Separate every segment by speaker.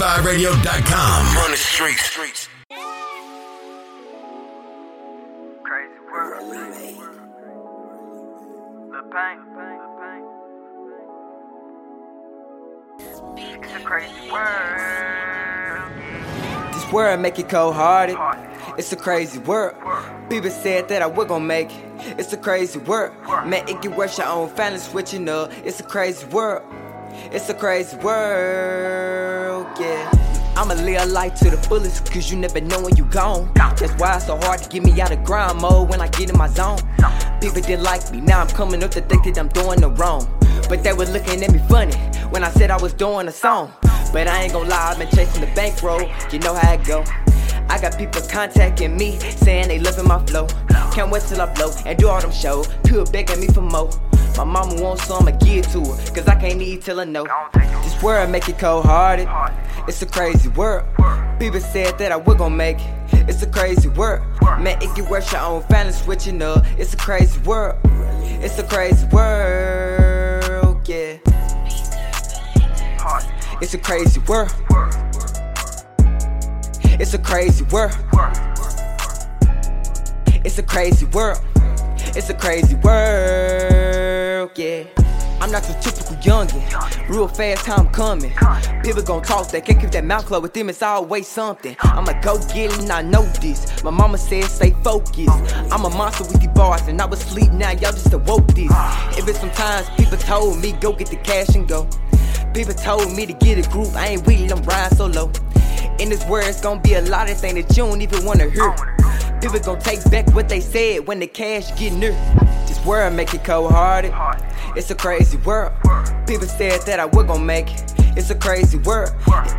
Speaker 1: 615radio.com.
Speaker 2: Run the streets. streets.
Speaker 3: Crazy world. The pain. It's a crazy world.
Speaker 4: This world make it cold hearted. It's a crazy world. People said that I was gonna make it. It's a crazy world. Man, it get worse. Your own family switching up. It's a crazy world. It's a crazy world. Yeah. I'ma live life to the fullest, cause you never know when you gone. That's why it's so hard to get me out of grind mode when I get in my zone. People didn't like me, now I'm coming up to think that I'm doing the wrong. But they were looking at me funny when I said I was doing a song. But I ain't gonna lie, I've been chasing the bankroll, you know how it go. I got people contacting me, saying they loving my flow. Can't wait till I blow and do all them shows. People begging me for more. My mama wants some, I'ma give it to her, cause I can't eat till I know. This world make it cold hearted. It's a crazy world. People said that I was gonna make it. It's a crazy world. Man, it get worse. Your own family switching up. It's a crazy world. It's a crazy world. Yeah. It's a crazy world. It's a crazy world. It's a crazy world. It's a crazy world. Yeah. I'm not your typical youngin'. Real fast time coming. People gon' talk, they can't keep that mouth closed. With them, it's always something. I'm a go get it, and I know this. My mama said, stay focused. I'm a monster with the bars, and I was sleep now. Y'all just awoke this. Even sometimes people told me, go get the cash and go. People told me to get a group, I ain't with it, I'm riding solo. In this world, it's gonna be a lot of things that you don't even wanna hear. People gonna take back what they said when the cash get near. This world make it cold hearted. It's a crazy world. People said that I was gonna make it. It's a crazy world.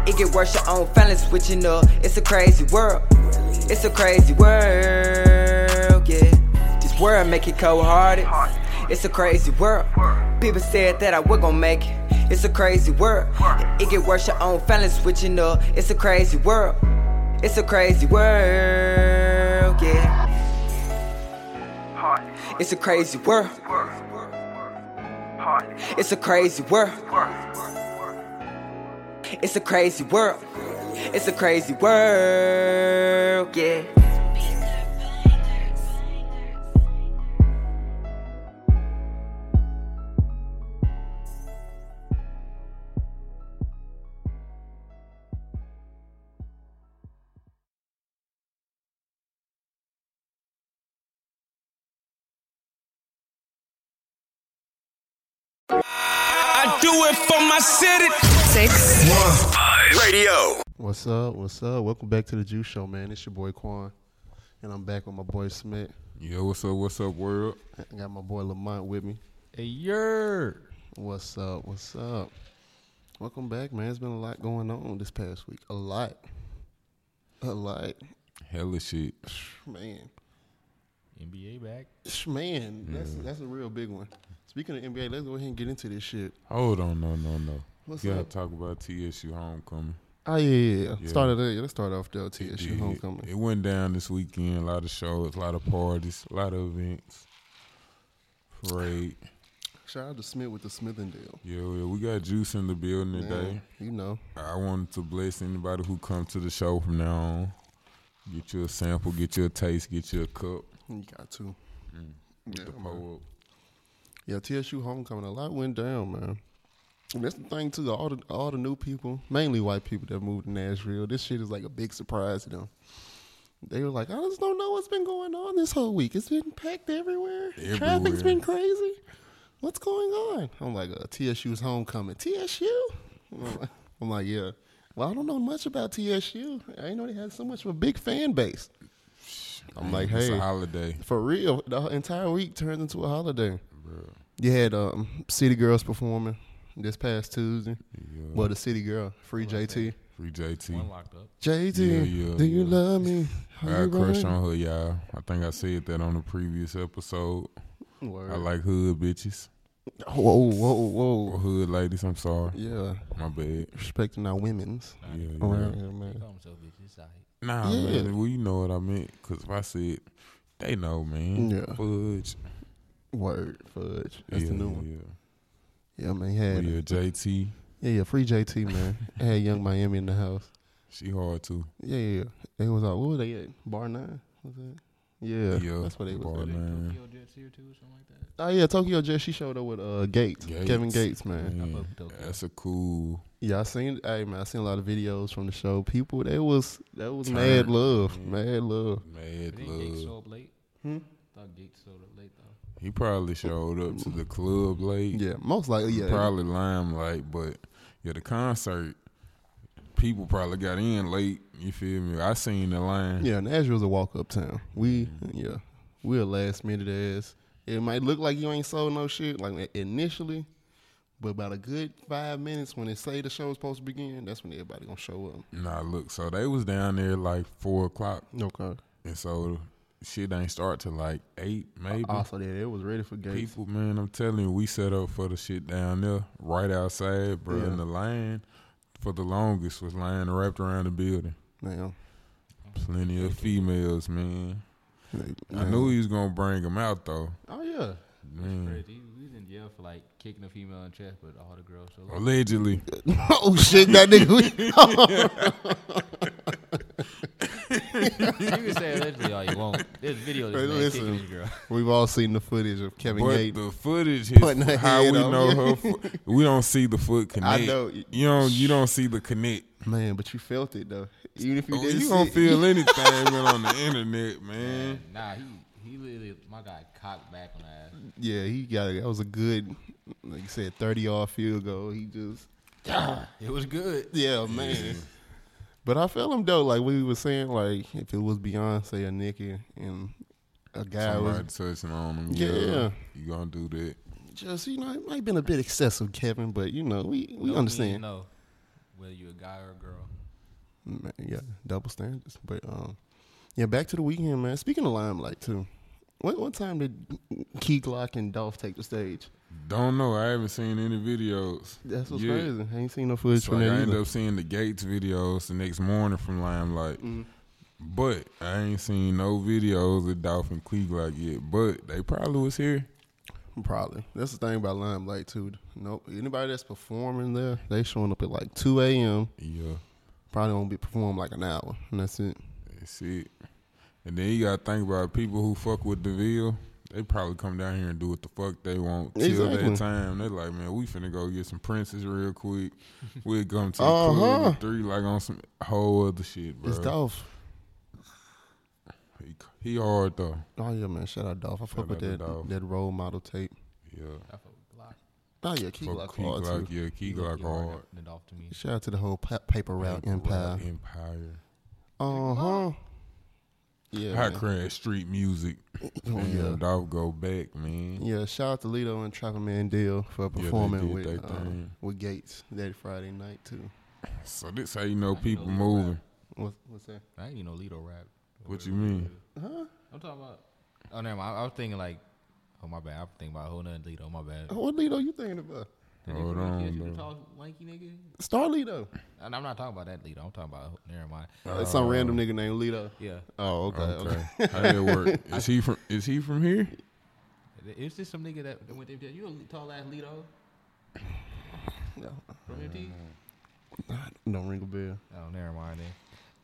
Speaker 4: It get worse, your own family switching up. It's a crazy world. It's a crazy world, yeah. This world make it cold hearted. It's a crazy world. People said that I was gonna make it. It's a crazy world. It get worse, your own family switching up. It's a crazy world. It's a crazy world, yeah. It's a crazy world. It's a crazy world. It's a crazy world. It's a crazy world, yeah.
Speaker 5: I do it for my city.
Speaker 6: Six.
Speaker 2: Radio.
Speaker 7: What's up? What's up? Welcome back to the Juice Show, man. It's your boy Quan, and I'm back with my boy Smith.
Speaker 8: Yo, what's up? What's up, world?
Speaker 7: I got my boy Lamont with me.
Speaker 8: Hey, yer.
Speaker 7: What's up? What's up? Welcome back, man. It's been a lot going on this past week. A lot, a lot,
Speaker 8: Hella shit.
Speaker 7: man.
Speaker 9: NBA back.
Speaker 7: Man, that's that's a real big one. Speaking of NBA, let's go ahead and get into this shit.
Speaker 8: Hold on, no, no, no.
Speaker 7: What's
Speaker 8: we gotta
Speaker 7: up?
Speaker 8: talk about TSU homecoming.
Speaker 7: Oh yeah, yeah. yeah. Started there. Yeah, Let's start off there. TSU
Speaker 8: Yeah,
Speaker 7: homecoming.
Speaker 8: It went down this weekend. A lot of shows, a lot of parties, a lot of events. Parade.
Speaker 7: Shout out to Smith with the Smith and Dale.
Speaker 8: Yo, yeah, we got juice in the building today.
Speaker 7: You know,
Speaker 8: I wanted to bless anybody who comes to the show from now on. Get you a sample, get you a taste, get you a cup.
Speaker 7: you got to.
Speaker 8: Get the pour up.
Speaker 7: Yeah, TSU homecoming. A lot went down, man. And that's the thing too. All the all the new people, mainly white people that moved to Nashville. This shit is like a big surprise to them. They were like, I just don't know what's been going on this whole week. It's been packed everywhere. Traffic's
Speaker 8: Everywhere.
Speaker 7: been crazy. What's going on? I'm like, uh, TSU's homecoming. TSU? I'm like- I'm like, yeah. Well, I don't know much about TSU. I didn't know they had so much of a big fan base. I'm like,
Speaker 8: It's
Speaker 7: hey,
Speaker 8: a holiday.
Speaker 7: for real, the whole entire week turns into a holiday. You had um, City Girls performing this past Tuesday. Well, the City Girl, Free JT.
Speaker 8: Free JT.
Speaker 9: One locked up.
Speaker 7: JT,
Speaker 8: Yeah, yeah,
Speaker 7: do you
Speaker 8: yeah.
Speaker 7: love me? How
Speaker 8: I
Speaker 7: you
Speaker 8: got a crush
Speaker 7: running?
Speaker 8: on her, y'all. I think I said that on the previous episode.
Speaker 7: Word.
Speaker 8: I like hood bitches.
Speaker 7: Whoa, whoa, whoa.
Speaker 8: Or hood ladies, I'm sorry.
Speaker 7: Yeah,
Speaker 8: My bad.
Speaker 7: respecting our women's.
Speaker 8: Yeah, yeah.
Speaker 7: around here, man.
Speaker 9: Call himself bitch. It's all right.
Speaker 8: Nah,
Speaker 7: Yeah.
Speaker 8: man. Well, you know what I meant. Because if I said, they know, man.
Speaker 7: Yeah.
Speaker 8: Fudge.
Speaker 7: Word, fudge. That's
Speaker 8: yeah,
Speaker 7: the new
Speaker 8: yeah,
Speaker 7: one.
Speaker 8: Yeah.
Speaker 7: Yeah, man. He had
Speaker 8: But yeah, JT.
Speaker 7: Yeah, yeah, free JT man. I had Young Miami in the house.
Speaker 8: She hard too.
Speaker 7: Yeah, yeah. They was out. What were they at? Bar nine? Was that? Yeah,
Speaker 8: Yeah,
Speaker 7: that's what they
Speaker 8: Bar
Speaker 7: was. At.
Speaker 8: Nine.
Speaker 9: Yo, Jets here too, or something like that.
Speaker 7: Oh yeah, Tokyo Jet. She showed up with uh Gates, Kevin Gates, man.
Speaker 8: Yeah,
Speaker 9: fuck with Tokyo.
Speaker 8: That's a cool.
Speaker 7: Yeah, I seen. Hey man, I seen a lot of videos from the show. People, that was that was mad love, mad love.
Speaker 8: Mad
Speaker 9: Didn't Gates show
Speaker 8: love.
Speaker 9: up late?
Speaker 7: Hmm?
Speaker 9: Thought Gates showed up late though.
Speaker 8: He probably showed up to the club late.
Speaker 7: Yeah, most likely. Yeah,
Speaker 8: Probably limelight, but yeah, the concert people probably got in late. You feel me? I seen the line.
Speaker 7: Yeah, Nashville's a walk up town. We yeah, we're a last minute ass. It might look like you ain't sold no shit like i- initially, but about a good five minutes when they say the show's supposed to begin, that's when everybody gonna show up.
Speaker 8: Nah, look. So they was down there like four o'clock,
Speaker 7: Okay.
Speaker 8: and so shit ain't start till like eight maybe.
Speaker 7: Also, there it was ready for Gates.
Speaker 8: People, man, I'm telling you, we set up for the shit down there, right outside, bro.
Speaker 7: Yeah.
Speaker 8: And the line for the longest was lying wrapped around the building.
Speaker 7: Now,
Speaker 8: Plenty of females, man.
Speaker 7: they-
Speaker 8: I knew he was gonna bring them out though.
Speaker 7: Oh yeah,
Speaker 8: Man.
Speaker 9: Crazy. We was in jail for like kicking a female in the chest, but all the girls showed up.
Speaker 8: Allegedly,
Speaker 7: oh shit, that nigga. oh,
Speaker 9: you can say allegedly all you want. There's video of this
Speaker 7: Hey,
Speaker 9: man
Speaker 7: listen.
Speaker 9: kicking this girl.
Speaker 7: We've all seen the footage of Kevin
Speaker 8: but
Speaker 7: Gates.
Speaker 8: the footage
Speaker 7: Putting her
Speaker 8: is how we
Speaker 7: head on.
Speaker 8: know her. Fo- we don't see the foot connect.
Speaker 7: know.
Speaker 8: You don't. You don't see the connect.
Speaker 7: Man, but you felt it though. Even if you
Speaker 8: Oh, You,
Speaker 7: didn't, see
Speaker 8: gonna
Speaker 7: it.
Speaker 8: feel anything when on the internet, man.
Speaker 9: Nah, he he literally my guy cocked back on her ass.
Speaker 7: Yeah, he got it. That was a good, like you said, thirty yard field goal. He just
Speaker 9: It was good.
Speaker 7: Yeah, man. But I feel him though. Like we were saying, like if it was Beyonce or Nicki and a guy
Speaker 8: Somebody
Speaker 7: was
Speaker 8: touching on them.
Speaker 7: Yeah.
Speaker 8: you gonna do that.
Speaker 7: just, you know, it might have been a bit excessive, Kevin. But you know, we we
Speaker 9: No means
Speaker 7: understand.
Speaker 9: No, whether you a guy or a girl.
Speaker 7: Man, yeah, double standards. But um, yeah, back to the weekend, man. Speaking of limelight too, what what time did Key Glock and Dolph take the stage?
Speaker 8: Don't know. I haven't seen any videos.
Speaker 7: That's what's
Speaker 8: yet.
Speaker 7: crazy. I ain't seen no footage
Speaker 8: So
Speaker 7: from
Speaker 8: like, I
Speaker 7: that
Speaker 8: end
Speaker 7: either.
Speaker 8: up seeing the Gates videos the next morning from Limelight.
Speaker 7: Mm-hmm.
Speaker 8: But I ain't seen no videos of Dolphin Cleveland yet. But they probably was here.
Speaker 7: Probably. That's the thing about limelight too. Nope. Anybody that's performing there, they showing up at like two a.m.
Speaker 8: Yeah.
Speaker 7: probably won't be performed like an hour, and that's it.
Speaker 8: That's it. And then you gotta think about people who fuck with DeVille. They probably come down here and do what the fuck they want till
Speaker 7: Exactly.
Speaker 8: that time. They're like, man, we finna go get some princes real quick. We'll come to the
Speaker 7: Uh-huh.
Speaker 8: club at three, like on some whole other shit, bro.
Speaker 7: It's Dolph.
Speaker 8: He, he hard though.
Speaker 7: Oh yeah, man! Shout out Dolph. I fuck
Speaker 8: Shout
Speaker 7: with
Speaker 8: out to
Speaker 7: that
Speaker 8: Dolph.
Speaker 7: that role model tape.
Speaker 8: Yeah.
Speaker 9: I fuck with Glock.
Speaker 7: Oh yeah, Key
Speaker 8: Fuck
Speaker 7: Glock
Speaker 8: Key
Speaker 7: hard,
Speaker 8: Glock,
Speaker 7: too.
Speaker 8: yeah, Key Glock hard.
Speaker 9: Then off to me.
Speaker 7: Shout out to the whole pa- paper route empire.
Speaker 8: Empire.
Speaker 7: Uh huh. Yeah, man.
Speaker 8: Hot
Speaker 7: Oh,
Speaker 8: crash street music. Man,
Speaker 7: yeah.
Speaker 8: Dolph go back, man.
Speaker 7: yeah. Shout out to Lito and Trapper Mandel for
Speaker 8: they
Speaker 7: performing
Speaker 8: did
Speaker 7: with
Speaker 8: their
Speaker 7: uh,
Speaker 8: thing.
Speaker 7: with Gates that Friday night too.
Speaker 8: So this how you know people
Speaker 9: know that.
Speaker 8: moving.
Speaker 7: What, what's that?
Speaker 9: I ain't no Lido rap.
Speaker 8: What you mean?
Speaker 9: I'm talking about. Oh, never mind. I, I was thinking like. Oh my bad. I'm thinking about a whole nother Lido. My bad.
Speaker 7: What Lito you thinking about?
Speaker 9: Did they
Speaker 8: Hold
Speaker 9: really
Speaker 8: on,
Speaker 9: catch you, the
Speaker 8: bro.
Speaker 9: tall, lanky nigga?
Speaker 7: Star Lito.
Speaker 9: And I'm not talking about that Lido. I'm talking about. Never mind.
Speaker 7: It's some random nigga named Lito.
Speaker 9: Yeah.
Speaker 7: Oh, okay. okay.
Speaker 8: Okay. how that work? Is he from is he from here?
Speaker 9: It was just some nigga that went to MTS. You a tall ass Lido
Speaker 7: No,
Speaker 9: from MT?
Speaker 7: don't ring a bell.
Speaker 9: Mm-hmm. Oh, never mind then.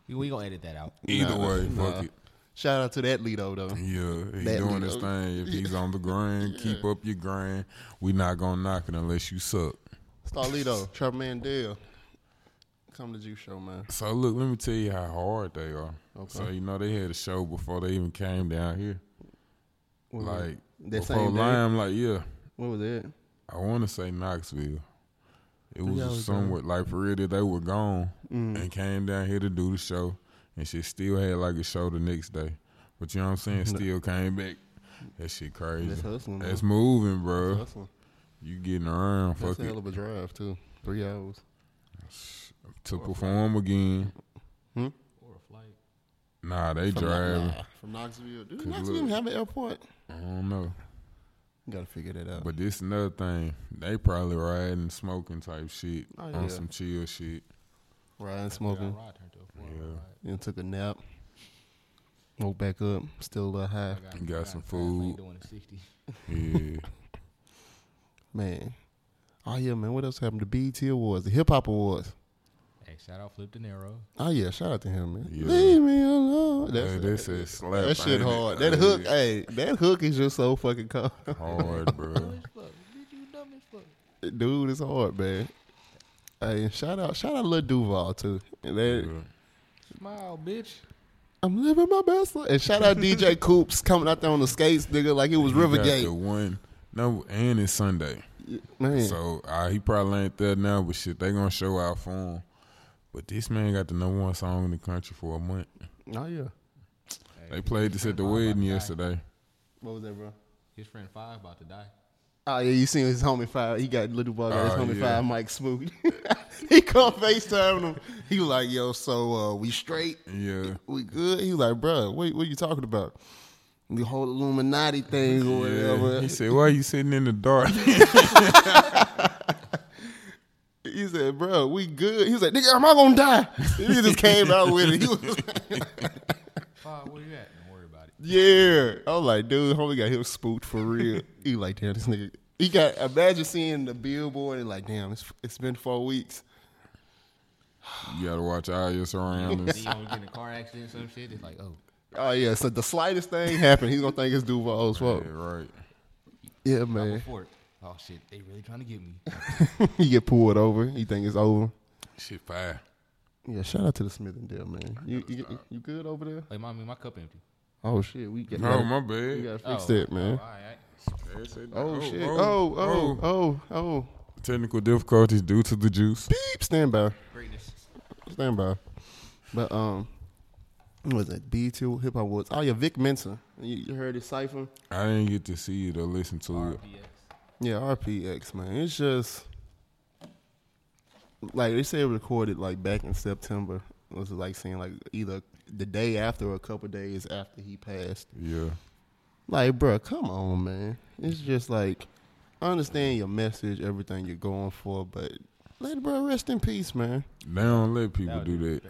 Speaker 9: We, we gonna edit that out.
Speaker 8: Either
Speaker 7: Nah,
Speaker 8: way,
Speaker 7: nah.
Speaker 8: fuck it.
Speaker 7: Shout out to that Lito though.
Speaker 8: Yeah, he
Speaker 7: That
Speaker 8: doing
Speaker 7: nigga.
Speaker 8: his thing. If he's on the grind, keep up your grind. We not gonna knock it unless you suck.
Speaker 7: Starlito, Trevor Mandel. Come to Juice Show, man.
Speaker 8: So look, let me tell you how hard they are. So you know they had a show before they even came down here. Like
Speaker 7: That
Speaker 8: before
Speaker 7: same day?
Speaker 8: Lime, like yeah.
Speaker 7: What was that?
Speaker 8: I want to say Knoxville. It was
Speaker 7: hours Mm.
Speaker 8: somewhere like for real that they were gone and came down here to do the show, and she still had like a show the next day. But you know what I'm saying? Still came back. That shit crazy.
Speaker 7: That's hustling,
Speaker 8: That's
Speaker 7: man.
Speaker 8: moving, bro.
Speaker 7: That's, one.
Speaker 8: You getting around?
Speaker 7: That's
Speaker 8: Fuck
Speaker 7: a
Speaker 8: it.
Speaker 7: hell of a drive too. Three hours.
Speaker 8: To perform again?
Speaker 9: Or a flight.
Speaker 8: Nah, they driving.
Speaker 7: From Knoxville. Do
Speaker 8: Cause
Speaker 7: Knoxville
Speaker 8: look-
Speaker 7: even have an airport?
Speaker 8: I don't know.
Speaker 7: Gotta figure that out.
Speaker 8: But this another thing. They probably riding, smoking type shit
Speaker 7: Oh, yeah.
Speaker 8: on some chill shit.
Speaker 7: Ryan
Speaker 9: Yeah,
Speaker 7: smoking
Speaker 9: Rod turned to a four.
Speaker 8: Yeah.
Speaker 7: and took a nap. Woke back up, still a little high.
Speaker 9: I
Speaker 8: Got some
Speaker 9: I
Speaker 8: food.
Speaker 9: ain't doing a 60.
Speaker 8: Yeah.
Speaker 7: Man. Oh yeah, man. What else happened? The BET Awards, the Hip Hop Awards.
Speaker 9: Hey, shout out Flip De Niro.
Speaker 7: Oh yeah, shout out to him, man.
Speaker 8: Yeah.
Speaker 7: Leave me alone. That's,
Speaker 8: Hey, this is slap.
Speaker 7: that shit
Speaker 8: ain't it?
Speaker 7: hard. That
Speaker 8: Hey,
Speaker 7: hook, hey, that hook is just so fucking cold.
Speaker 8: hard, bro.
Speaker 7: Dude, it's hard, man. Hey, and shout out, shout out Lil Duval too. And that,
Speaker 9: Smile, bitch.
Speaker 7: I'm living my best life. And shout out DJ Coops coming out there on the skates, nigga, like it was
Speaker 8: The
Speaker 7: Rivergate.
Speaker 8: one, no, and it's Sunday,
Speaker 7: Man,
Speaker 8: so uh, he probably ain't there now. But shit, they gonna show out for him. But this man got the number one song in the country for a month.
Speaker 7: oh yeah.
Speaker 8: They played this at the wedding yesterday.
Speaker 7: What was that, bro?
Speaker 9: His friend Five about to die.
Speaker 7: Oh yeah, you seen his homie five. He got little ball. got his
Speaker 8: Oh,
Speaker 7: homie
Speaker 8: yeah.
Speaker 7: five, Mike Smooth. he come FaceTime him. He was like, "Yo, so uh, we straight,
Speaker 8: Yeah,
Speaker 7: we good." He was like, "Bro, what, what you talking about? The whole Illuminati thing or
Speaker 8: yeah.
Speaker 7: whatever."
Speaker 8: He said, "Why you sitting in the dark?"
Speaker 7: He said, "Bro, we good." He was like, "Nigga, am I gonna die?" he just came out with it. He was like,
Speaker 9: Five, where you at? Don't worry about it.
Speaker 7: "Yeah." I was like, "Dude, homie got him spooked for real." he like, "Damn, this nigga." He got imagine seeing the billboard and like, "Damn, it's it's been four weeks."
Speaker 8: you gotta watch all your surroundings.
Speaker 9: He gonna get in a car accident, some shit. It's like, oh,
Speaker 7: Oh yeah, so the slightest thing happened, he's gonna think it's Duval's
Speaker 8: yeah,
Speaker 7: fault.
Speaker 8: right.
Speaker 7: Yeah,
Speaker 9: I'm a
Speaker 7: man.
Speaker 9: fort. Oh shit, they really trying to get me.
Speaker 7: he get pulled over. He think it's over.
Speaker 8: Shit, fire.
Speaker 7: Yeah, shout out to the Smith and Dale, man. You you, you good over there?
Speaker 9: Like, mommy, my cup empty.
Speaker 7: Oh shit, we got
Speaker 8: Oh my
Speaker 7: we
Speaker 8: bad.
Speaker 7: gotta fix that, man.
Speaker 9: oh, All right.
Speaker 7: Oh, shit. Oh, oh, oh, oh.
Speaker 8: Technical difficulties due to the juice.
Speaker 7: Beep, stand by.
Speaker 9: Greatness.
Speaker 7: Stand by. But um what was it? B two Hip Hop Awards. Oh yeah, Vic Mensa. You, you heard his cipher?
Speaker 8: I didn't get to see it or listen to it.
Speaker 7: Yeah, RPX, man. It's just like they say it recorded like back in September. It was like saying like either the day after or a couple days after he passed.
Speaker 8: Yeah.
Speaker 7: Like, bruh, come on, man. It's just like I understand your message, everything you're going for, but let bruh rest in peace, man.
Speaker 8: They don't let people do that.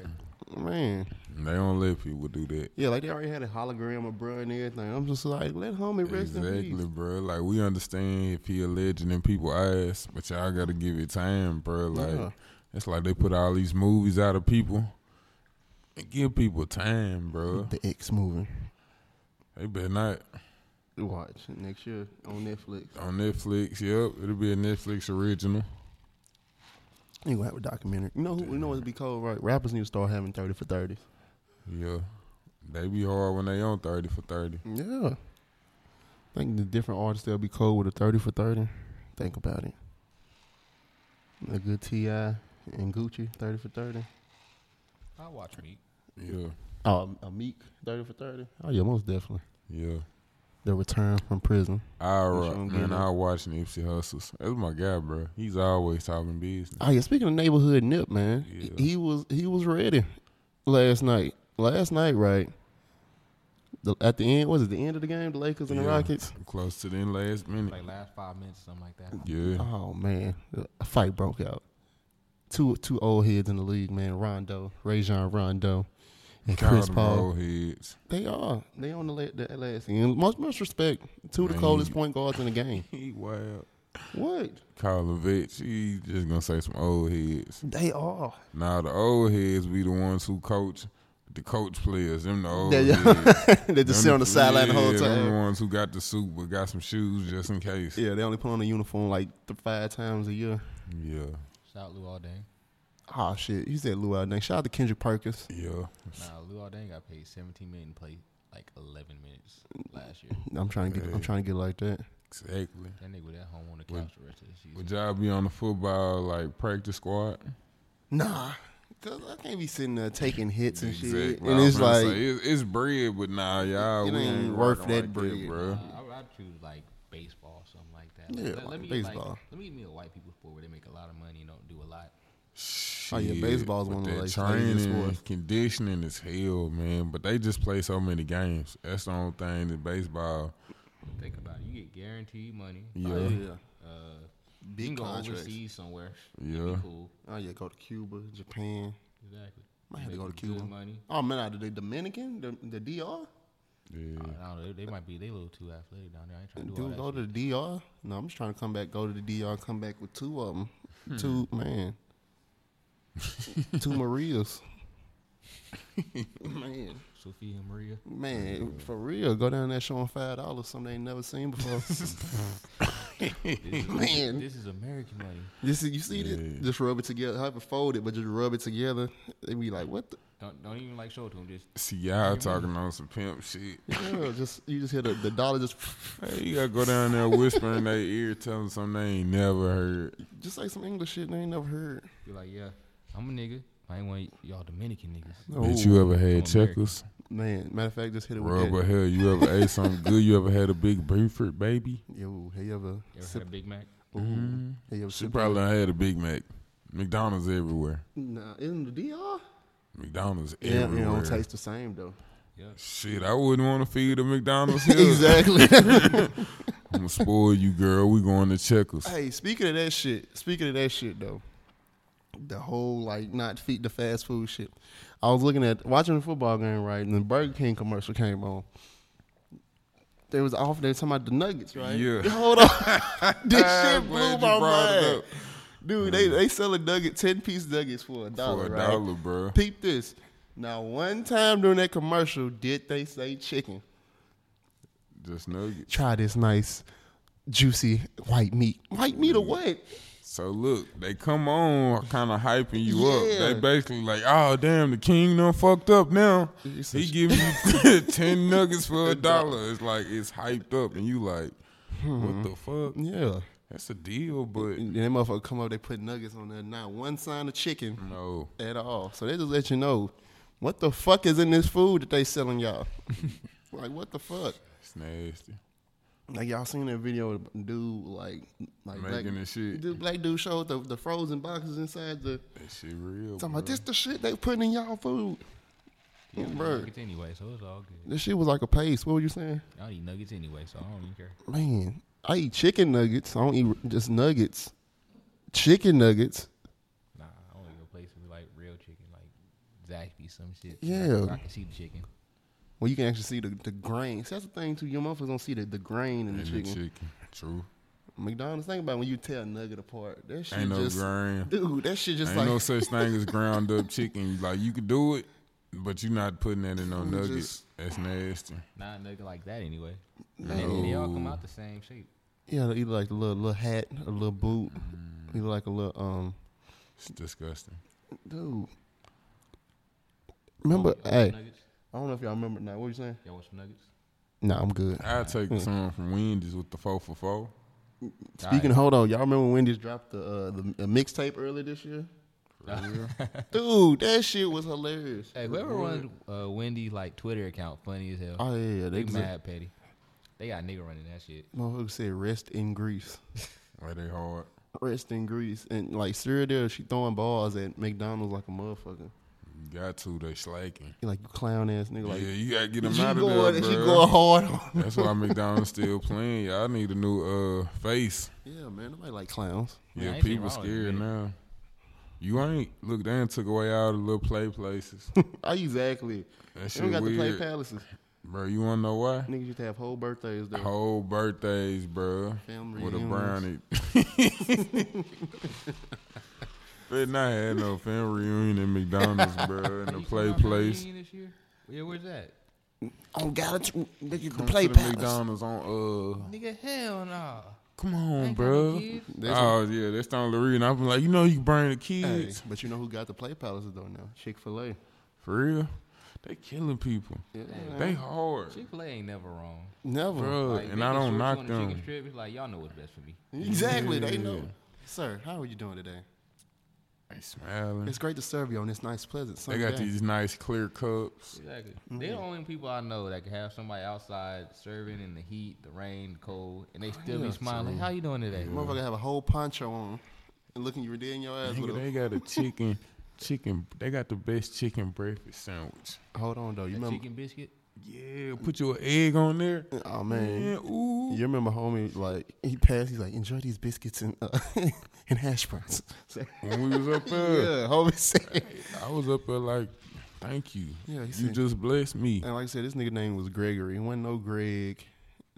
Speaker 7: Man.
Speaker 8: They don't let people do that.
Speaker 7: Yeah, like they already had a hologram of bruh and everything. I'm just like, let homie rest in
Speaker 8: Exactly,
Speaker 7: peace.
Speaker 8: bro. Like we understand if he a legend and people ask, but y'all gotta give it time, bro. Like
Speaker 7: Yeah.
Speaker 8: it's like they put all these movies out of people. And give people time, bro.
Speaker 7: The X movie.
Speaker 8: They better not
Speaker 7: Watch next year on Netflix.
Speaker 8: on Netflix. Yep, it'll be a Netflix original.
Speaker 7: You gonna have a documentary. You know who you know what'd be cold, right? Rappers need to start having thirty for thirties.
Speaker 8: Yeah, they be hard when they on thirty for thirty.
Speaker 7: Yeah. I think the different artists they'll be cold with a thirty for thirty. Think about it. A good Ti and Gucci thirty for thirty.
Speaker 9: I watch me.
Speaker 8: Yeah,
Speaker 7: Oh, a Meek thirty for thirty. Oh yeah, most definitely.
Speaker 8: yeah.
Speaker 7: The return from prison.
Speaker 8: I rock,
Speaker 7: Sean
Speaker 8: man.
Speaker 7: Goodman.
Speaker 8: I watch Nipsey Hustles. That's my guy, bro. He's always talking business.
Speaker 7: Oh yeah, speaking of neighborhood nip, man,
Speaker 8: Yeah.
Speaker 7: he was he was ready last night. Last night, right? The, at the end, was it the end of the game? The Lakers and the
Speaker 8: Yeah.
Speaker 7: Rockets.
Speaker 8: Close to the end last minute.
Speaker 9: Like last five minutes, something like that.
Speaker 8: yeah,
Speaker 7: Oh man, a fight broke out. Two two old heads in the league, man. Rondo, Rajon Rondo, and
Speaker 8: Call
Speaker 7: Chris
Speaker 8: them
Speaker 7: Paul.
Speaker 8: old heads.
Speaker 7: They are. They on the, la- the last end. Much much respect. Two of the
Speaker 8: Man,
Speaker 7: coldest
Speaker 8: he-
Speaker 7: point guards in the game.
Speaker 8: He wild.
Speaker 7: What?
Speaker 8: Karlovich, he just gonna say some old heads.
Speaker 7: They are.
Speaker 8: Now the old heads be the ones who coach the coach players. Them the old
Speaker 7: They-
Speaker 8: heads.
Speaker 7: they just sit on the sideline the whole
Speaker 8: yeah, Them the
Speaker 7: time.
Speaker 8: ones who got the suit but got some shoes just in case.
Speaker 7: Yeah, they only put on a uniform like th- five times a year.
Speaker 8: yeah,
Speaker 9: Shout out Lou Aldang.
Speaker 7: Oh shit! You said Lou Aldang. Shout out to Kendrick Perkins.
Speaker 8: yeah.
Speaker 9: Nah, Lou Aldang got paid 17 million to play like 11 minutes last year.
Speaker 7: I'm trying to get. I'm trying to get like that.
Speaker 8: Exactly.
Speaker 9: That nigga was at home on the couch the rest of the season.
Speaker 8: Would y'all be on the football like practice squad?
Speaker 7: Nah, cause I can't be sitting there taking hits and shit.
Speaker 8: Exactly.
Speaker 7: And
Speaker 8: I
Speaker 7: it's
Speaker 8: was finna
Speaker 7: like,
Speaker 8: say, it's, it's bread, but nah, y'all,
Speaker 7: It
Speaker 8: we
Speaker 7: ain't
Speaker 8: ain't
Speaker 7: worth
Speaker 8: rocking
Speaker 7: that
Speaker 8: like
Speaker 7: bread.
Speaker 8: bro.
Speaker 9: I, I would choose like baseball, something like that. Like,
Speaker 7: Yeah,
Speaker 9: let,
Speaker 7: like
Speaker 9: let me
Speaker 7: baseball.
Speaker 9: Like, let me give me a white people sport where they make a lot of money and don't do a lot.
Speaker 7: Oh, yeah,
Speaker 8: Shit,
Speaker 7: baseball's one
Speaker 8: but
Speaker 7: of the,
Speaker 8: that
Speaker 7: like, laziest
Speaker 8: training,
Speaker 7: sports.
Speaker 8: conditioning is hell, man. But they just play so many games. That's the only thing that baseball.
Speaker 9: Think about it. You get guaranteed money.
Speaker 8: Yeah,
Speaker 7: oh, yeah.
Speaker 9: Uh, you can
Speaker 7: Big
Speaker 9: go
Speaker 7: contracts.
Speaker 9: overseas somewhere.
Speaker 8: Yeah.
Speaker 9: Be cool.
Speaker 7: Oh yeah, go to Cuba, Japan.
Speaker 9: Exactly.
Speaker 7: Might have to
Speaker 9: Make
Speaker 7: go to
Speaker 9: good
Speaker 7: Cuba.
Speaker 9: Money.
Speaker 7: Oh man, out of the Dominican, the, the DR.
Speaker 9: I don't know. They, they might be they a little too athletic down there. I ain't trying to do all
Speaker 7: Dude, go
Speaker 9: that. shit.
Speaker 7: to the DR. No, I'm just trying to come back. Go to the DR. Come back with two of them.
Speaker 9: Hmm.
Speaker 7: Two man. two Marias. man,
Speaker 9: Sophia and Maria.
Speaker 7: man, for real. Go down there showing five dollars. Something they ain't never seen before.
Speaker 9: This is,
Speaker 7: Man.
Speaker 9: this is American money.
Speaker 7: you see, you see
Speaker 8: Yeah.
Speaker 7: this? Just rub it together. Have it folded, but just rub it together. They be like, what? the?
Speaker 9: Don't don't even like show it to them. Just
Speaker 8: See y'all talking on some pimp shit.
Speaker 7: Yeah, just you just hear the, the dollar just
Speaker 8: Hey, you gotta go down there whispering in their ear, telling something they ain't never heard.
Speaker 7: just like some English shit they ain't never heard.
Speaker 9: be like, yeah, I'm a nigga. I ain't want y'all Dominican niggas.
Speaker 8: Did you ever had
Speaker 9: Come on, Mary.
Speaker 8: checkers?
Speaker 7: Man, matter of fact, just hit it with
Speaker 8: Rubber
Speaker 7: that.
Speaker 8: hell, you ever ate something good? You ever had a big Buford baby?
Speaker 7: Yo, have you ever?
Speaker 9: You ever
Speaker 7: sip-
Speaker 9: had a Big Mac?
Speaker 7: ooh, have you ever
Speaker 8: Mm-hmm. She
Speaker 7: sipped-
Speaker 8: probably done had a Big Mac. McDonald's everywhere.
Speaker 7: Nah, in the DR.
Speaker 8: McDonald's
Speaker 7: Yeah, it
Speaker 8: everywhere.
Speaker 7: don't taste the same though.
Speaker 8: Shit, I wouldn't want to feed a McDonald's here. I'm gonna spoil you, girl. We going to Checkers.
Speaker 7: hey, speaking of that shit, speaking of that shit though, the whole like not feed the fast food shit. I was looking at watching the football game right, and the Burger King commercial came on. They was off. They were talking about the Nuggets, right?
Speaker 8: Yeah. Ah,
Speaker 7: Hold on, this
Speaker 8: I'm
Speaker 7: shit
Speaker 8: glad
Speaker 7: blew
Speaker 8: you
Speaker 7: my
Speaker 8: brought it
Speaker 7: mind.
Speaker 8: up.
Speaker 7: Dude, they they selling nuggets, ten piece nuggets for a dollar,
Speaker 8: a
Speaker 7: right?
Speaker 8: dollar, bruh.
Speaker 7: Peep this. Now, one time during that commercial, did they say chicken?
Speaker 8: Just nuggets.
Speaker 7: try this nice juicy white meat. White meat or what?
Speaker 8: So look, they come on kind of hyping you
Speaker 7: Yeah.
Speaker 8: up. They basically like, oh damn, the king done fucked up now. He give you ten nuggets for a dollar. It's like it's hyped up, and you like,
Speaker 7: Hmm.
Speaker 8: what the fuck?
Speaker 7: Yeah.
Speaker 8: That's a deal, but
Speaker 7: And then motherfucker come up, they put nuggets on there. Not one sign of chicken
Speaker 8: no.
Speaker 7: at all. So they just let you know what the fuck is in this food that they selling y'all. like what the fuck?
Speaker 8: It's nasty.
Speaker 7: Like y'all seen that video of the dude like like
Speaker 8: Making
Speaker 7: black,
Speaker 8: the shit.
Speaker 7: The black dude showed the, the frozen boxes inside the
Speaker 8: That shit
Speaker 7: talking
Speaker 8: real. bro.
Speaker 7: about this the shit they putting in y'all food. Yeah, bro,
Speaker 9: Nuggets anyway, so it's all good.
Speaker 7: this shit was like a paste. What were you saying?
Speaker 9: I don't eat nuggets anyway, so I don't even care.
Speaker 7: man, I eat chicken nuggets. I don't eat r- just nuggets. Chicken nuggets.
Speaker 9: Nah, I only go places with like real chicken, like Zaxby, some shit.
Speaker 7: Yeah.
Speaker 9: I can see the chicken.
Speaker 7: Well, you can actually see the, the grain. See, that's the thing too. Your motherfuckers don't see the, the grain in the
Speaker 8: And
Speaker 7: chicken.
Speaker 8: the chicken. True.
Speaker 7: McDonald's. Think about when you tear a nugget apart. That shit
Speaker 8: Ain't no
Speaker 7: just,
Speaker 8: grain.
Speaker 7: dude. That shit just
Speaker 8: Ain't
Speaker 7: like
Speaker 8: no such thing as ground up chicken. Like you could do it, but you not putting that in no nuggets. That's nasty.
Speaker 9: Not a nugget like that anyway. And they, they all come out the same shape.
Speaker 7: yeah. They either like a little little hat, a little boot.
Speaker 8: Mm-hmm.
Speaker 7: You Either like a little um,
Speaker 8: It's disgusting.
Speaker 7: dude. Remember,
Speaker 8: Oh,
Speaker 7: hey,
Speaker 9: Y'all want some nuggets?
Speaker 7: I don't know if y'all remember now. What you saying?
Speaker 9: Y'all want some nuggets?
Speaker 7: Nah, I'm good.
Speaker 8: I take
Speaker 7: Mm.
Speaker 8: some from Wendy's with the four for four.
Speaker 7: Speaking, of, hold on, y'all remember when Wendy's dropped the uh, the, the mixtape earlier this year? Dude, that shit was hilarious.
Speaker 9: Hey, whoever runs uh, Wendy like Twitter account, funny as hell.
Speaker 7: Oh yeah, yeah,
Speaker 9: they
Speaker 7: they just,
Speaker 9: mad petty. They got nigga running that shit.
Speaker 7: motherfucker said rest in Greece,
Speaker 8: Like they hard.
Speaker 7: rest in Greece, and like Syria there, she throwing balls at McDonald's like a motherfucker.
Speaker 8: You got to, they slacking.
Speaker 7: You like you clown ass nigga, like
Speaker 8: yeah, you gotta get them
Speaker 7: she
Speaker 8: out of
Speaker 7: going
Speaker 8: there,
Speaker 7: and she
Speaker 8: bruh.
Speaker 7: going hard. on-
Speaker 8: That's why McDonald's still playing. Y'all need a new uh face.
Speaker 7: yeah, man, nobody like clowns.
Speaker 9: Man,
Speaker 8: Yeah,
Speaker 9: ain't
Speaker 8: people
Speaker 9: nothing wrong with
Speaker 8: scared
Speaker 9: it.
Speaker 8: now. You ain't look. They done took away all the little play places,
Speaker 7: I exactly. That
Speaker 8: shit
Speaker 7: don't got to play
Speaker 8: weird.
Speaker 7: palaces.
Speaker 8: bro. You wanna know why?
Speaker 7: Niggas used to have whole birthdays there.
Speaker 8: Whole birthdays, bro.
Speaker 7: Family
Speaker 8: with a brownie.
Speaker 7: reunions.
Speaker 8: Better not have no family reunion at McDonald's, bro. In the
Speaker 9: You
Speaker 8: play
Speaker 9: coming out for a
Speaker 8: place.
Speaker 9: reunion This year? Yeah, where's that?
Speaker 7: Oh, gotta t- nigga,
Speaker 8: Come
Speaker 7: play
Speaker 8: to the
Speaker 7: palace.
Speaker 8: McDonald's on uh.
Speaker 9: Nigga, hell no.
Speaker 8: Come on, bro. Oh yeah, that's Don Larry, and I'm like, you know, you can bring the
Speaker 7: Hey,
Speaker 8: kids
Speaker 7: but you know who got the play palaces though now? Chick Fil A.
Speaker 8: for real. They killing people. They hard,
Speaker 9: Chick Fil A ain't never wrong.
Speaker 7: Never.
Speaker 8: bro.
Speaker 9: Like,
Speaker 8: and
Speaker 9: they
Speaker 8: I don't
Speaker 9: can short you
Speaker 8: knock
Speaker 9: on the
Speaker 8: them.
Speaker 9: Chicken strip, it's like y'all know what's best for me.
Speaker 7: Exactly, they
Speaker 8: Yeah.
Speaker 7: know. Sir, how are you doing today?
Speaker 8: They smiling.
Speaker 7: It's great to serve you on this nice, pleasant
Speaker 8: they
Speaker 7: Sunday.
Speaker 8: got these nice clear cups.
Speaker 9: Exactly.
Speaker 7: Mm-hmm.
Speaker 9: They're the only people I know that can have somebody outside serving in the heat, the rain, the cold, and they still be smiling. Like, How you doing today?
Speaker 7: Motherfucker have a whole poncho on and looking you dead in your ass.
Speaker 8: Nigga,
Speaker 7: With
Speaker 8: they got a chicken, chicken. They got the best chicken breakfast sandwich.
Speaker 7: a, hold on though, you
Speaker 9: That
Speaker 7: remember?
Speaker 9: chicken biscuit.
Speaker 8: Yeah, put your egg on there.
Speaker 7: Oh man,
Speaker 8: Yeah, ooh.
Speaker 7: you remember homie? Like he passed, he's like, enjoy these biscuits and uh, and hash browns. So-
Speaker 8: When we was up there,
Speaker 7: yeah, homie said.
Speaker 8: I was up there like Thank you.
Speaker 7: Yeah, he
Speaker 8: you
Speaker 7: said-
Speaker 8: just blessed me.
Speaker 7: And like I said, this nigga name was Gregory. It wasn't no Greg.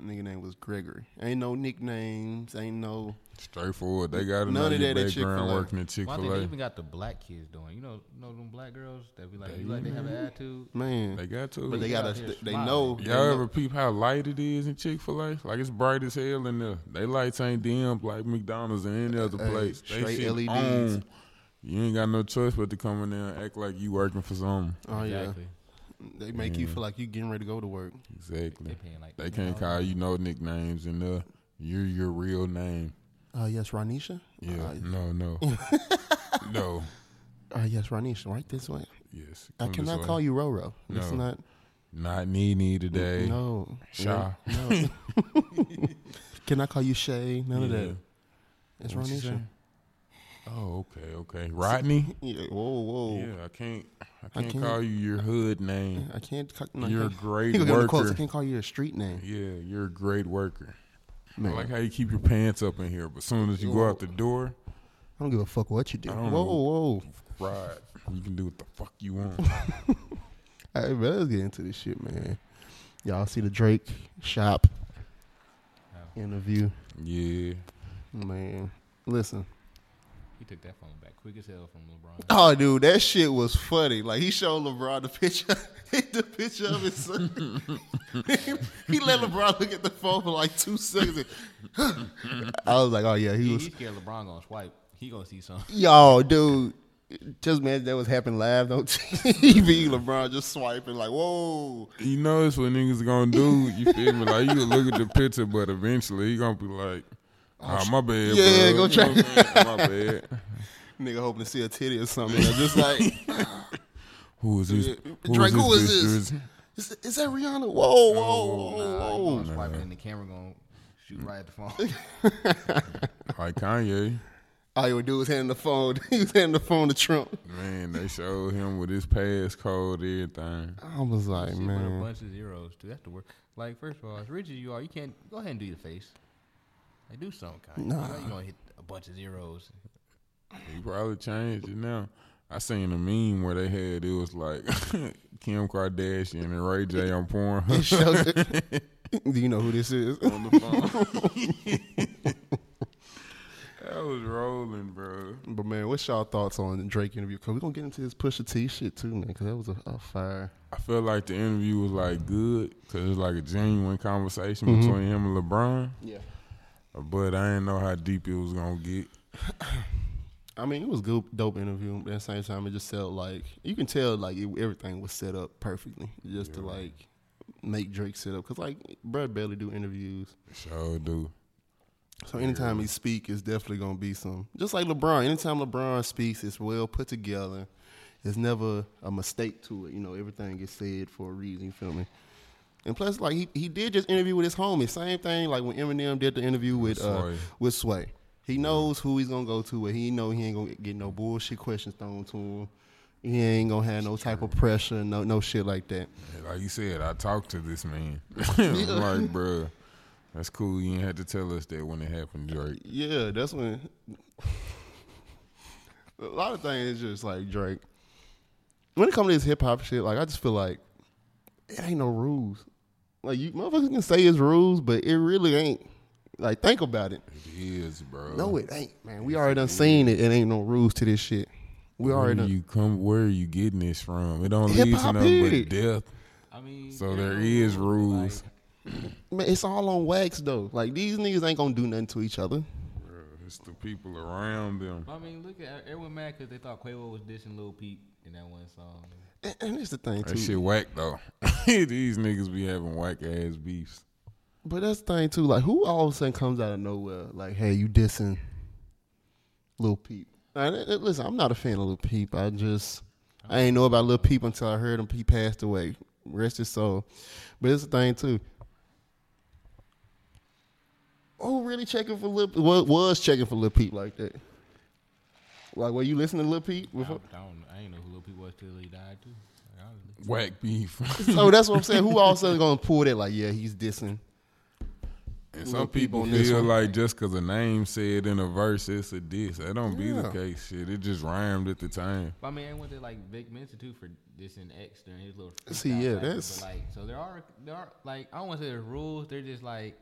Speaker 7: Nigga name was Gregory. Ain't no nicknames. Ain't no.
Speaker 8: Straightforward. They got to know
Speaker 7: None of
Speaker 8: your
Speaker 7: that at
Speaker 8: background
Speaker 7: Chick-fil-A.
Speaker 8: working at Chick
Speaker 9: One thing
Speaker 8: Fil
Speaker 9: they
Speaker 8: A.
Speaker 9: even got the black kids doing. You know, you know them black girls that be like, you like they have an attitude.
Speaker 7: Man.
Speaker 8: They got to.
Speaker 7: but they got
Speaker 9: out
Speaker 7: to.
Speaker 9: here
Speaker 7: They, they
Speaker 9: smiling.
Speaker 7: know. they
Speaker 8: Y'all
Speaker 7: know-
Speaker 8: ever peep how light it is in Chick Fil A? Like it's bright as hell in there. They lights ain't dim like McDonald's or any other
Speaker 7: Hey,
Speaker 8: place.
Speaker 7: straight E
Speaker 8: they shit
Speaker 7: LEDs.
Speaker 8: On. You ain't got no choice but to come in there and act like you working for something.
Speaker 7: Oh yeah.
Speaker 9: Exactly.
Speaker 7: They make
Speaker 8: Mm.
Speaker 7: you feel like you getting ready to go to work.
Speaker 8: Exactly.
Speaker 9: They paying like
Speaker 8: They can't call you no nicknames in there. You're your real name.
Speaker 7: Oh yes, Ranisha.
Speaker 8: Yeah.
Speaker 9: Ah,
Speaker 7: Uh,
Speaker 8: no. No. no.
Speaker 7: Oh yes, Ranisha. Right this way.
Speaker 8: Yes.
Speaker 7: I
Speaker 8: come this
Speaker 7: cannot
Speaker 8: way.
Speaker 7: call you Roro. It's
Speaker 8: No.
Speaker 7: not.
Speaker 8: Not Nene today.
Speaker 7: No.
Speaker 8: Shaw.
Speaker 7: No. Can I call you Shay? None of
Speaker 8: Yeah.
Speaker 7: that. It's
Speaker 8: What you
Speaker 7: Ranisha.
Speaker 8: say? Oh, okay, okay. Rodney.
Speaker 7: Yeah. Whoa, whoa.
Speaker 8: Yeah, I can't. I can't,
Speaker 7: can't-
Speaker 8: call you your hood name.
Speaker 7: I can't. ca- No, I
Speaker 8: You're a
Speaker 7: can't-
Speaker 8: great
Speaker 7: He gonna get on the clothes.
Speaker 8: worker.
Speaker 7: I can't call you a street name.
Speaker 8: Yeah, you're a great worker.
Speaker 7: Man.
Speaker 8: I like how you keep your pants up in here, but soon as you go out the door,
Speaker 7: I don't give a fuck what you do. Whoa,
Speaker 8: don't
Speaker 7: whoa.
Speaker 8: ride. You can do what the fuck you want.
Speaker 7: Hey, man, let's get into this shit, man. Y'all see the Drake shop interview,
Speaker 8: yeah.
Speaker 7: man. Listen.
Speaker 9: He took that phone back quick as hell from LeBron.
Speaker 7: Oh, dude, that shit was funny. Like he showed LeBron the picture, the picture of his son. he let LeBron look at the phone for like two seconds. I was like, oh yeah, he
Speaker 9: He,
Speaker 7: was.
Speaker 9: he scared LeBron gonna swipe. He gonna see something.
Speaker 7: Yo, dude, just imagine that was happening live on TV. LeBron just swiping like, whoa.
Speaker 8: You know that's what niggas gonna do. You feel me? Like you can look at the picture, but eventually you gonna be like, "Ah, my bad.
Speaker 7: Oh, Yeah,
Speaker 8: bro.
Speaker 7: go check.
Speaker 8: You know what I'm saying? my bad."
Speaker 7: Nigga hoping to see a titty or something. They're just like,
Speaker 8: Who is this?
Speaker 7: Drake, who
Speaker 8: bitch?
Speaker 7: is this? Oh, Is, is that Rihanna? Whoa, whoa,
Speaker 9: Nah,
Speaker 7: whoa,
Speaker 9: he
Speaker 7: whoa.
Speaker 8: Oh,
Speaker 9: gonna swipe it and the camera gonna shoot right at the phone.
Speaker 8: Like Kanye.
Speaker 7: All you would do was hand the phone. he was handing the phone to Trump.
Speaker 8: Man, they showed him with his passcode, everything.
Speaker 7: I was like,
Speaker 9: Shit, with a
Speaker 7: man.
Speaker 9: bunch of zeros too. That's the worst. Like, first of all, as rich as you are, you can't go ahead and do your face. Like, do something kind. You know you gonna hit a bunch of zeros.
Speaker 8: He probably changed it now. I seen a meme where they had it was like Kim Kardashian and Ray J on porn
Speaker 7: do you know who this is?
Speaker 8: on the phone. that was rolling, bro.
Speaker 7: But man, what's y'all thoughts on the Drake interview? Cause we're gonna get into this Pusha T shit too, man. Cause that was a, a fire.
Speaker 8: I feel like the interview was like good because it's like a genuine conversation between him and LeBron.
Speaker 7: Yeah.
Speaker 8: But I didn't know how deep it was gonna get.
Speaker 7: I mean, it was good, dope interview. But at the same time, it just felt like you can tell like it, everything was set up perfectly just to like make Drake sit up. Cause like Brad barely do interviews.
Speaker 8: Sure do.
Speaker 7: So anytime he speak, it's definitely gonna be some. Just like LeBron, anytime LeBron speaks, it's well put together. There's never a mistake to it. You know, everything gets said for a reason. You feel me? And plus, like he, he did just interview with his homie. Same thing like when Eminem did the interview with uh,
Speaker 8: Sway.
Speaker 7: with Sway. He knows who he's gonna go to, and he know he ain't gonna get no bullshit questions thrown to him. He ain't gonna have no type of pressure, no no shit like that.
Speaker 8: Like you said, I talked to this man. I'm like, bro, that's cool. You didn't have to tell us that when it happened, Drake.
Speaker 7: Yeah, that's when a lot of things just like Drake. When it comes to this hip hop shit, like I just feel like it ain't no rules. Like you motherfuckers can say it's rules, but it really ain't. Like think about it.
Speaker 8: It is, bro.
Speaker 7: No, it ain't, man. We already done seen it. It ain't no rules to this shit. We
Speaker 8: Where
Speaker 7: already
Speaker 8: do
Speaker 7: done.
Speaker 8: you come? Where are you getting this from? It don't
Speaker 7: Hip
Speaker 8: lead to
Speaker 7: hop
Speaker 8: nothing
Speaker 7: period.
Speaker 8: but death.
Speaker 9: I mean,
Speaker 8: So there is rules.
Speaker 7: Man, it's all on wax though. Like these niggas ain't gonna do nothing to each other.
Speaker 8: Bro, it's the people around them.
Speaker 9: I mean, look at everyone mad because they thought Quavo was dissing Lil Peep in that one song.
Speaker 7: And, and it's the thing
Speaker 8: That
Speaker 7: too.
Speaker 8: shit whack though. These niggas be having whack ass beefs.
Speaker 7: But that's the thing too. Like, who all of a sudden comes out of nowhere? Like, hey, you dissing Lil Peep? Now, th- th- listen, I'm not a fan of Lil Peep. I just I ain't know about Lil Peep until I heard him. He passed away. Rest his soul. But it's the thing too. Who really checking for Lil? What was checking for Lil Peep like that? Like, were you listening to Lil Peep
Speaker 9: I
Speaker 7: before?
Speaker 9: don't, I don't, I ain't know who Lil Peep was till he died too. Like, honestly.
Speaker 8: Whack beef.
Speaker 7: so that's what I'm saying. Who all of a sudden gonna pull that? Like, yeah, he's dissing
Speaker 8: And
Speaker 7: little
Speaker 8: some people
Speaker 7: people in this
Speaker 8: feel
Speaker 7: one.
Speaker 8: like just because a name said in a verse, it's a diss. That don't be the
Speaker 7: Yeah.
Speaker 8: case. Shit, it just rhymed at the time.
Speaker 9: But I mean, and what they like Vic mentioned too for this and X during his little.
Speaker 7: See,
Speaker 9: freestyle
Speaker 7: yeah,
Speaker 9: cycle,
Speaker 7: that's-
Speaker 9: But like, so there are there are like I don't want to say there's rules. They're just like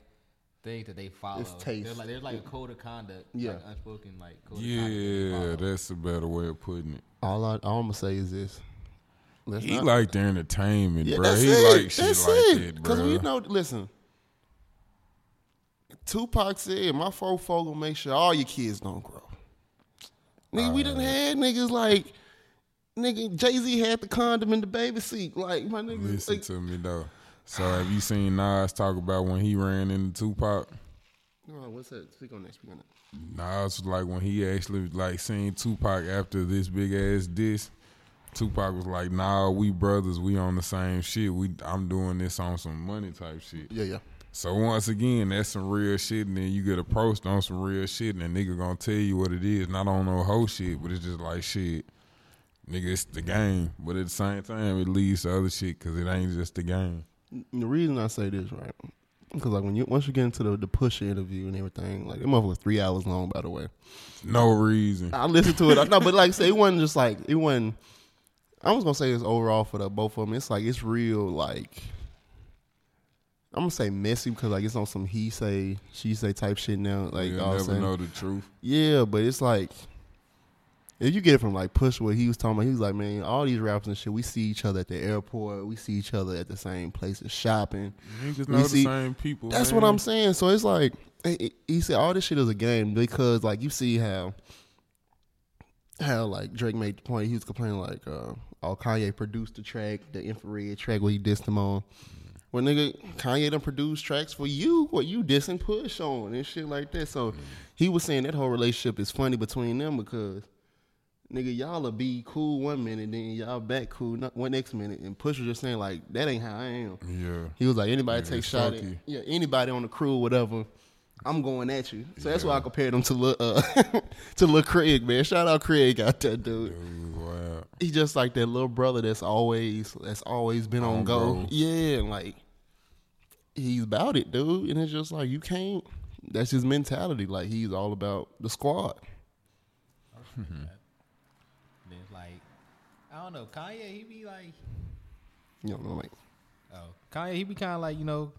Speaker 9: things that they follow.
Speaker 7: taste.
Speaker 9: They're like there's like a code of conduct.
Speaker 7: Yeah.
Speaker 9: like unspoken like code of conduct. that they
Speaker 8: Yeah,
Speaker 9: follow.
Speaker 8: that's a better way of putting it.
Speaker 7: All I all I'm gonna say is this. Let's
Speaker 8: He
Speaker 7: not-
Speaker 8: like the entertainment,
Speaker 7: Yeah,
Speaker 8: bro.
Speaker 7: that's
Speaker 8: he
Speaker 7: it.
Speaker 8: like shit
Speaker 7: that's
Speaker 8: like
Speaker 7: it.
Speaker 8: that, bro.
Speaker 7: we know, listen. Tupac said, "My fofo gonna make sure all your kids don't grow." Nigga, we didn't had niggas like, nigga Jay Z had the condom in the baby seat. Like my nigga,
Speaker 8: Listen
Speaker 7: like,
Speaker 8: to me though. So have you seen Nas talk about when he ran into Tupac?
Speaker 7: No, what's that? Speak on that. Speak on that.
Speaker 8: Nas was like when he actually like seen Tupac after this big ass diss. Tupac was like, "Nah, we brothers. We on the same shit. We I'm doing this on some money type shit."
Speaker 7: Yeah, yeah.
Speaker 8: So once again, that's some real shit, and then you get approached on some real shit, and a nigga gonna tell you what it is. Not on no whole shit, but it's just like shit, nigga. It's the game, but at the same time, it leads to other shit because it ain't just the game.
Speaker 7: The reason I say this, right? Because like when you once you get into the, the push interview and everything, like that motherfucker's three hours long, by the way.
Speaker 8: No reason.
Speaker 7: I listened to it. I- No, but like I said, it wasn't just like it wasn't. I was gonna say it's overall for the both of them. It's like it's real. Like I'm gonna say messy because like it's on some he say she say type shit now. Like
Speaker 8: You'll
Speaker 7: all of a
Speaker 8: never
Speaker 7: sudden.
Speaker 8: know the truth.
Speaker 7: yeah, but it's like if you get it from like push what he was talking about. He was like, man, all these rappers and shit. We see each other at the airport. We see each other at the same places shopping.
Speaker 8: Niggas
Speaker 7: We
Speaker 8: know
Speaker 7: see-
Speaker 8: the same people.
Speaker 7: That's
Speaker 8: man.
Speaker 7: what I'm saying. So it's like it- it- he said, all this shit is a game because like you see how how like Drake made the point. He was complaining like, uh, oh Kanye produced the track, the infrared track where he dissed him on. Well, nigga, Kanye done produced tracks for you, what you dissing push on and shit like that. So he was saying that whole relationship is funny between them because. Nigga, y'all'll be cool one minute, then y'all back cool not one next minute, and Push was just saying like, "That ain't how I am."
Speaker 8: Yeah.
Speaker 7: He was like, anybody
Speaker 8: Nigga,
Speaker 7: take shot
Speaker 8: fuck
Speaker 7: at,
Speaker 8: you.
Speaker 7: yeah, anybody on the crew, whatever. I'm going at you. So that's why I compared him to Lil, uh, to Lil Craig, man. Shout out Craig out there, dude.
Speaker 8: Wow.
Speaker 7: He just like that little brother that's always that's always been on
Speaker 8: On
Speaker 7: go.
Speaker 8: go.
Speaker 7: Yeah, and like he's about it, dude. And it's just like you can't. That's his mentality. Like he's all about the squad.
Speaker 9: Then it's like, I don't know, Kanye he be like,
Speaker 7: You know, what I'm like
Speaker 9: oh, Kanye he be kind of like you know,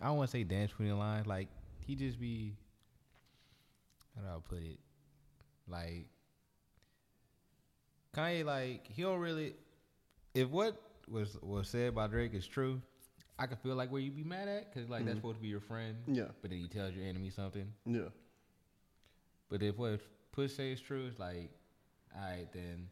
Speaker 9: I don't want to say dance between the lines. Like he just be, how do I put it? Like Kanye, like he don't really. If what was was said by Drake is true, I could feel like where you be mad at because like that's supposed to be your friend.
Speaker 7: Yeah.
Speaker 9: but then he tells your enemy something.
Speaker 7: yeah.
Speaker 9: But if what Push say is true, it's like, all right, then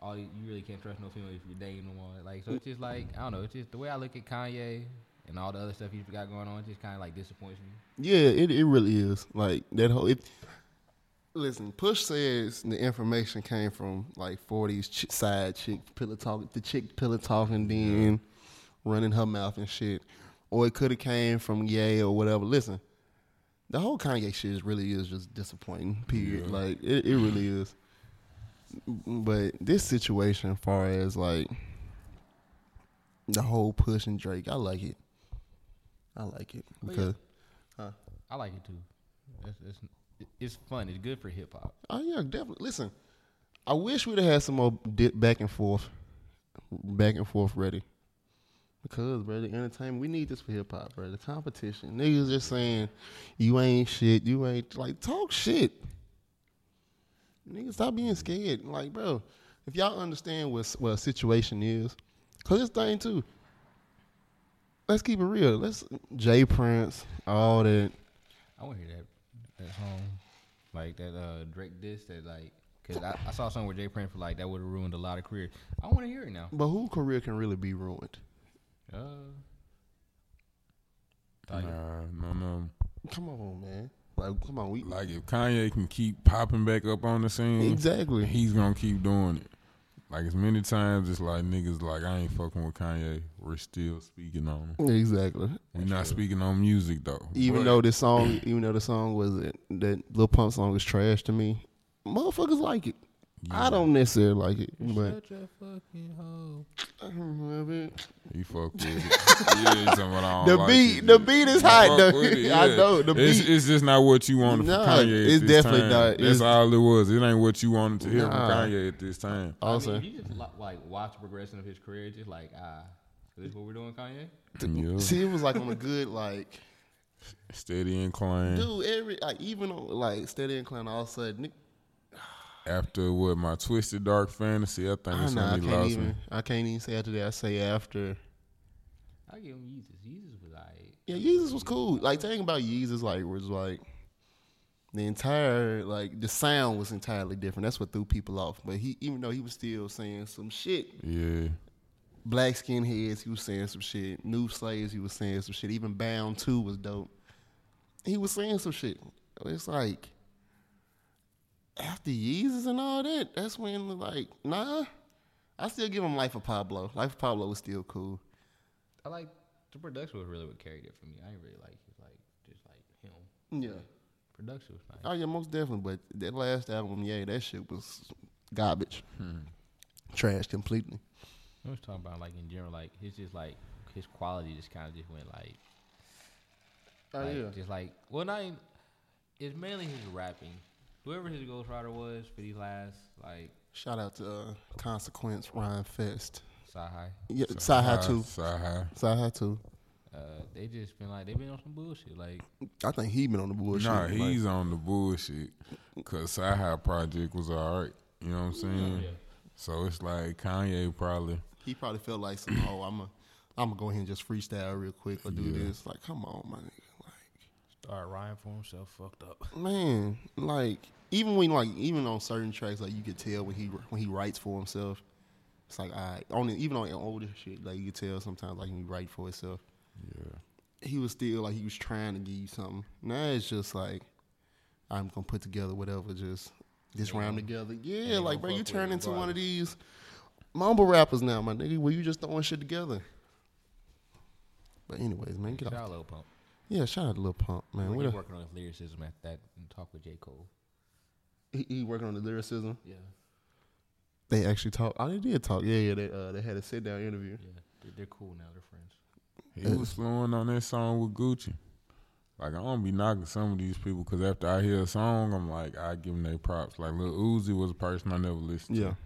Speaker 9: all you, you really can't trust no female if you're dating no more. Like, so it's just like I don't know. It's just the way I look at Kanye and all the other stuff he's got going on. It just kind of like disappoints me.
Speaker 7: Yeah, it, it really is. Like that whole it. Listen, Push says the information came from like forties ch- side chick pillow talk, the chick pillow talking, then running her mouth and shit, or it could have came from Ye or whatever. Listen, the whole Kanye shit is really is just disappointing. Period. Like it, it really is. But this situation, as far as like the whole Push and Drake, I like it. I like it because.
Speaker 9: I like it too. It's, it's, it's fun. It's good for hip hop.
Speaker 7: Oh yeah, definitely. Listen, I wish we'd have had some more dip back and forth, back and forth ready. Because, brother, entertainment, we need this for hip hop, brother. Competition. Niggas just saying, you ain't shit, you ain't, like, talk shit. Niggas, stop being scared. Like, bro, if y'all understand what, what a situation is, because this thing, too, let's keep it real. Let's, Jay Prince, all that.
Speaker 9: I want to hear that that song, like that uh, Drake diss that like. Cause I, I saw something where Jay Prince was like that would have ruined a lot of careers. I want to hear it now.
Speaker 7: But who career can really be ruined?
Speaker 9: Uh,
Speaker 8: Nah,
Speaker 9: Tiger.
Speaker 8: no, no.
Speaker 7: Come on, man. Like, come on, we
Speaker 8: Like if Kanye can keep popping back up on the scene,
Speaker 7: Exactly.
Speaker 8: he's gonna keep doing it. Like as many times, it's like niggas like I ain't fucking with Kanye. We're still speaking on him.
Speaker 7: exactly.
Speaker 8: We're not speaking on music though.
Speaker 7: Even
Speaker 8: But
Speaker 7: though this song, even though the song was that Lil Pump song is trash to me, motherfuckers like it. I don't necessarily like it, but
Speaker 9: Shut your fucking hoe.
Speaker 7: I don't love it.
Speaker 8: You fuck with it. yeah, you talking about I don't
Speaker 7: The
Speaker 8: like
Speaker 7: beat-
Speaker 8: it.
Speaker 7: the beat is
Speaker 8: You
Speaker 7: hot,
Speaker 8: fuck
Speaker 7: though.
Speaker 8: with it,
Speaker 7: I know, the
Speaker 8: it's,
Speaker 7: beat.
Speaker 8: It's just not what you wanted
Speaker 7: Nah,
Speaker 8: from Kanye.
Speaker 7: it's
Speaker 8: at this
Speaker 7: definitely
Speaker 8: time.
Speaker 7: not.
Speaker 8: That's
Speaker 7: It's-
Speaker 8: all it was. It ain't what you wanted to hear
Speaker 7: Nah.
Speaker 8: from Kanye at this time.
Speaker 7: Also,
Speaker 9: I mean, if you just lo- like watch the progression of his career, it's just like ah, this is what we're doing, Kanye.
Speaker 8: Yeah.
Speaker 7: see, it was like on a good like.
Speaker 8: Steady incline.
Speaker 7: Dude, every like even on like Steady Incline, all of a sudden, Nick-
Speaker 8: After what my twisted dark fantasy, I think
Speaker 7: I,
Speaker 8: it's
Speaker 7: know, I
Speaker 8: when he
Speaker 7: can't
Speaker 8: lost
Speaker 7: even.
Speaker 8: me.
Speaker 7: I can't even say after that. I say after.
Speaker 9: I give him Jesus. Jesus was like
Speaker 7: Yeah, Yeezus was cool. Like the thing about Yeezus, like was like the entire like the sound was entirely different. That's what threw people off. But he, even though he was still saying some shit,
Speaker 8: Yeah.
Speaker 7: black skin heads, he was saying some shit. New slaves, he was saying some shit. Even Bound Two was dope. He was saying some shit. It's like after Yeezus and all that, that's when like nah. I still give him Life of Pablo. Life of Pablo was still cool.
Speaker 9: I like the production was really what carried it for me. I didn't really like his like just like him.
Speaker 7: Yeah.
Speaker 9: Production was nice.
Speaker 7: Oh yeah, most definitely. But that last album, yeah, that shit was garbage, trash completely.
Speaker 9: I was talking about like in general, like his just like his quality just kind of just went like,
Speaker 7: Oh
Speaker 9: like,
Speaker 7: yeah,
Speaker 9: just like well not even, it's mainly his rapping. Whoever his ghostwriter was for these last like
Speaker 7: shout out to uh, Consequence Ryan Fest.
Speaker 9: Sahai,
Speaker 7: Yeah, Saha too.
Speaker 8: Uh, Sahai.
Speaker 7: Saha too.
Speaker 9: uh, they just been like they've been on some bullshit. Like
Speaker 7: I think he been on the bullshit.
Speaker 8: Nah,
Speaker 7: like-
Speaker 8: he's on the bullshit. Cause Sahai Project was alright. You know what I'm saying? So it's like Kanye probably
Speaker 7: he probably felt like some. Oh, I'm a, I'm gonna go ahead and just freestyle real quick or do this. Like, come on, my nigga. Like,
Speaker 9: started rhyme for himself, fucked up.
Speaker 7: man, like even when like even on certain tracks, like you could tell when he when he writes for himself, it's like I on the- even on older shit, like you could tell sometimes like when he write for himself,
Speaker 8: Yeah.
Speaker 7: he was still like he was trying to give you something. Now it's just like I'm gonna put together whatever, just just rhyme together. Yeah, like bro, you turn into one of these mumble rappers now, my nigga, where you just throwing shit together. But anyways, man, get off.
Speaker 9: Shallow pump.
Speaker 7: Yeah, shout out to Lil Pump, man.
Speaker 9: When
Speaker 7: What
Speaker 9: he
Speaker 7: a-
Speaker 9: working on his lyricism at that and talk with J Cole.
Speaker 7: he, he working on the lyricism.
Speaker 9: Yeah,
Speaker 7: They actually talk. Oh, they did talk. Yeah, yeah. They uh, they had a sit down interview.
Speaker 9: yeah, they're, they're cool now. They're friends.
Speaker 8: He
Speaker 7: Uh.
Speaker 8: was flowing on that song with Gucci. Like I don't be knocking some of these people because after I hear a song, I'm like I give them their props. Like Lil Uzi was a person I never listened
Speaker 7: Yeah.
Speaker 8: to.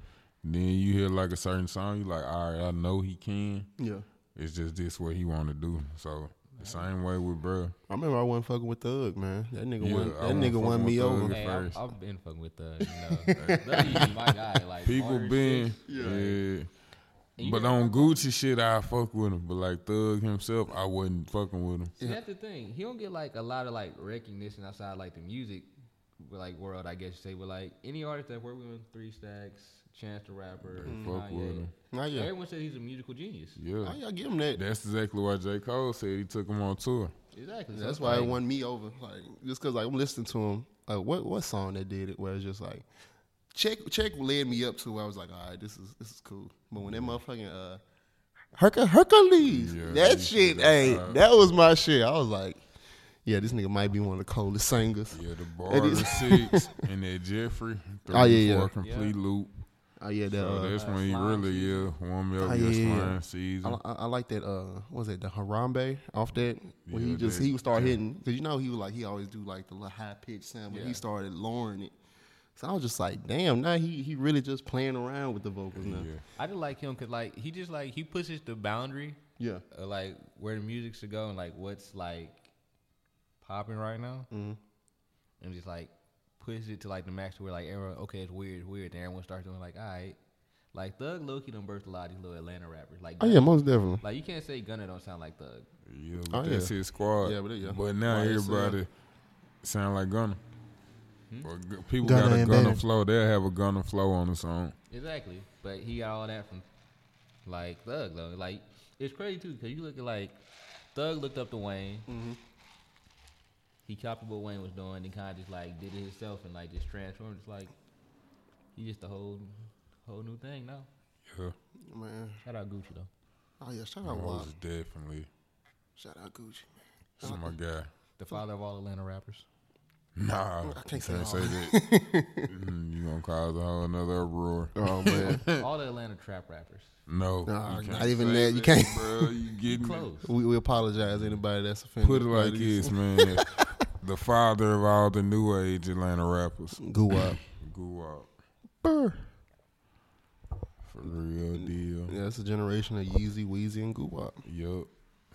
Speaker 8: Then you hear like a certain song, you like, all right, I know he can.
Speaker 7: Yeah.
Speaker 8: It's just this what he want to do. So the same way with bruh.
Speaker 7: I remember I wasn't fucking with Thug, man. That nigga
Speaker 8: Yeah,
Speaker 7: won.
Speaker 8: I
Speaker 7: That
Speaker 8: wasn't
Speaker 7: nigga
Speaker 8: fucking
Speaker 7: won me
Speaker 8: with Thug.
Speaker 7: over.
Speaker 8: Hey,
Speaker 9: Hey, I,
Speaker 8: first.
Speaker 9: I've been fucking with the, you know, Thug is my guy. Like
Speaker 8: People
Speaker 9: hard
Speaker 8: been
Speaker 9: shit.
Speaker 8: yeah.
Speaker 9: And you
Speaker 8: But
Speaker 9: gotta
Speaker 8: on Gucci shit, I fuck with him. But like Thug himself, I wasn't fucking with him.
Speaker 9: See, that's the thing. He don't get like a lot of like recognition outside like the music, like world. I guess you say, but like any artist that work with him, Three Stacks, Chance the Rapper,
Speaker 8: Fuck with
Speaker 9: Kanye.
Speaker 8: him.
Speaker 7: Nah, yeah.
Speaker 9: Everyone says he's a musical genius.
Speaker 8: Yeah,
Speaker 7: I, I give him that.
Speaker 8: that's exactly why J Cole said he took him on tour.
Speaker 9: Exactly. So
Speaker 7: That's
Speaker 9: it's
Speaker 7: why it
Speaker 9: like,
Speaker 7: won me over. Like just because like I'm listening to him. Like what what song that did it? Where it's just like check check led me up to where I was like, all right, this is this is cool. But when that motherfucking uh Herca Hercules,
Speaker 8: Yeah,
Speaker 7: that
Speaker 8: you
Speaker 7: shit,
Speaker 8: said that,
Speaker 7: hey,
Speaker 8: uh,
Speaker 7: that was my shit. I was like, yeah, this nigga might be one of the coldest singers.
Speaker 8: Yeah, the
Speaker 7: That
Speaker 8: Barter
Speaker 7: is-
Speaker 8: Six and that Jeffrey.
Speaker 7: Oh, yeah,
Speaker 8: for
Speaker 7: yeah.
Speaker 8: a complete loop.
Speaker 7: Oh yeah, that.
Speaker 8: So
Speaker 7: uh,
Speaker 8: that's when he really yeah warm up
Speaker 7: Oh,
Speaker 8: your
Speaker 7: yeah.
Speaker 8: slime season.
Speaker 7: I, I, I like that. Uh, what was it the Harambe off that? When he
Speaker 8: Yeah,
Speaker 7: just
Speaker 8: that-
Speaker 7: he would start
Speaker 8: yeah.
Speaker 7: hitting because you know he was like he always do like the little high pitched sound, but he started lowering it. So I was just like, damn, now he he really just playing around with the vocals now.
Speaker 8: Yeah.
Speaker 9: I just like him because like he just like he pushes the boundary,
Speaker 7: Yeah,
Speaker 9: of, uh, like where the music should go and like what's like popping right now, mm-hmm. and just like pushes it to like the max to where like everyone okay it's weird it's weird and everyone starts doing like all right, like Thug Loki done birthed a lot of these little Atlanta rappers like
Speaker 7: Oh yeah, most definitely.
Speaker 9: Like you can't say Gunna don't sound like Thug.
Speaker 8: Yeah,
Speaker 7: Oh,
Speaker 8: but that's
Speaker 7: yeah.
Speaker 8: his squad.
Speaker 7: Yeah, but it- yeah. uh,
Speaker 8: now
Speaker 7: YSL.
Speaker 8: everybody sound like Gunna.
Speaker 7: Hmm?
Speaker 8: But gu- people
Speaker 7: Gunna
Speaker 8: got a
Speaker 7: and
Speaker 8: Gunna
Speaker 7: Banner.
Speaker 8: flow. They'll have a Gunna flow on the song.
Speaker 9: Exactly, but he got all that from like Thug though. Like it's crazy too because you look at like Thug looked up to Wayne. He copied what Wayne was doing and kind of just like did it himself and like just transformed. It's like he just a whole whole new thing now.
Speaker 8: Yeah,
Speaker 7: Man,
Speaker 9: Shout out Gucci though.
Speaker 7: oh yeah, shout
Speaker 8: that
Speaker 7: out Wop,
Speaker 8: was definitely
Speaker 7: shout out Gucci.
Speaker 8: this is my guy.
Speaker 9: The father of all Atlanta rappers.
Speaker 8: Nah,
Speaker 7: I can't
Speaker 8: you
Speaker 7: say
Speaker 8: can't say
Speaker 7: all.
Speaker 8: that. Mm, you gonna cause a whole another uproar?
Speaker 7: Oh man,
Speaker 9: All the Atlanta trap rappers.
Speaker 8: No,
Speaker 7: Nah,
Speaker 8: you
Speaker 7: not
Speaker 8: can't
Speaker 7: even
Speaker 8: say
Speaker 7: that. You can't.
Speaker 8: bro. You getting
Speaker 9: Close.
Speaker 7: we, we apologize to anybody that's offended.
Speaker 8: put it like this, man. the father of all the new age Atlanta rappers,
Speaker 7: Goo up.
Speaker 8: Guwap,
Speaker 7: Burr.
Speaker 8: for real deal.
Speaker 7: Yeah, it's a generation of Yeezy, Weezy, and Goo Wop.
Speaker 8: Yup.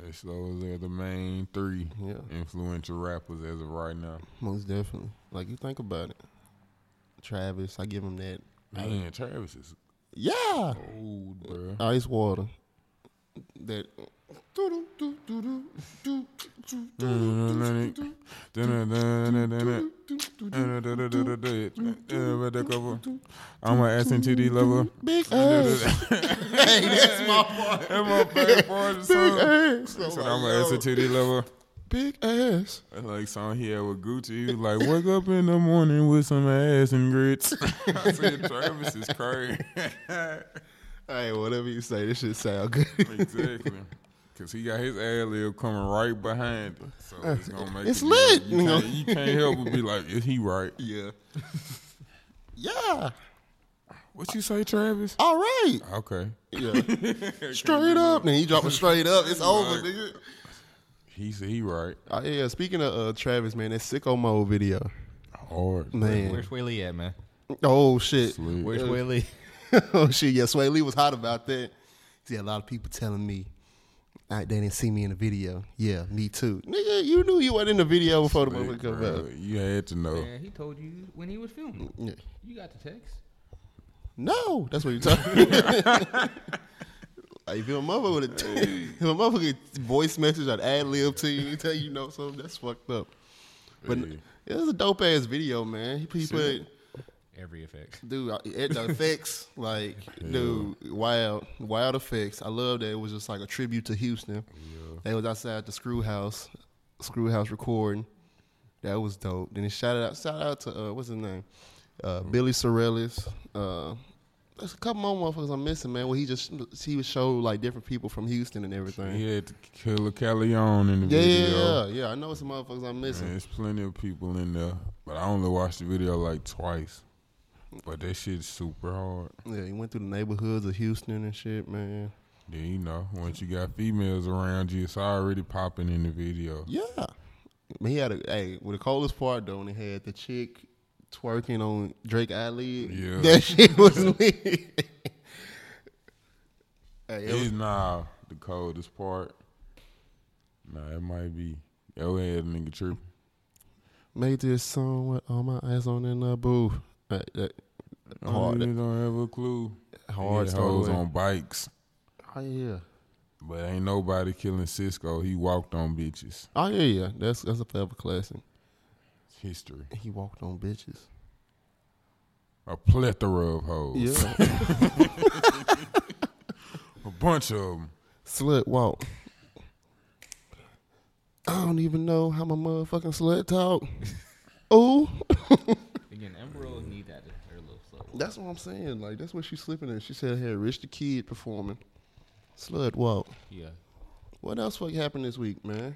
Speaker 8: As those are the main three
Speaker 7: Yeah.
Speaker 8: influential rappers as of right now.
Speaker 7: Most definitely. Like you think about it, Travis. I give him that.
Speaker 8: Man, Travis is
Speaker 7: Yeah.
Speaker 8: old, bro.
Speaker 7: Ice water. That. That
Speaker 8: I'm an S and T D lover.
Speaker 7: Big ass.
Speaker 8: That's my favorite part of the song. He said, I'm an S and T D lover.
Speaker 7: Big ass.
Speaker 8: And, Like song he had with Gucci, he was like, "Wake up in the morning with some ass and grits." I said, "Travis is crazy."
Speaker 7: Hey, whatever you say, this shit sound good.
Speaker 8: Exactly. Cause he got his ad lib coming right behind it, so it's gonna make
Speaker 7: Uh, It's
Speaker 8: it
Speaker 7: lit,
Speaker 8: You
Speaker 7: you know?
Speaker 8: can't, you can't help but be like, "Is he right?"
Speaker 7: yeah. yeah.
Speaker 8: What you say, Travis?
Speaker 7: All right.
Speaker 8: Okay,
Speaker 7: Yeah. straight up. Then he dropped it straight up. It's over, nigga.
Speaker 8: he said he right.
Speaker 7: Uh, yeah, speaking of uh, Travis, man, that sicko mode video,
Speaker 8: Hard.
Speaker 7: man.
Speaker 9: Where's Willie at, man?
Speaker 7: Oh shit.
Speaker 9: Where's Willie?
Speaker 7: oh shit. Yeah, Sway Lee was hot about that. See, a lot of people telling me I, they didn't see me in the video. Yeah, me too. Nigga, you knew you weren't in the video before the
Speaker 8: Big
Speaker 7: motherfucker come
Speaker 8: bro,
Speaker 7: out.
Speaker 8: You had to know.
Speaker 9: Yeah, he told you when he was filming.
Speaker 7: Yeah.
Speaker 9: You got the text.
Speaker 7: No, that's what you're talking. about. Like, if your mother would have, if a mother could voice message or ad lib to you, and tell you know something, that's fucked up. But
Speaker 8: Hey.
Speaker 7: it was a dope ass video, man. He, he put.
Speaker 9: Every effect.
Speaker 7: dude, I- it, the effects, like, dude, wild, wild effects. I love that it was just like a tribute to Houston. They was outside the Screw House, Screw House recording. That was dope. Then it shout out, shout out to uh, what's his name, uh, Billy Sorellis. Uh, there's a couple more motherfuckers I'm missing, man. Where he just he would show like different people from Houston and everything.
Speaker 8: He had to kill a Callion in the
Speaker 7: Yeah, yeah,
Speaker 8: video.
Speaker 7: yeah, yeah. I know some motherfuckers I'm missing.
Speaker 8: Man, there's plenty of people in there, but I only watched the video like twice. But that shit's super hard.
Speaker 7: Yeah, he went through the neighborhoods of Houston and shit, man.
Speaker 8: Then you know, once you got females around you, it's already popping in the video.
Speaker 7: Yeah. I mean, he had a hey, with the coldest part though, when he had the chick twerking on Drake Alley.
Speaker 8: Yeah.
Speaker 7: That shit was lit. hey, it
Speaker 8: It's
Speaker 7: was,
Speaker 8: nah the coldest part. Nah, it might be. Yo had a nigga tripping.
Speaker 7: made this song with all my eyes on in the booth. Uh, Hey, that-
Speaker 8: I
Speaker 7: hard,
Speaker 8: really don't have a clue.
Speaker 7: hard
Speaker 8: He had
Speaker 7: start
Speaker 8: hoes
Speaker 7: away.
Speaker 8: on bikes.
Speaker 7: Oh yeah.
Speaker 8: But ain't nobody killing Cisco. He walked on bitches.
Speaker 7: Oh yeah, yeah. That's that's a forever classic.
Speaker 8: History.
Speaker 7: He walked on bitches.
Speaker 8: A plethora of hoes.
Speaker 7: Yeah.
Speaker 8: A bunch of them.
Speaker 7: slut walk. I don't even know how my motherfucking slut talk. Ooh.
Speaker 9: Again, Amber Rose need that in her little slow.
Speaker 7: That's what I'm saying. Like that's what she's slipping in. She said "Hey, Rich the Kid performing. Slut walk.
Speaker 9: Yeah.
Speaker 7: What else fuck happened this week, man?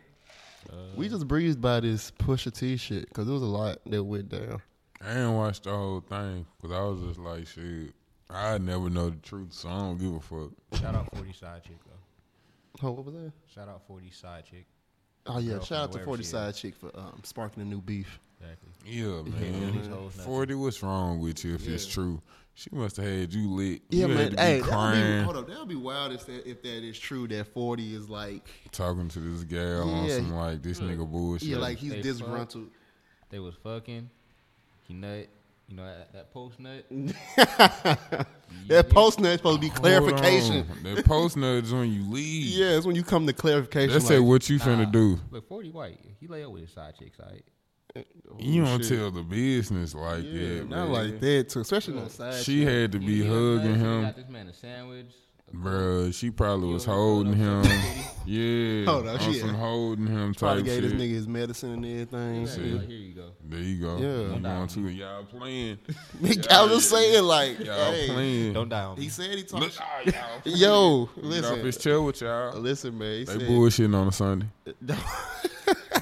Speaker 8: Uh,
Speaker 7: we just breezed by this Pusha T shit because it was a lot that went down.
Speaker 8: I ain't watched the whole thing because I was just like, shit, I never know the truth, so I don't give a fuck.
Speaker 9: Shout out 40 Side Chick, though.
Speaker 7: Oh, what was that?
Speaker 9: Shout out 40 Side Chick.
Speaker 7: Oh yeah,
Speaker 9: Girl
Speaker 7: shout out
Speaker 9: from
Speaker 7: to Forty
Speaker 9: wherever she
Speaker 7: Side Chick for um, sparking a new beef.
Speaker 9: Exactly.
Speaker 8: Yeah,
Speaker 9: These
Speaker 8: man.
Speaker 9: hoes nothing.
Speaker 8: 40, what's wrong with you if it's true? She must have had you lit.
Speaker 7: Yeah,
Speaker 8: you
Speaker 7: man.
Speaker 8: Had to be
Speaker 7: Hey, that would be,
Speaker 8: crying,
Speaker 7: hold up, that would be wild if that, if that is true. That Forty is like,
Speaker 8: talking to this gal on
Speaker 7: Yeah.
Speaker 8: some like this nigga bullshit.
Speaker 7: yeah, like
Speaker 9: They
Speaker 7: he's disgruntled.
Speaker 9: They was fucking. He nut. You know that, that post nut.
Speaker 7: That post nut supposed to be
Speaker 8: Hold
Speaker 7: clarification.
Speaker 8: on. That post nut is when you leave.
Speaker 7: Yeah, it's when you come to clarification.
Speaker 8: That say
Speaker 7: like,
Speaker 8: what you finna do.
Speaker 9: Look, 40 white. He lay up with his side chicks, all right?
Speaker 8: You don't
Speaker 7: Oh, shit.
Speaker 8: tell the business like
Speaker 7: yeah,
Speaker 8: that.
Speaker 7: not
Speaker 8: man.
Speaker 7: like that too, especially on side.
Speaker 8: She had to be
Speaker 9: He
Speaker 8: hugging him,
Speaker 9: Got this man a sandwich.
Speaker 8: Bruh, She probably was
Speaker 9: don't
Speaker 8: holding
Speaker 9: know
Speaker 8: him. Yeah,
Speaker 7: Hold on,
Speaker 8: on
Speaker 7: she-
Speaker 8: some holding him
Speaker 7: Probably
Speaker 8: type
Speaker 7: gave
Speaker 8: shit.
Speaker 7: this nigga his medicine and everything.
Speaker 9: Like,
Speaker 8: shit.
Speaker 9: here you go.
Speaker 8: There you go.
Speaker 7: Yeah.
Speaker 8: you going to y'all playing?
Speaker 7: I was just saying, like,
Speaker 8: Y'all
Speaker 7: hey,
Speaker 8: playing?
Speaker 9: Don't die on
Speaker 7: he
Speaker 9: me.
Speaker 7: said he talked.
Speaker 8: Look, ah,
Speaker 7: Yo,
Speaker 8: y'all. Get off his
Speaker 7: listen,
Speaker 8: chair with y'all.
Speaker 7: listen, man. He
Speaker 8: They
Speaker 7: said,
Speaker 8: bullshitting on a Sunday.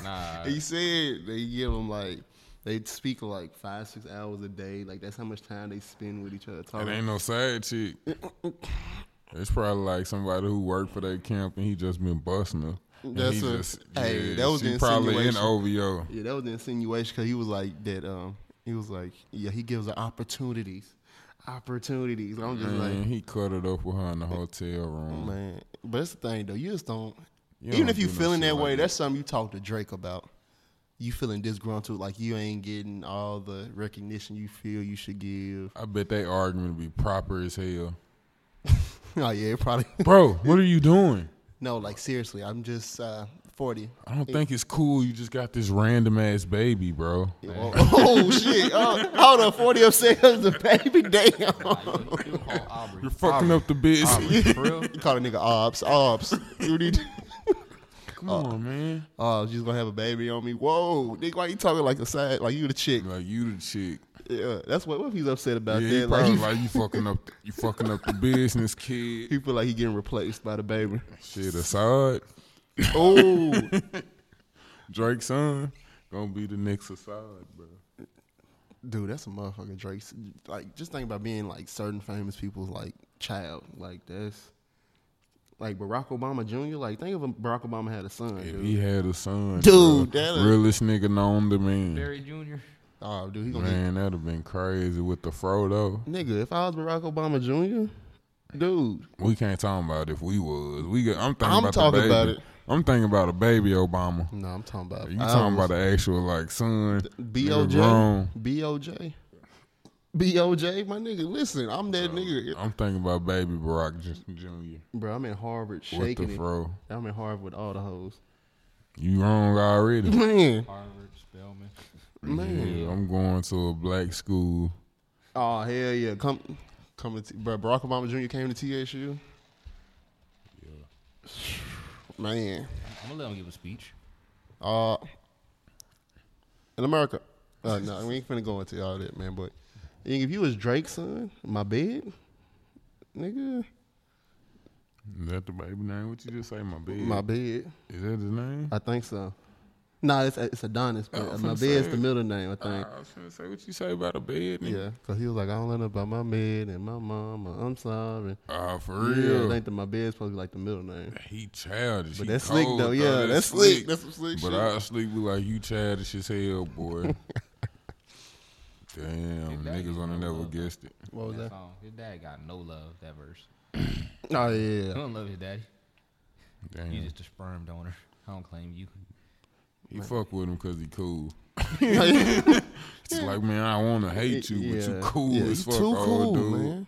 Speaker 9: Nah.
Speaker 7: he said they give him like They speak like five, six hours a day. Like that's how much time they spend with each other
Speaker 8: It
Speaker 7: talking.
Speaker 8: ain't no side chick. It's probably like somebody who worked for that camp and he just been busting her. And
Speaker 7: That's
Speaker 8: he
Speaker 7: a- hey,
Speaker 8: yeah,
Speaker 7: that was
Speaker 8: she
Speaker 7: the
Speaker 8: probably in
Speaker 7: insinuation.
Speaker 8: OVO.
Speaker 7: Yeah, that was the insinuation because he was like that. Um, he was like, yeah, he gives her opportunities, opportunities. I'm just
Speaker 8: Man,
Speaker 7: like,
Speaker 8: he cut it up with her in the hotel room.
Speaker 7: man. But that's the thing though. You just don't.
Speaker 8: You
Speaker 7: even
Speaker 8: don't
Speaker 7: if you
Speaker 8: do no
Speaker 7: feeling
Speaker 8: shit
Speaker 7: that
Speaker 8: like
Speaker 7: way,
Speaker 8: that.
Speaker 7: that's something you talk to Drake about. You feeling disgruntled, like you ain't getting all the recognition you feel you should give.
Speaker 8: I bet they argument be proper as hell.
Speaker 7: Oh yeah, it probably.
Speaker 8: Bro, what are you doing?
Speaker 7: no, like seriously, I'm just uh, forty.
Speaker 8: I don't think it's cool. You just got this random ass baby, bro.
Speaker 7: Oh, oh, shit! Oh, hold on, forty upset as the baby. Damn.
Speaker 9: Like, you, you call Aubrey.
Speaker 8: You're fucking up the bitch.
Speaker 9: Aubrey, for real?
Speaker 7: You call a nigga ops, ops. You need to-
Speaker 8: Come on, man.
Speaker 7: Oh, she's gonna have a baby on me. Whoa, nigga, why you talking like a side? Like you the chick?
Speaker 8: Like you the chick.
Speaker 7: Yeah, that's what. What if he's upset
Speaker 8: Yeah,
Speaker 7: about
Speaker 8: he
Speaker 7: that? Like,
Speaker 8: probably like you fucking up. You fucking up the business, kid.
Speaker 7: he feel like he getting replaced by the baby.
Speaker 8: Shit aside,
Speaker 7: Oh,
Speaker 8: Drake's son gonna be the next aside, bro.
Speaker 7: dude, that's a motherfucking Drake. Like, just think about being like certain famous people's like child. Like that's like Barack Obama Jr. Like, think if Barack Obama had a son,
Speaker 8: If
Speaker 7: dude.
Speaker 8: he had a son,
Speaker 7: Dude,
Speaker 8: bro,
Speaker 7: that'd-
Speaker 8: realest nigga known to man.
Speaker 9: Barry Jr.
Speaker 7: Oh, dude, he gonna
Speaker 8: Man, that'd have been crazy with the Frodo.
Speaker 7: be nigga. If I was Barack Obama Jr., dude,
Speaker 8: We can't talk about if we was. We got, I'm thinking
Speaker 7: I'm
Speaker 8: about
Speaker 7: talking
Speaker 8: the baby.
Speaker 7: about it.
Speaker 8: I'm thinking about a baby Obama.
Speaker 7: no, I'm talking about.
Speaker 8: You
Speaker 7: I
Speaker 8: talking
Speaker 7: was-
Speaker 8: about the actual like son? nigga
Speaker 7: BOJ.
Speaker 8: grown.
Speaker 7: BOJ. BOJ, my nigga, listen, I'm that nigga.
Speaker 8: I'm thinking about baby Barack Ju- Junior.
Speaker 7: Bro, I'm in Harvard
Speaker 8: What the
Speaker 7: shaking it.
Speaker 8: fro?
Speaker 7: I'm in Harvard with all the hoes.
Speaker 8: You wrong already.
Speaker 7: Man.
Speaker 9: Harvard, Spelman.
Speaker 8: Yeah, I'm going to a black school.
Speaker 7: Oh, hell yeah. Come come to T- bro, Barack Obama Jr. came to TSU. Man.
Speaker 9: I'm gonna let him give a speech.
Speaker 7: Uh in America. Uh, no, we ain't finna go into all that, man, but if you was Drake's son, my bed, nigga,
Speaker 8: Is that the baby name? What you just say? My baby.
Speaker 7: my bed.
Speaker 8: Is that his name?
Speaker 7: I think so. No, it's it's Adonis, but
Speaker 8: I was
Speaker 7: my
Speaker 8: Oh, finna
Speaker 7: bed's
Speaker 8: say.
Speaker 7: the middle name, I
Speaker 8: I
Speaker 7: think.
Speaker 8: was gonna say what you say about a bed. Nigga?
Speaker 7: yeah, because he was like, I don't learn about my bed and my mama. I'm sorry.
Speaker 8: Ah, for
Speaker 7: Yeah, I
Speaker 8: real.
Speaker 7: think that my bed's supposed to be like the middle name.
Speaker 8: he childish.
Speaker 7: But
Speaker 8: he
Speaker 7: that's slick,
Speaker 8: cold,
Speaker 7: though. Yeah, that's slick. That's some slick
Speaker 8: But
Speaker 7: shit.
Speaker 8: I sleep with like you childish as hell, boy. Damn, niggas would have never guessed it.
Speaker 7: What was
Speaker 9: That
Speaker 7: that?
Speaker 9: song. His dad got no love. That verse.
Speaker 7: Oh
Speaker 9: I
Speaker 7: yeah,
Speaker 9: don't love his daddy.
Speaker 8: Damn,
Speaker 9: You just a sperm donor. I don't claim you.
Speaker 8: he fuck with him because he cool. It's like, man, I want to hate you, but you
Speaker 7: Yeah.
Speaker 8: cool
Speaker 7: Yeah,
Speaker 8: as
Speaker 7: you
Speaker 8: fuck,
Speaker 7: too
Speaker 8: old
Speaker 7: cool,
Speaker 8: dude.
Speaker 7: man.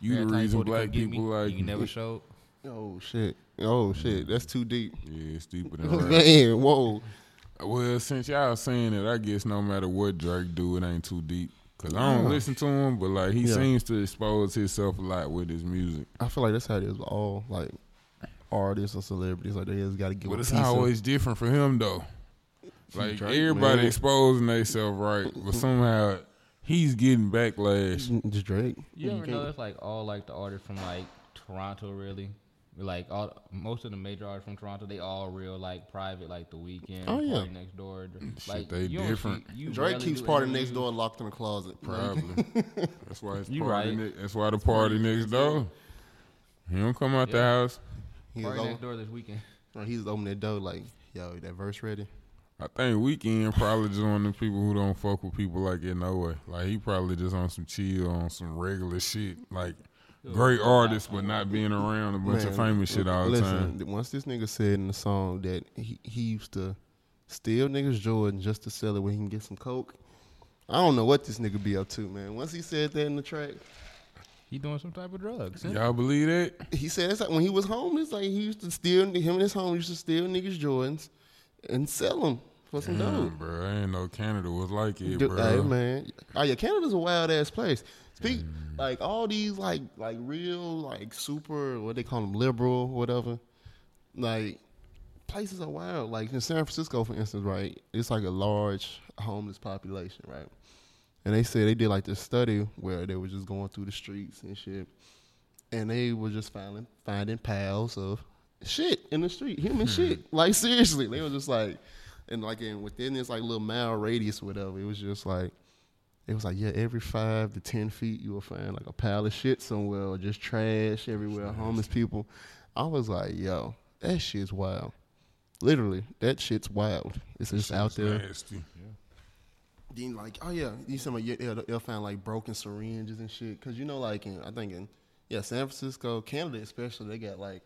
Speaker 8: You the
Speaker 9: That time you
Speaker 8: reason
Speaker 9: told to come
Speaker 8: black
Speaker 9: get me,
Speaker 8: people like
Speaker 9: you never showed.
Speaker 7: Oh shit. Oh shit. That's too deep.
Speaker 8: Yeah, it's deeper than rap.
Speaker 7: Man, whoa.
Speaker 8: Well, since y'all saying it, I guess no matter what Drake do, it ain't too deep. Cause I don't listen to him, but like he
Speaker 7: Yeah.
Speaker 8: seems to expose himself a lot with his music.
Speaker 7: I feel like that's how it is with all like artists or celebrities. Like they just got to give.
Speaker 8: But
Speaker 7: a
Speaker 8: it's
Speaker 7: piece of-
Speaker 8: always different for him though. Like
Speaker 7: Drake,
Speaker 8: everybody
Speaker 7: man.
Speaker 8: exposing themselves, right?
Speaker 9: Mm-hmm.
Speaker 8: But somehow he's getting backlash.
Speaker 7: just Drake.
Speaker 9: You ever
Speaker 7: can't-
Speaker 9: know it's like all like the artists from like Toronto really? Like all most of the major artists from Toronto, they all real like private like the weekend,
Speaker 7: Oh, yeah.
Speaker 9: party next door. Like
Speaker 8: they
Speaker 9: you don't
Speaker 8: different.
Speaker 9: see- you
Speaker 7: Drake
Speaker 9: rarely
Speaker 7: keeps
Speaker 9: do
Speaker 7: partying next
Speaker 9: interviews.
Speaker 7: door, locked in a closet.
Speaker 8: Probably. that's why it's
Speaker 9: Mm-hmm. You
Speaker 8: party.
Speaker 9: right.
Speaker 8: ne- that's why the party next door. He don't come out the
Speaker 9: Yeah.
Speaker 8: house.
Speaker 7: He was
Speaker 9: Party
Speaker 7: over,
Speaker 9: next door this weekend.
Speaker 7: he's opening that door like, yo, that verse ready.
Speaker 8: I think Weekend probably just one of the people who don't fuck with people like in no way. Like he probably just on some chill, on some regular shit. Like great artist, but not being around a bunch of
Speaker 7: Man,
Speaker 8: famous shit all the
Speaker 7: listen,
Speaker 8: time.
Speaker 7: th- Once this nigga said in the song that he, he used to steal niggas Jordan just to sell it when he can get some coke. I don't know what this nigga be up to, man. Once he said that in the track,
Speaker 9: He doing some type of drugs. huh?
Speaker 8: Y'all believe that?
Speaker 7: he said it's like when he was homeless, like he used to steal him and his homie used to steal niggas Jordans and sell them for some
Speaker 8: Damn,
Speaker 7: dope.
Speaker 8: bro, I ain't know Canada was like it,
Speaker 7: Dude,
Speaker 8: bro.
Speaker 7: hey man, oh yeah, Canada's a wild ass place. Speak like all these like like real like super what they call them liberal whatever, like places are wild. Like in San Francisco, for instance, right? It's like a large homeless population, right? And they said they did like this study where they were just going through the streets and shit, and they were just finding finding piles of shit in the street, human shit. Like seriously, they were just like. and like and within this like little mile radius or whatever, it was just like it was like yeah, every five to ten feet you will find like a pile of shit somewhere, or just trash everywhere, homeless people. I was like, yo, that shit's wild. Literally, that shit's wild. It's just out there.
Speaker 8: Nasty.
Speaker 7: Then like, oh yeah, you some of they'll, they'll find like broken syringes and shit. Cause you know, like in I think in yeah, San Francisco, Canada especially, they got like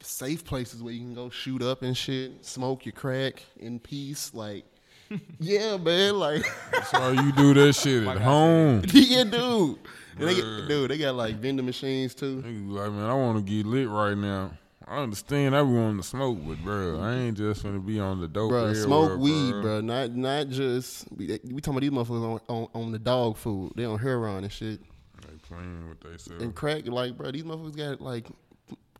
Speaker 7: safe places where you can go shoot up and shit, smoke your crack in peace. Like, yeah, man, like
Speaker 8: So you do that shit at home.
Speaker 7: yeah, dude. And they,
Speaker 8: Bruh.
Speaker 7: dude, they got like vending machines too.
Speaker 8: Niggas be like, man, I want to get lit right now. I understand I be wanting to smoke, but bro, I ain't just gonna be on the dope.
Speaker 7: Bro,
Speaker 8: everywhere,
Speaker 7: smoke weed,
Speaker 8: bruh.
Speaker 7: bro. Not not just we, we talking about these motherfuckers on, on, on the dog food. They on heroin and shit.
Speaker 8: They playing with themselves.
Speaker 7: and crack. Like, bro, these motherfuckers got like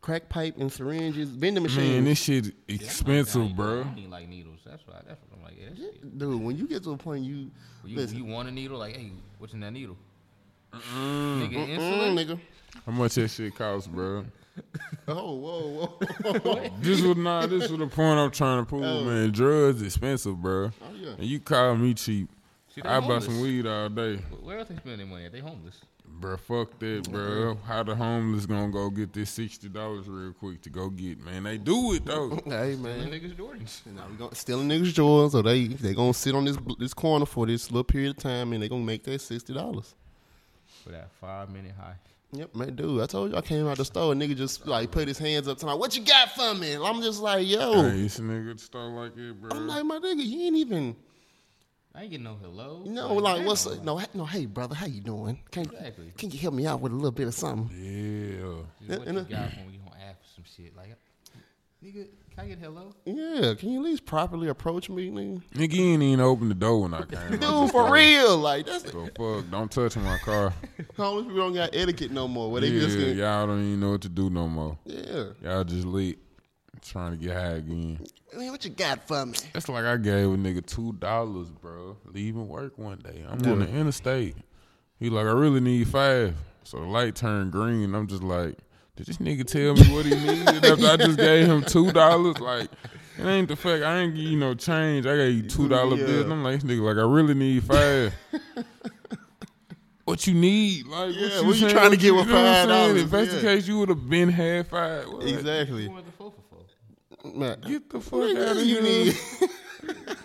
Speaker 7: crack pipe and syringes, vending
Speaker 8: Man,
Speaker 7: machines.
Speaker 8: this shit expensive, bro.
Speaker 9: Need like needles. That's why. That's what I'm like. Yeah, that shit.
Speaker 7: Dude, when you get to a point, you,
Speaker 9: You,
Speaker 7: listen,
Speaker 9: you want a needle? Like, hey, what's in that needle? Nigga,
Speaker 7: mm,
Speaker 9: insulin.
Speaker 7: nigga.
Speaker 8: How much that shit cost, bro?
Speaker 7: Oh, whoa, whoa.
Speaker 8: This was not. This was the point I'm trying to prove, man. Drugs expensive, bro.
Speaker 7: Oh. yeah.
Speaker 8: And you call me cheap.
Speaker 9: See, they
Speaker 8: I buy
Speaker 9: homeless.
Speaker 8: some weed all day,
Speaker 9: Where else they spending money? At? They homeless.
Speaker 8: bro. Fuck that, bro. How the homeless gonna go get this sixty dollars real quick to go get? Man, they do it though.
Speaker 7: hey,
Speaker 9: Them
Speaker 7: man.
Speaker 9: niggas Jordans.
Speaker 7: Now we gon' stealing niggas' joy, so they they gonna sit on this this corner for this little period of time, and they gonna make that sixty dollars.
Speaker 9: For that five minute high.
Speaker 7: Yep, man, dude. I told you I came out the store, and nigga just like put his hands up, to like, "What you got for me?" And I'm just like, "Yo,"
Speaker 8: Hey, this nigga start like it, bro.
Speaker 7: I'm like, "My nigga, you ain't even."
Speaker 9: I ain't getting no hello.
Speaker 7: No, like
Speaker 9: damn,
Speaker 7: what's no, he- no? Hey, brother, how you doing? Can
Speaker 9: Exactly.
Speaker 7: can you help me out with a little bit of something?
Speaker 8: yeah.
Speaker 9: just What
Speaker 7: and
Speaker 9: you
Speaker 7: it-
Speaker 9: got when we gonna ask for some shit? Like, nigga, can I get hello?
Speaker 7: Yeah, can you at least properly approach me, nigga?
Speaker 8: Nigga, you ain't even open the door when I came. I
Speaker 7: Dude,
Speaker 8: just
Speaker 7: for
Speaker 8: go,
Speaker 7: real, like that's
Speaker 8: Go fuck. Don't touch my car.
Speaker 7: homeless people don't got etiquette no more. Where
Speaker 8: yeah,
Speaker 7: they just get, yeah,
Speaker 8: y'all don't even know what to do no more. Y'all just lit, trying to get high again.
Speaker 7: Man, what you got for me?
Speaker 8: That's like I gave a nigga two dollars, bro. Leaving work one day, I'm on the interstate. He like, I really need five. So the light turned green. I'm just like, did this nigga tell me what he needed after I just gave him two dollars? Like, it ain't the fact I ain't give you no change. I gave you two dollar
Speaker 7: Yeah.
Speaker 8: bill. And I'm like, this nigga like, I really need five. What you need, like
Speaker 7: Yeah,
Speaker 8: what you,
Speaker 7: what you
Speaker 8: saying?
Speaker 7: trying to get
Speaker 8: you-
Speaker 7: with
Speaker 8: you know what
Speaker 7: $5?
Speaker 8: I'm saying? If that's the
Speaker 7: Yeah.
Speaker 8: case, you would have been had five. What?
Speaker 9: Who
Speaker 7: Exactly.
Speaker 9: wants the four for four?
Speaker 7: Man,
Speaker 8: Get the fuck
Speaker 7: Nigga,
Speaker 8: out of
Speaker 7: you
Speaker 8: here.
Speaker 7: need-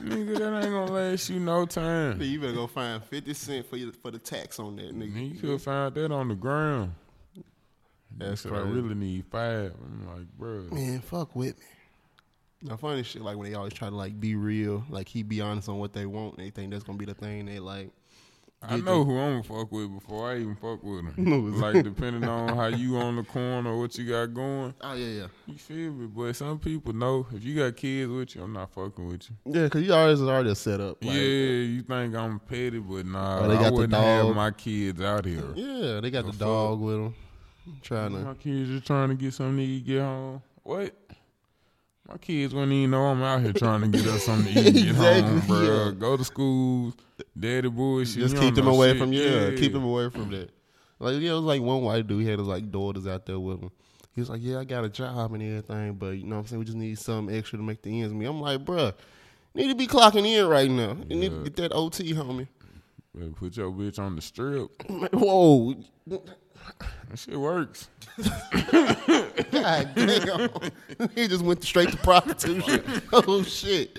Speaker 8: Nigga, that ain't gonna last you no time.
Speaker 7: you better go find fifty cent for your, for the tax on that nigga.
Speaker 8: Man, you could find that on the ground.
Speaker 7: That's
Speaker 8: So I really need five. I'm like, bro,
Speaker 7: Man, fuck with me. Now, funny shit, like when they always try to like be real, like he be honest on what they want, and they think that's gonna be the thing they like.
Speaker 8: I know who I'm gonna fuck with before I even fuck with him. like, depending on how you on the corner, what you got going,
Speaker 7: Oh yeah, yeah,
Speaker 8: you feel me. But some people know if you got kids with you, I'm not fucking with you.
Speaker 7: yeah, because you always already set up.
Speaker 8: yeah, you think I'm petty, but nah,
Speaker 7: Oh, they
Speaker 8: I
Speaker 7: got the
Speaker 8: wouldn't have
Speaker 7: dog.
Speaker 8: my kids out here.
Speaker 7: yeah, they got the dog with them, trying to
Speaker 8: My kids just trying to get something to eat, get home. What? My kids wouldn't even know I'm out here trying to get us something to eat, get home,
Speaker 7: Exactly,
Speaker 8: bro.
Speaker 7: yeah.
Speaker 8: Go to school, daddy bullshit.
Speaker 7: Just
Speaker 8: you
Speaker 7: keep
Speaker 8: don't
Speaker 7: them
Speaker 8: know
Speaker 7: away
Speaker 8: shit.
Speaker 7: from yeah, keep them away from that. Like yeah, it was like one white dude he had his like daughters out there with him. He was like, Yeah, I got a job and everything, but you know what I'm saying, we just need something extra to make the ends meet. I'm like, bruh, you need to be clocking in right now. You need to get that OT, homie.
Speaker 8: Better Put your bitch on the strip.
Speaker 7: Whoa.
Speaker 8: That shit works.
Speaker 7: God damn. he just went straight to prostitution. oh shit.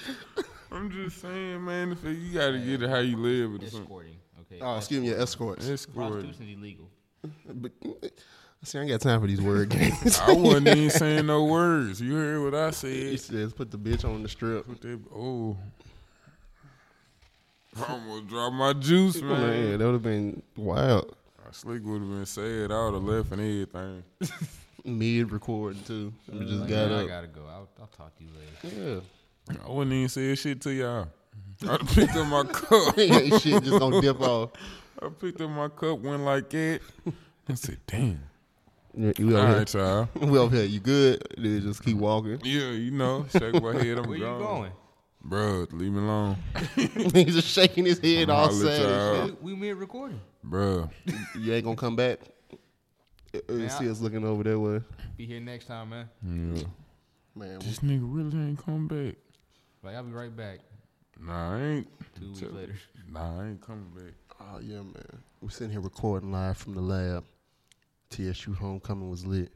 Speaker 8: I'm just saying, man. If you gotta get it how you live, it's
Speaker 9: Escorting. Okay.
Speaker 7: Oh, excuse me, your escorts.
Speaker 8: Uh, it's good.
Speaker 9: Prostitution is illegal.
Speaker 7: But, see, I ain't got time for these word games.
Speaker 8: I wasn't even saying no words. You heard what I
Speaker 7: He
Speaker 8: said?
Speaker 7: says put the bitch on the strip.
Speaker 8: Put that. Oh, I'm gonna drop my juice,
Speaker 7: Man, that would have been wild.
Speaker 8: Slick would have been sad. I would have left and everything.
Speaker 7: Mid recording too. We just
Speaker 8: Uh,
Speaker 9: Like,
Speaker 7: got
Speaker 9: man,
Speaker 7: up.
Speaker 9: I gotta go. I'll, I'll talk to you later.
Speaker 7: Yeah.
Speaker 8: I wouldn't even say shit to y'all. I picked up my cup.
Speaker 7: Ain't shit just gonna dip off.
Speaker 8: I picked up my cup, went like that. I said, damn.
Speaker 7: You we
Speaker 8: All
Speaker 7: over
Speaker 8: right, y'all.
Speaker 7: here. We over here. You good? Then just keep walking.
Speaker 8: Yeah, you know, shake my head. I'm
Speaker 9: Where you
Speaker 8: gone.
Speaker 9: going?
Speaker 8: Bro, leave me alone.
Speaker 7: He's just shaking his head
Speaker 8: I'ma
Speaker 7: all
Speaker 8: holler
Speaker 7: sad. and
Speaker 8: at
Speaker 7: shit.
Speaker 9: We, we mid recording.
Speaker 8: Bro,
Speaker 7: You ain't gonna come back. Uh, uh,
Speaker 9: Man,
Speaker 7: see
Speaker 9: I-
Speaker 7: us looking over that way.
Speaker 9: Be here next time, man.
Speaker 8: yeah.
Speaker 7: Man,
Speaker 8: this nigga really ain't come back.
Speaker 9: Like I'll be right back
Speaker 8: Nah, I ain't.
Speaker 9: two weeks
Speaker 8: Tell-
Speaker 9: later.
Speaker 8: Nah, I ain't coming back.
Speaker 7: Oh yeah, man. We're sitting here recording live from the lab. TSU homecoming was lit.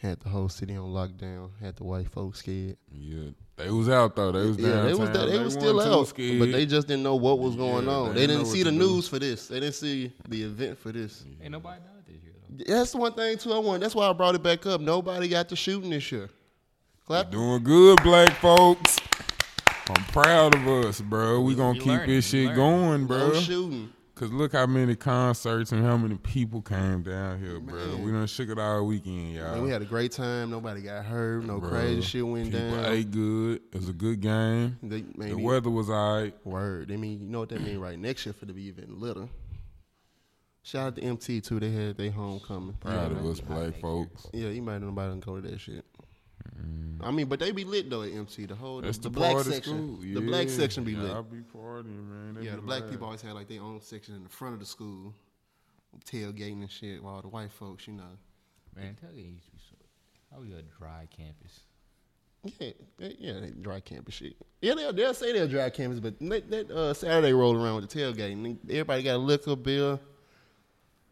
Speaker 7: Had the whole city on lockdown. Had the white folks scared.
Speaker 8: Yeah, they was out though. They was
Speaker 7: Yeah,
Speaker 8: downtown.
Speaker 7: they was they, was
Speaker 8: wasn't
Speaker 7: still
Speaker 8: too
Speaker 7: out,
Speaker 8: scared.
Speaker 7: but they just didn't know what was going
Speaker 8: Yeah,
Speaker 7: on. They,
Speaker 8: they didn't
Speaker 7: didn't
Speaker 8: know
Speaker 7: see
Speaker 8: what
Speaker 7: the
Speaker 8: to do.
Speaker 7: news for this. They didn't see the event for this.
Speaker 9: Ain't nobody done it this year though.
Speaker 7: That's the one thing too. I want. That's why I brought it back up. Nobody got to shooting this year. Clap.
Speaker 8: doing good, black folks. I'm proud of us, bro. We gonna
Speaker 9: You
Speaker 8: keep
Speaker 9: learning,
Speaker 8: this
Speaker 9: you
Speaker 8: shit going,
Speaker 9: learning.
Speaker 8: bro.
Speaker 7: No shooting.
Speaker 8: Cause look how many concerts and how many people came down here, bro. We done shook it all weekend, y'all.
Speaker 7: Man, we had a great time. Nobody got hurt. No
Speaker 8: Bro,
Speaker 7: crazy shit went
Speaker 8: people
Speaker 7: down.
Speaker 8: ate good. It was a good game.
Speaker 7: They, man,
Speaker 8: the
Speaker 7: they-
Speaker 8: weather was alright.
Speaker 7: Word. I mean, you know what that mean, right? Next year for the be even litter. Shout out to MT too. They had their homecoming.
Speaker 8: Proud
Speaker 7: yeah,
Speaker 8: of us, black folks.
Speaker 7: Yeah, you might nobody done go to that shit. I mean, but they be lit though at MT. The whole
Speaker 8: That's
Speaker 7: the, black
Speaker 8: party
Speaker 7: section.
Speaker 8: school.
Speaker 7: The black
Speaker 8: Yeah.
Speaker 7: section be lit.
Speaker 8: Y'all be partying, man. They
Speaker 7: Yeah,
Speaker 8: be
Speaker 7: the black
Speaker 8: live.
Speaker 7: people always had like their own section in the front of the school, tailgating and shit. While the white folks, you know,
Speaker 9: Man, tell you, it used to be so. How we a dry campus?
Speaker 7: yeah, they, yeah, they dry campus shit. Yeah, they'll, they'll say they're dry campus, but that, that uh, Saturday roll around with the tailgating. and Everybody got a liquor, bill,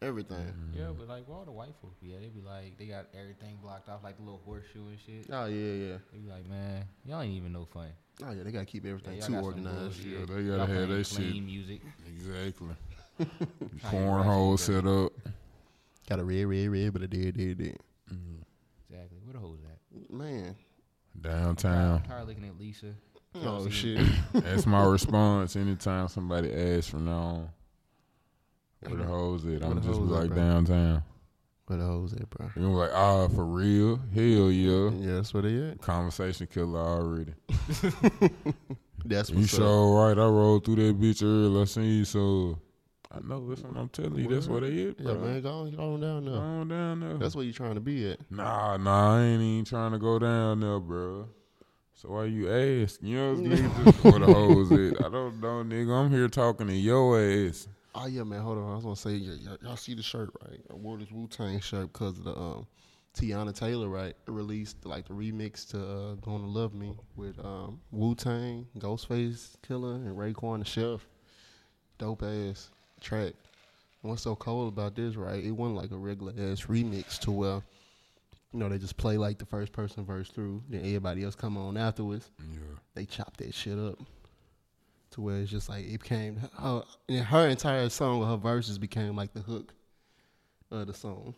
Speaker 7: everything.
Speaker 9: Yeah, but like where all the white folks be at, they be like they got everything blocked off, like the little horseshoe and shit.
Speaker 7: Oh yeah, yeah.
Speaker 9: They be like, man, y'all ain't even no fun.
Speaker 7: Oh yeah, they gotta keep
Speaker 9: Yeah,
Speaker 7: everything
Speaker 9: y'all
Speaker 7: too
Speaker 9: got some
Speaker 7: organized.
Speaker 9: bullshit.
Speaker 8: Yeah, they gotta
Speaker 9: Y'all
Speaker 8: have
Speaker 9: playing
Speaker 8: that
Speaker 9: clean
Speaker 8: shit.
Speaker 9: music.
Speaker 8: Exactly.
Speaker 9: How you
Speaker 8: Cornhole
Speaker 9: rushing,
Speaker 8: set up.
Speaker 7: Got a red, red, red, but a dead, dead, dead.
Speaker 9: Exactly. Where the hoes at?
Speaker 7: Man,
Speaker 8: Downtown.
Speaker 9: I'm tired of looking at Lisa.
Speaker 7: oh shit.
Speaker 8: That's my response anytime somebody asks from now on. Where the hoes at?
Speaker 7: Where
Speaker 8: I'm
Speaker 7: the
Speaker 8: just be
Speaker 7: hoes at,
Speaker 8: like
Speaker 7: bro?
Speaker 8: downtown.
Speaker 7: Where the hoes at, bro?
Speaker 8: And I'm like, ah, for real? Hell yeah.
Speaker 7: Yeah, that's where they at.
Speaker 8: Conversation killer already.
Speaker 7: That's
Speaker 8: You
Speaker 7: what's up.
Speaker 8: sure right? I rolled through that bitch early. I seen you, so I know. That's what I'm telling you. That's where they at,
Speaker 7: Yeah,
Speaker 8: bro.
Speaker 7: man, go on, go on down
Speaker 8: Go
Speaker 7: there.
Speaker 8: on down there.
Speaker 7: That's where you trying to be at.
Speaker 8: Nah, nah, I ain't even trying to go down there, bro. So why you ask? You know, nigga, just for the hoes at. I don't know, nigga. I'm here talking to your ass.
Speaker 7: Oh yeah, man. Hold on. I was gonna say, y- y- y'all see the shirt, right? I wore this Wu Tang shirt because of the um, Tiana Taylor, right? Released like the remix to uh, "Gonna Love Me" with um, Wu Tang, Ghostface Killer, and Raekwon the Chef. Dope ass track. And what's so cool about this, right? It wasn't like a regular ass remix to where, you know, they just play like the first person verse through, then everybody else come on afterwards
Speaker 8: Yeah,
Speaker 7: they chopped that shit up to where it's just like it became her, and her entire song her verses became like the hook of the song.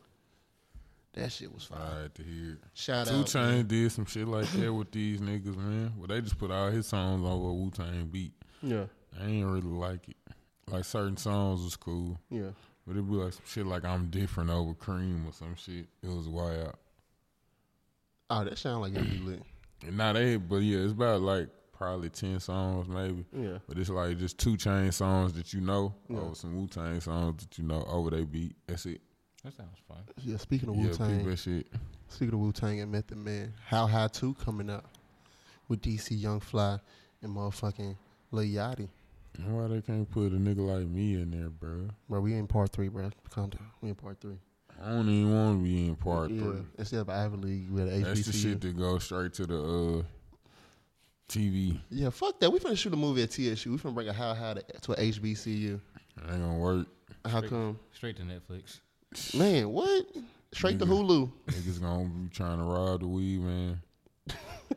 Speaker 7: That shit was fire.
Speaker 8: all right to hear.
Speaker 7: Shout
Speaker 8: Two
Speaker 7: out
Speaker 8: Chain did some shit like that with these niggas, man. Well, they just put all his songs on what Wu Tang beat.
Speaker 7: Yeah,
Speaker 8: I ain't really like it. Like certain songs was cool,
Speaker 7: yeah.
Speaker 8: but it'd be like some shit like I'm different over Cream or some shit. It was wild.
Speaker 7: Oh, that sound like it be lit.
Speaker 8: And not they, but yeah, it's about like probably ten songs maybe.
Speaker 7: Yeah.
Speaker 8: But it's like just two chain songs that you know, or some Wu Tang songs that you know over they beat. That's it.
Speaker 9: That sounds fun.
Speaker 7: Yeah, speaking of
Speaker 8: Yeah,
Speaker 7: Wu
Speaker 8: peep
Speaker 7: Tang,
Speaker 8: that shit.
Speaker 7: speaking of Wu Tang and Method Man, How High Two coming up with DC Young Fly and motherfucking Lil Yachty.
Speaker 8: Why they can't put a nigga like me in there, bro?
Speaker 7: Bro, we in part three, bro. Calm down. We in part three.
Speaker 8: I don't even want to be in part
Speaker 7: yeah.
Speaker 8: three.
Speaker 7: Instead of Ivy League, we had HBCU.
Speaker 8: That's the shit that goes straight to the uh, TV.
Speaker 7: Yeah, fuck that. We finna shoot a movie at TSU. We finna bring a how high to, to a HBCU.
Speaker 8: It ain't gonna work.
Speaker 7: How come?
Speaker 9: Straight to Netflix.
Speaker 7: Man, what? Straight to Hulu.
Speaker 8: Niggas gonna be trying to rob the weed, man.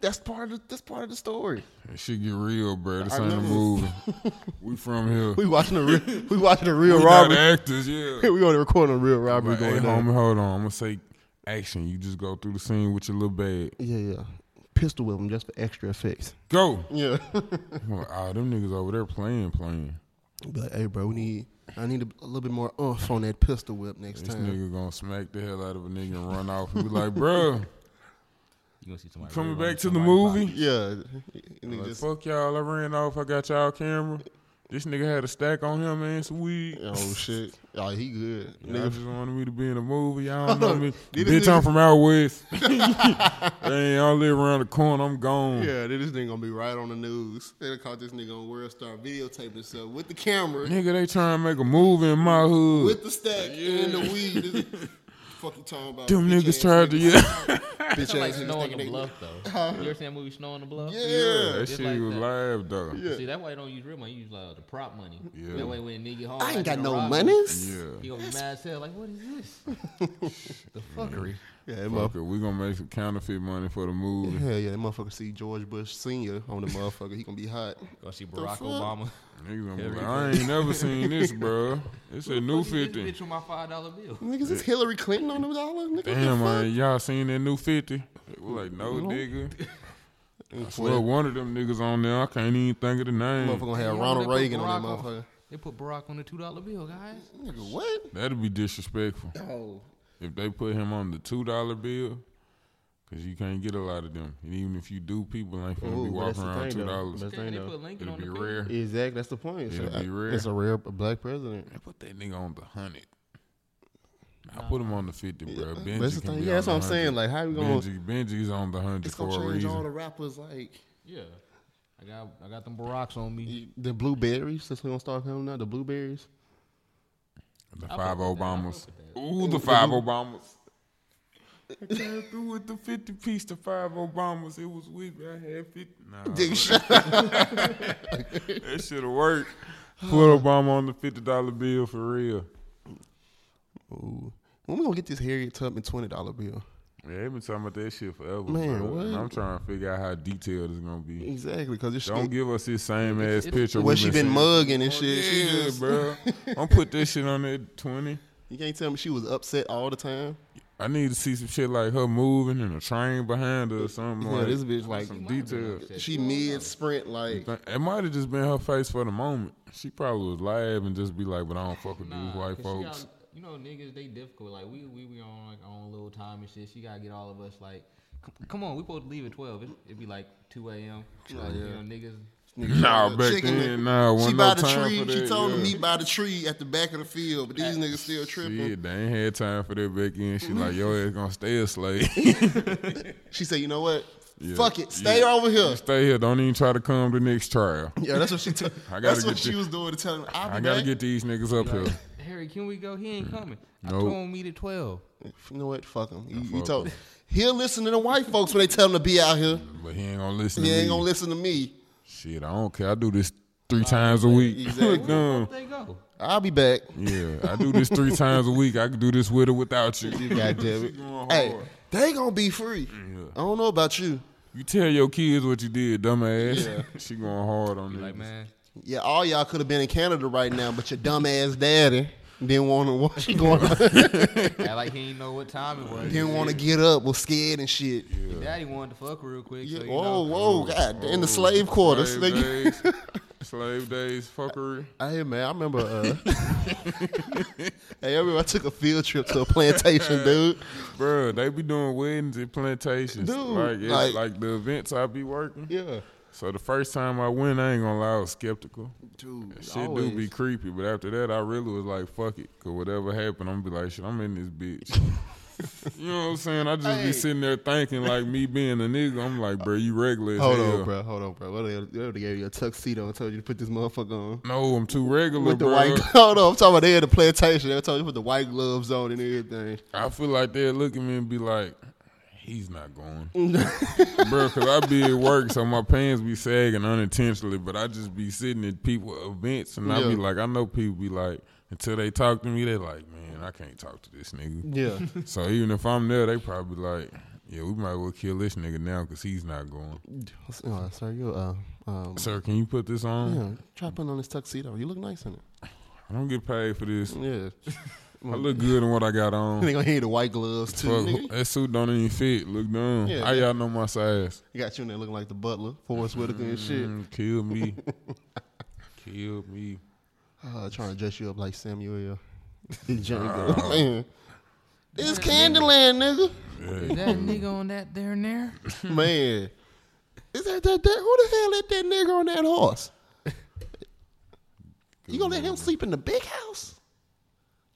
Speaker 7: That's part of that's part of the story.
Speaker 8: That shit get real, bro. This
Speaker 7: I
Speaker 8: ain't a
Speaker 7: remember-
Speaker 8: movie. we from here.
Speaker 7: We watching a real we watching a real
Speaker 8: We not
Speaker 7: robbery.
Speaker 8: actors, yeah.
Speaker 7: we gonna record a real robbery
Speaker 8: Like, hey,
Speaker 7: going on.
Speaker 8: homie, hold on. I'm gonna say action. You just go through the scene with your little bag.
Speaker 7: Yeah, yeah. Pistol with them just for extra effects.
Speaker 8: Go.
Speaker 7: Yeah.
Speaker 8: I'm like, oh, them niggas over there playing, playing.
Speaker 7: Be like, hey, bro, we need I need a, a little bit more oomph on that pistol whip next
Speaker 8: This
Speaker 7: time.
Speaker 8: nigga gonna smack the hell out of a nigga and run off and be like, bro,
Speaker 9: You gonna see somebody
Speaker 8: coming
Speaker 9: rerun
Speaker 8: back to the
Speaker 9: somebody's
Speaker 8: movie?
Speaker 9: body.
Speaker 7: Yeah. And he
Speaker 8: Like,
Speaker 7: just-
Speaker 8: fuck y'all, I ran off, I got y'all camera. This nigga had a stack on him, man, some weed.
Speaker 7: oh shit. Oh, he good.
Speaker 8: Y'all
Speaker 7: Nigga,
Speaker 8: just wanted me to be in a movie. Y'all don't know me.
Speaker 7: Did
Speaker 8: Bitch,
Speaker 7: this
Speaker 8: I'm
Speaker 7: nigga-
Speaker 8: from out west. Dang, y'all live around the corner. I'm gone.
Speaker 7: Yeah, then this nigga gonna be right on the news. They done caught this nigga on World Star videotaping himself with the camera,
Speaker 8: Nigga, they trying to make a movie in my hood.
Speaker 7: with the stack, and the weed. This- fuck you talking about?
Speaker 8: Them
Speaker 7: bitch
Speaker 8: niggas
Speaker 7: ass
Speaker 8: tried to,
Speaker 7: nigga?
Speaker 8: yeah.
Speaker 7: bitch
Speaker 9: like
Speaker 7: ass niggas
Speaker 9: Snow on
Speaker 7: thinking
Speaker 9: the
Speaker 7: they.
Speaker 9: Bluff though. You ever seen that movie Snow on the Bluff?
Speaker 7: Yeah.
Speaker 8: That
Speaker 9: Just
Speaker 8: shit
Speaker 9: like
Speaker 8: was
Speaker 9: that.
Speaker 8: live though.
Speaker 7: Yeah.
Speaker 9: See, that why they don't use real money. You use uh, the prop money.
Speaker 8: Yeah.
Speaker 9: That way when nigga home,
Speaker 7: I ain't got
Speaker 9: after the
Speaker 7: no
Speaker 9: robbery,
Speaker 7: monies.
Speaker 9: He
Speaker 8: Yeah.
Speaker 9: gonna be mad as hell. Like, what is this? the fuckery.
Speaker 7: Yeah, that
Speaker 8: Fuck
Speaker 7: motherfucker.
Speaker 8: it. We gonna make some counterfeit money for the movie.
Speaker 7: Hell yeah, that motherfucker see George Bush Senior on the motherfucker. He gonna be hot.
Speaker 9: Gonna see Barack
Speaker 7: fuck?
Speaker 9: Obama.
Speaker 8: Niggas gonna be like, I ain't never seen this, bro. It's a new
Speaker 9: This
Speaker 8: fifty.
Speaker 9: bitch with my five dollar bill.
Speaker 7: Niggas, is Hillary Clinton on the dollar? Nigga,
Speaker 8: Damn,
Speaker 7: what
Speaker 8: man, y'all seen that new fifty? We're like, no, nigga.
Speaker 7: the fuck?
Speaker 8: Well, one of them niggas on there, I can't even think of the
Speaker 7: Motherfucker
Speaker 8: name.
Speaker 7: gonna have
Speaker 9: You know
Speaker 7: Ronald
Speaker 9: they put
Speaker 7: Reagan on that
Speaker 9: Barack
Speaker 7: motherfucker.
Speaker 9: They put Barack on the two dollar bill, guys.
Speaker 7: Nigga, what?
Speaker 8: That'd be disrespectful
Speaker 7: Oh,
Speaker 8: if they put him on the two dollar bill, because you can't get a lot of them. And even if you do, people ain't gonna be
Speaker 7: Ooh, but that's
Speaker 8: walking
Speaker 7: the
Speaker 8: around
Speaker 7: thing,
Speaker 8: two
Speaker 7: though.
Speaker 8: dollars.
Speaker 7: That's-
Speaker 9: Yeah,
Speaker 7: I
Speaker 9: they
Speaker 7: know.
Speaker 9: put Lincoln
Speaker 8: It'll
Speaker 9: on
Speaker 8: be
Speaker 9: the bill.
Speaker 8: rare.
Speaker 7: exactly. That's the point.
Speaker 8: It'll be rare.
Speaker 7: It's a rare black president.
Speaker 8: I put that nigga on the hundred. I put him on the fifty, bro. Benji
Speaker 7: that's the
Speaker 8: can
Speaker 7: thing.
Speaker 8: be
Speaker 7: Yeah,
Speaker 8: on
Speaker 7: that's
Speaker 8: the
Speaker 7: what I'm saying.
Speaker 8: 100.
Speaker 7: Like, how we gonna-
Speaker 8: Benji, Benji's on the hundred
Speaker 7: It's
Speaker 8: for
Speaker 7: gonna
Speaker 8: a
Speaker 7: change all
Speaker 8: reason.
Speaker 7: the rappers. Like
Speaker 9: Yeah, I got I got them Baracks on me.
Speaker 7: the blueberries. That's gonna start coming out. The blueberries.
Speaker 8: The
Speaker 9: I
Speaker 8: five
Speaker 9: fuck with that. I
Speaker 8: Obamas.
Speaker 9: fuck
Speaker 8: Ooh, the five Obamas. I came through with the fifty piece to five Obamas. It was with me. I had fifty. Nah, that should have worked. Put Obama on the fifty dollar bill for real.
Speaker 7: Ooh. When we gonna get this Harriet Tubman twenty dollar bill?
Speaker 8: Yeah, they been talking about that shit forever.
Speaker 7: Man,
Speaker 8: bro.
Speaker 7: what?
Speaker 8: And I'm trying to figure out how detailed it's gonna be.
Speaker 7: Exactly, because this
Speaker 8: Don't
Speaker 7: shit,
Speaker 8: give us this same ass picture.
Speaker 7: where
Speaker 8: we
Speaker 7: she been
Speaker 8: seeing.
Speaker 7: mugging and shit. She
Speaker 8: Oh, Yeah,
Speaker 7: just-
Speaker 8: bro. I'm put this shit on that twenty.
Speaker 7: You can't tell me she was upset all the time.
Speaker 8: I need to see some shit like her moving and a train behind her or something.
Speaker 7: Yeah,
Speaker 8: like,
Speaker 7: this bitch like
Speaker 8: some details.
Speaker 7: she mid sprint like.
Speaker 8: It might have just been her face for the moment. She probably was live and just be like, "But I don't fuck with these white
Speaker 9: 'cause she got-
Speaker 8: folks."
Speaker 9: you know, niggas, they difficult. Like we, we be on like our own little time and shit. She gotta get all of us like, "C- come on, we supposed to leave at twelve. It, would be like two a.m. Like, You know, niggas.
Speaker 8: Nah,
Speaker 7: Yeah,
Speaker 8: back
Speaker 7: chicken
Speaker 8: then,
Speaker 7: leg.
Speaker 8: nah, wasn't
Speaker 7: She
Speaker 8: no
Speaker 7: by the
Speaker 8: time
Speaker 7: tree.
Speaker 8: for
Speaker 7: She
Speaker 8: that,
Speaker 7: told
Speaker 8: yeah.
Speaker 7: him meet by the tree at the back of the field, but these niggas still tripping.
Speaker 8: Shit, they ain't had time for that back in. She like, "Yo, ass gonna stay a slave."
Speaker 7: She said, "You know what?
Speaker 8: Yeah,
Speaker 7: Fuck it, stay
Speaker 8: yeah.
Speaker 7: over here."
Speaker 8: stay here. Don't even try to come to next trial.
Speaker 7: Yeah, that's what she. T-
Speaker 8: I gotta
Speaker 7: that's what
Speaker 8: get
Speaker 7: she
Speaker 8: thi-
Speaker 7: was doing to tell him. I'll be
Speaker 8: I gotta
Speaker 7: back.
Speaker 8: get these niggas up here.
Speaker 9: Harry, can we go? He ain't coming. I
Speaker 8: Nope.
Speaker 9: told him meet at twelve.
Speaker 7: You know what? Fuck him. You, you
Speaker 8: fuck
Speaker 7: told. He'll listen to the white folks when they tell him to be out here.
Speaker 8: But he ain't gonna listen.
Speaker 7: He
Speaker 8: to
Speaker 7: ain't
Speaker 8: me.
Speaker 7: gonna listen to me.
Speaker 8: Shit, I don't care. I do this three times a week.
Speaker 7: exactly.
Speaker 8: Look, um,
Speaker 9: They go.
Speaker 7: I'll be back.
Speaker 8: yeah, I do this three times a week. I can do this with or without you.
Speaker 7: God damn it.
Speaker 8: going
Speaker 7: Hey,
Speaker 8: hard.
Speaker 7: they gonna be free. I don't know about you.
Speaker 8: You tell your kids what you did, dumbass. she going hard on
Speaker 9: Like
Speaker 8: that.
Speaker 9: man,
Speaker 7: Yeah, all y'all could have been in Canada right now, but your dumb ass daddy didn't want to watch going on.
Speaker 9: act like he ain't know what time it was.
Speaker 7: didn't want to get up, was scared and shit.
Speaker 9: His Daddy wanted to fuck real quick.
Speaker 7: Yeah,
Speaker 9: so, you
Speaker 7: whoa,
Speaker 9: know,
Speaker 7: whoa, god, Ah, in the slave quarters.
Speaker 8: Oh, Slave
Speaker 7: nigga.
Speaker 8: days, slave days, fuckery.
Speaker 7: Hey man, I remember. Uh, hey, I remember I took a field trip to a plantation, dude.
Speaker 8: Bro, they be doing weddings and plantations.
Speaker 7: Dude,
Speaker 8: like, it's
Speaker 7: like-
Speaker 8: like, the events I be working.
Speaker 7: Yeah,
Speaker 8: So the first time I went, I ain't gonna lie, I was skeptical.
Speaker 7: dude.
Speaker 8: Shit do be creepy, but after that, I really was like, fuck it. Cause whatever happened, I'm gonna be like, shit, I'm in this bitch. you know what I'm saying? I just
Speaker 7: Hey.
Speaker 8: be sitting there thinking, like, me being a nigga, I'm like, bro, you regular as
Speaker 7: Hold
Speaker 8: hell.
Speaker 7: on, bro. Hold on, bro. What if they what if they gave you a tuxedo and told you to put this motherfucker on?
Speaker 8: No, I'm too regular,
Speaker 7: With the
Speaker 8: bro.
Speaker 7: white, hold on, I'm talking about they had the plantation. They told you to put the white gloves on and everything.
Speaker 8: I feel like they'll look at me and be like, he's not going. Bro, because I be at work, so my pants be sagging unintentionally, but I just be sitting at people events, and I
Speaker 7: Yeah.
Speaker 8: be like, I know people be like, until they talk to me, they like, man, I can't talk to this nigga.
Speaker 7: Yeah,
Speaker 8: so even if I'm there, they probably like, yeah, we might well kill this nigga now because he's not going.
Speaker 7: uh, sir, you uh, um,
Speaker 8: Sir, can you put this on?
Speaker 7: yeah, try putting on this tuxedo. You look nice in it.
Speaker 8: I don't get paid for this.
Speaker 7: Yeah,
Speaker 8: I look good in what I got on.
Speaker 7: they gonna hear the white gloves too.
Speaker 8: Fuck,
Speaker 7: nigga.
Speaker 8: that suit don't even fit. Look down.
Speaker 7: Yeah.
Speaker 8: How y'all know my size?
Speaker 7: You got you in there looking like the butler, Forrest Whitaker and shit.
Speaker 8: Mm, kill me. kill me.
Speaker 7: Uh, trying to dress you up like Samuel. Django. Man. It's Candyland, nigga.
Speaker 9: is that nigga on that there and there?
Speaker 7: Man. Is that, that that who the hell let that nigga on that horse? You gonna let him sleep in the big house?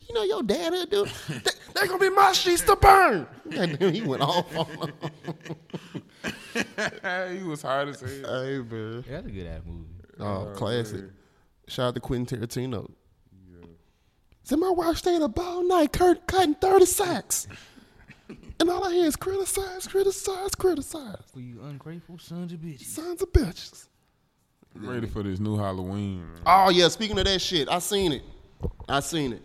Speaker 7: You know your dad'll do. they, they gonna be my sheets to burn. Goddamn, he went off on him.
Speaker 8: he was hot as hell.
Speaker 7: Hey, man.
Speaker 9: Yeah, that's a good ass movie.
Speaker 7: Oh, classic. Shout out to Quentin Tarantino. Said my wife stayed up all night cur- cutting 30 sacks. And all I hear is criticize, criticize, criticize.
Speaker 9: For you ungrateful sons of bitches.
Speaker 7: Sons of bitches.
Speaker 8: I'm ready for this new Halloween. Man.
Speaker 7: Oh yeah, speaking of that shit, I seen it. I seen it.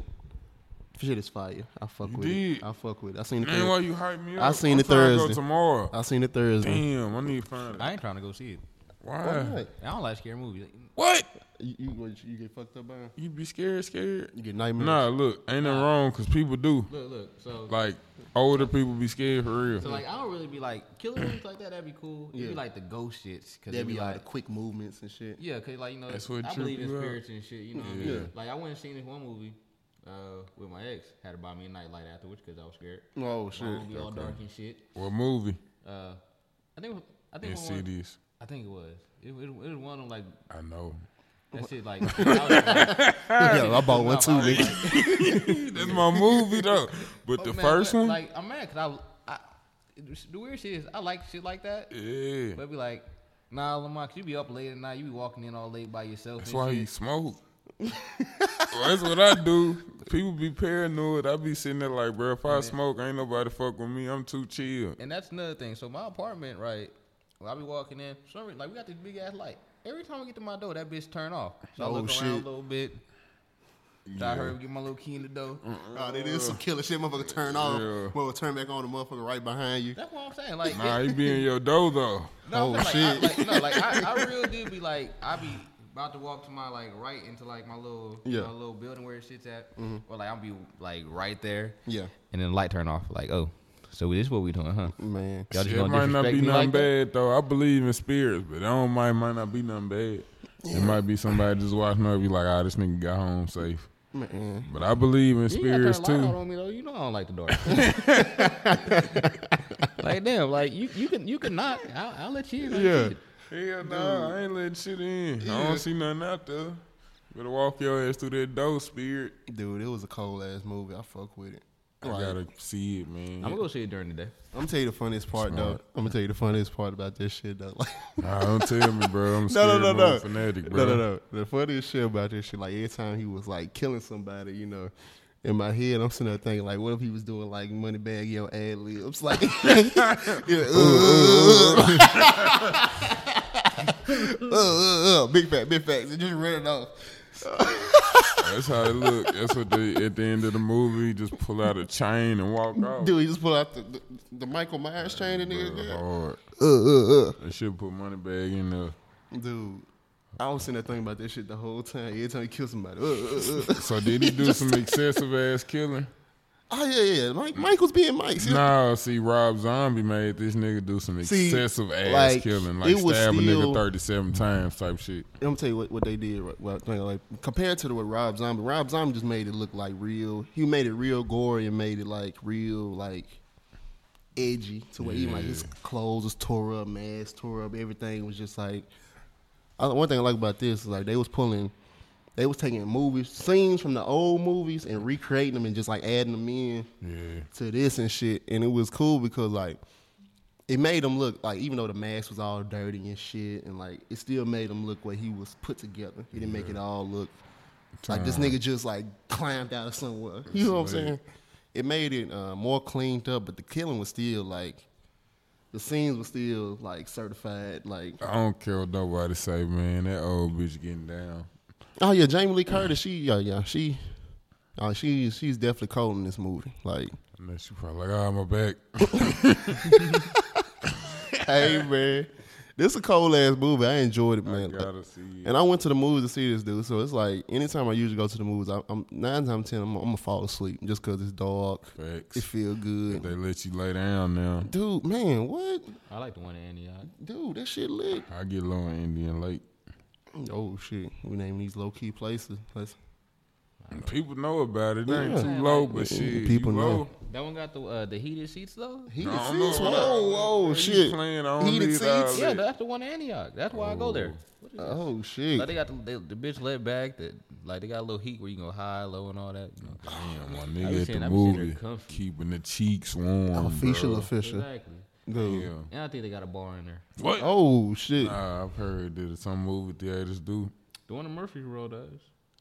Speaker 7: Shit is fire. I fuck with
Speaker 8: did.
Speaker 7: it. I fuck with it. I seen it.
Speaker 8: Man, why
Speaker 7: Thursday.
Speaker 8: you hype me up?
Speaker 7: I seen
Speaker 8: I'm
Speaker 7: it
Speaker 8: trying to
Speaker 7: Thursday.
Speaker 8: Go tomorrow.
Speaker 7: I seen it Thursday.
Speaker 8: Damn, I need to find it.
Speaker 9: I ain't trying to go see it.
Speaker 8: Why?
Speaker 7: Why not?
Speaker 9: I don't like scary movies.
Speaker 8: What?
Speaker 7: You, you, you get fucked up by him?
Speaker 8: You be scared, scared?
Speaker 7: You get nightmares.
Speaker 8: Nah, look, ain't nothing wrong because people do.
Speaker 9: Look, look. So,
Speaker 8: Like older people be scared for real.
Speaker 9: so like, I don't really be like killer movies like that. That'd be cool. It'd
Speaker 7: Yeah.
Speaker 9: be like the ghost shits. Cause
Speaker 7: That'd
Speaker 9: it'd
Speaker 7: be all the
Speaker 9: like,
Speaker 7: quick movements and shit.
Speaker 9: yeah, cause like you know,
Speaker 8: That's what
Speaker 9: I
Speaker 8: trip
Speaker 9: believe in
Speaker 8: you out.
Speaker 9: spirits and shit. You know, what I mean?
Speaker 7: Yeah.
Speaker 9: like I went and seen this one movie uh, with my ex. Had to buy me a nightlight afterwards because I was scared.
Speaker 7: Oh shit.
Speaker 9: Shit, gonna be all dark and shit.
Speaker 8: What movie?
Speaker 9: Uh, I think it was- I think
Speaker 8: And
Speaker 9: it was one,
Speaker 8: CDs.
Speaker 9: I think it was it, it, it was one of them like
Speaker 8: I know.
Speaker 9: that shit like I was like,
Speaker 7: Yeah, I bought one too,
Speaker 9: I was
Speaker 7: nigga.
Speaker 8: That's my movie though. But the
Speaker 9: man,
Speaker 8: first
Speaker 9: but,
Speaker 8: one,
Speaker 9: like I'm mad because I, I the weird shit is I like shit like that,
Speaker 8: yeah.
Speaker 9: but it be like nah Lamar, 'cause you be up late at night, you be walking in all late by yourself.
Speaker 8: That's
Speaker 9: and
Speaker 8: why
Speaker 9: shit.
Speaker 8: he smoke. Well, that's what I do. People be paranoid. I be sitting there like, bro, if I smoke, ain't nobody fuck with me. I'm too chill.
Speaker 9: And that's another thing. So my apartment, right? When I be walking in, for some reason, like we got this big ass light. Every time I get to my door, that bitch turn off. So I
Speaker 7: Oh,
Speaker 9: look
Speaker 7: shit.
Speaker 9: around a little bit. So I heard get my little key in the door.
Speaker 7: Oh, that is some killer shit. Motherfucker turn off.
Speaker 8: Yeah.
Speaker 7: Motherfucker turn back on the motherfucker right behind you.
Speaker 9: That's what I'm saying. Like,
Speaker 8: Nah,
Speaker 9: it-
Speaker 8: he be in your dough though.
Speaker 9: no,
Speaker 7: Oh,
Speaker 9: I'm saying, like,
Speaker 7: shit.
Speaker 9: I, like, no, like I, I real do be like, I be about to walk to my like right into like my little,
Speaker 7: Yeah. Mm-hmm.
Speaker 9: my little building where it shit's at, or like I'll be like right there,
Speaker 7: Yeah.
Speaker 9: and then the light turn off. Like, oh, so this is what we doing, huh?
Speaker 7: Man.
Speaker 9: Y'all just
Speaker 8: It
Speaker 9: gonna
Speaker 8: might not
Speaker 9: disrespect
Speaker 8: be
Speaker 9: me
Speaker 8: nothing
Speaker 9: like that?
Speaker 8: bad though. I believe in spirits, but that don't might might not be nothing bad. It might be somebody just watching over you like, ah, this nigga got home safe.
Speaker 7: Man.
Speaker 8: But I believe in
Speaker 9: You ain't
Speaker 8: spirits
Speaker 9: got to turn the light out
Speaker 8: too.
Speaker 9: on me though. You know I don't like the dark. like damn, like you you can you can knock. I'll, I'll let you in. I'll let you in.
Speaker 8: Hell nah, I ain't letting shit in. I don't see nothing out there. Better walk your ass through that door, spirit.
Speaker 7: Dude, it was a cold ass movie. I fuck with it.
Speaker 8: I gotta see it, man.
Speaker 9: I'm gonna go see it during the day.
Speaker 7: I'm gonna tell you the funniest part though.
Speaker 8: Smart.
Speaker 7: I'm gonna tell you the funniest part about this shit though. Like
Speaker 8: Nah, don't tell me, bro. I'm
Speaker 7: no,
Speaker 8: scared
Speaker 7: no, no,
Speaker 8: no,
Speaker 7: no.
Speaker 8: fanatic,
Speaker 7: No,
Speaker 8: bro.
Speaker 7: no, no. The funniest shit about this shit, like every time he was like killing somebody, you know, in my head, I'm sitting there thinking, like, what if he was doing like money bag yo ad libs? Like, yeah, uh, uh, uh, uh, big fat, big facts, and just running off.
Speaker 8: That's how it look. That's what they at the end of the movie. Just pull out a chain and walk off.
Speaker 7: Dude, he just pulled out the, the, the Michael Myers chain and nigga
Speaker 8: Bro,
Speaker 7: did.
Speaker 8: hard.
Speaker 7: Uh, uh, uh.
Speaker 8: I should put money bag in there.
Speaker 7: Dude, I was sitting there thinking about this shit the whole time. Every time he killed somebody, uh, uh, uh.
Speaker 8: So did he do some excessive ass killing?
Speaker 7: oh yeah, yeah. Mike, Michael's being Mike. See,
Speaker 8: No, see, Rob Zombie made this nigga do some
Speaker 7: See,
Speaker 8: excessive ass
Speaker 7: like,
Speaker 8: killing, like
Speaker 7: it was
Speaker 8: stab a
Speaker 7: still-
Speaker 8: nigga thirty-seven times type shit.
Speaker 7: I'm gonna tell you what, what they did. right- What, like, like, compared to the, what Rob Zombie, Rob Zombie just made it look like real. He made it real gory and made it like real, like edgy to where even like his clothes was tore up, mask tore up, everything was just like. I, one thing I like about this is like they was pulling, they was taking movies scenes from the old movies and recreating them and just like adding them in
Speaker 8: Yeah,
Speaker 7: to this and shit, and it was cool because like it made him look like even though the mask was all dirty and shit, and like it still made him look what he was put together. He didn't make it all look like this nigga just like climbed out of somewhere. You know what I'm saying? It made it uh, more cleaned up, but the killing was still like the scenes were still like certified. Like
Speaker 8: I don't care what nobody say, man. That old bitch getting down.
Speaker 7: oh yeah, Jamie Lee Curtis, she yeah yeah she. Uh, she she's definitely cold in this movie. Like,
Speaker 8: And then she probably like, ah, my back.
Speaker 7: hey man, this a cold ass movie. I enjoyed it, man. Like,
Speaker 8: Gotta see. it.
Speaker 7: And I went to the movies to see this dude, so it's like anytime I usually go to the movies, I, I'm nine times out of ten, I'm, I'm gonna fall asleep just because it's dark.
Speaker 8: Facts.
Speaker 7: It feel
Speaker 8: They
Speaker 7: good,
Speaker 8: let you lay down now.
Speaker 7: dude. Man, what,
Speaker 9: I like the one in Antioch.
Speaker 7: dude? That shit lit.
Speaker 8: I get low in Indian Lake.
Speaker 7: Oh shit, we naming these low key places. Let's-
Speaker 8: And People know about it. It ain't
Speaker 7: Yeah.
Speaker 8: too low, but shit.
Speaker 7: People
Speaker 8: you
Speaker 7: know.
Speaker 8: low.
Speaker 9: That one got the uh, the heated seats though.
Speaker 7: He
Speaker 8: I don't
Speaker 7: seats.
Speaker 8: know.
Speaker 7: Whoa, whoa,
Speaker 8: You
Speaker 7: shit.
Speaker 8: playing, I don't
Speaker 7: Heated
Speaker 8: need all
Speaker 7: seats?
Speaker 8: that.
Speaker 9: Yeah, that's the one in Antioch. That's why I go there. What is that?
Speaker 7: Oh
Speaker 9: Like they
Speaker 7: shit.
Speaker 9: got the, they, the bitch let back that like they got a little heat where you can go high, low, and all that. You know.
Speaker 8: Damn, my
Speaker 9: I be
Speaker 8: nigga at
Speaker 9: sitting-
Speaker 8: the
Speaker 9: I be sitting there
Speaker 8: movie
Speaker 9: comfy.
Speaker 8: keeping the cheeks warm.
Speaker 7: Official,
Speaker 8: bro.
Speaker 7: official,
Speaker 9: Exactly.
Speaker 7: dude.
Speaker 8: Yeah.
Speaker 9: And I think they got a bar in there.
Speaker 8: What?
Speaker 7: Oh shit.
Speaker 8: Nah, I've heard that some movie theaters do.
Speaker 9: The one in Murphy Road does.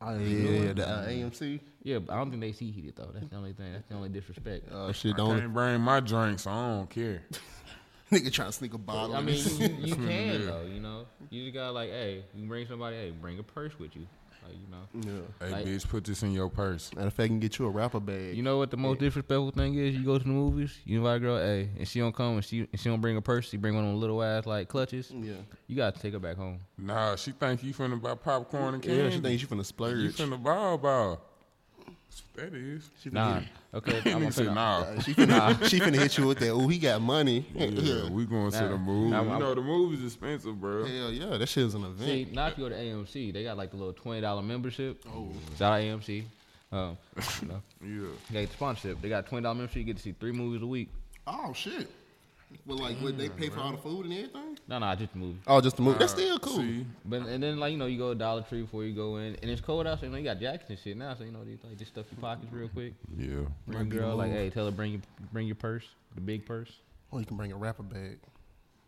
Speaker 9: I don't even know
Speaker 7: Yeah,
Speaker 9: what-
Speaker 7: the uh, AMC.
Speaker 9: yeah, but I don't think they see heated though. That's the only thing. That's the only disrespect.
Speaker 7: Oh shit!
Speaker 8: I
Speaker 7: Don't
Speaker 8: can't bring my drinks. I don't care.
Speaker 7: nigga trying to sneak a bottle.
Speaker 9: I
Speaker 7: in
Speaker 9: mean,
Speaker 7: this-
Speaker 9: you, you can though. You know, you just gotta like, hey, you bring somebody, hey, bring a purse with you. Like, you know,
Speaker 7: yeah.
Speaker 8: Hey,
Speaker 9: Like-
Speaker 8: bitch, put this in your purse.
Speaker 7: Matter of fact, I can get you a rapper bag.
Speaker 9: you know what the most disrespectful thing is? You go to the movies, you invite a girl, hey, and she don't come, and she and she don't bring a purse. She bring one of them little ass like clutches.
Speaker 7: yeah.
Speaker 9: You gotta take her back home.
Speaker 8: Nah, she think you finna buy popcorn and
Speaker 7: Yeah, she
Speaker 8: candy.
Speaker 7: thinks you finna
Speaker 8: you
Speaker 7: splurge.
Speaker 8: finna ball ball. That's what That is.
Speaker 7: She finna,
Speaker 9: Nah,
Speaker 7: hit-
Speaker 9: okay, I'm
Speaker 8: Nigga
Speaker 9: gonna
Speaker 8: said,
Speaker 9: finna-
Speaker 8: nah.
Speaker 7: she, finna she finna hit you with that. Oh, he got money.
Speaker 8: Yeah,
Speaker 7: Yeah.
Speaker 8: we going to
Speaker 9: Nah,
Speaker 8: the movie.
Speaker 9: nah,
Speaker 8: you
Speaker 9: I'm-
Speaker 8: know the movie's expensive, bro.
Speaker 7: Hell yeah, that shit is an event.
Speaker 9: See, now if you go to AMC, they got like the little twenty dollar membership. Oh, shout out AMC. Um, you know,
Speaker 8: Yeah.
Speaker 9: they got the sponsorship. They got twenty dollar membership. You get to see three movies a week.
Speaker 7: Oh shit. But like, would they pay for all the food and everything?
Speaker 9: No, no, just the movie.
Speaker 7: Oh, just the movie. That's still cool.
Speaker 8: See,
Speaker 9: But and then like you know you go to Dollar Tree before you go in, and it's cold out, so you know you got jackets and shit now, so you know these like just stuff your pockets real quick.
Speaker 8: yeah.
Speaker 9: Bring a girl like, hey, tell her bring your bring your purse, the big purse.
Speaker 7: Or you can bring a rapper bag.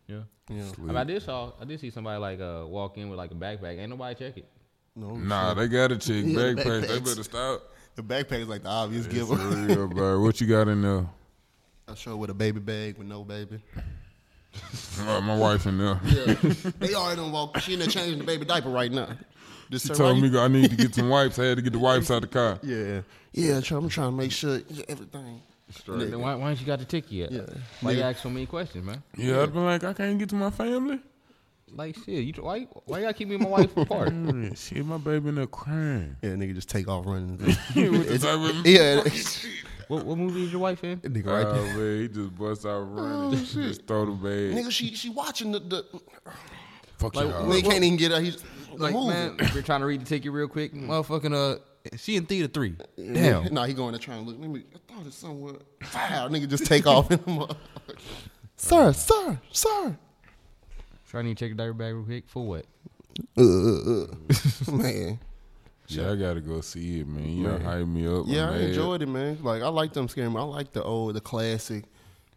Speaker 9: Yeah.
Speaker 7: Yeah.
Speaker 9: I, mean, I did saw I did see somebody like uh walk in with like a backpack. Ain't nobody check it.
Speaker 7: No.
Speaker 8: Nah, they got a chick
Speaker 7: Yeah,
Speaker 8: backpack. They
Speaker 7: backpacks.
Speaker 8: better stop.
Speaker 7: The backpack is like the obvious
Speaker 8: It's
Speaker 7: giver.
Speaker 8: real, bro. What you got in there?
Speaker 7: I show with a baby bag with no baby.
Speaker 8: Oh, my wife in there.
Speaker 7: Yeah. they already done walk. She in there changing the baby diaper right now. Just
Speaker 8: She
Speaker 7: turn
Speaker 8: told
Speaker 7: right-
Speaker 8: me I need to get some wipes. I had to get the wipes out the car.
Speaker 7: Yeah. Yeah. try- I'm trying to make sure yeah, everything.
Speaker 9: Then why why ain't you got the ticket yet?
Speaker 7: Yeah.
Speaker 9: Why you
Speaker 7: Nigga.
Speaker 9: ask so many questions, man?
Speaker 8: Yeah, I'd be like, I can't get to my family.
Speaker 9: Like shit, you why why you gotta keep me and my wife apart?
Speaker 8: Mm, Shit, my baby in there crying.
Speaker 7: Yeah, nigga, just take off running.
Speaker 8: What the type of-
Speaker 7: yeah.
Speaker 9: what what movie is your wife in?
Speaker 7: nigga, right
Speaker 8: Oh,
Speaker 7: there.
Speaker 8: man, he just busts out running. Just throw the bag.
Speaker 7: Nigga, she she watching the. the
Speaker 8: Fuck
Speaker 7: like,
Speaker 8: y'all.
Speaker 7: nigga can't even get out. He's
Speaker 9: Like
Speaker 7: moving.
Speaker 9: man, we're trying to read the ticket real quick.
Speaker 7: Mm.
Speaker 9: Motherfucking uh, she in theater three.
Speaker 7: Damn. nah, he going to try and look. Let me. I thought it's somewhere. Wow, nigga, just take off in the motherfucker. Sir, sir, sir.
Speaker 9: So I need to check the diaper bag real quick for what?
Speaker 7: Uh, uh, uh. man.
Speaker 8: Yeah, I gotta go see it, man. You done hype me up.
Speaker 7: Yeah, I
Speaker 8: man.
Speaker 7: enjoyed it, man. Like I like them scary. movies. I like the old, the classic,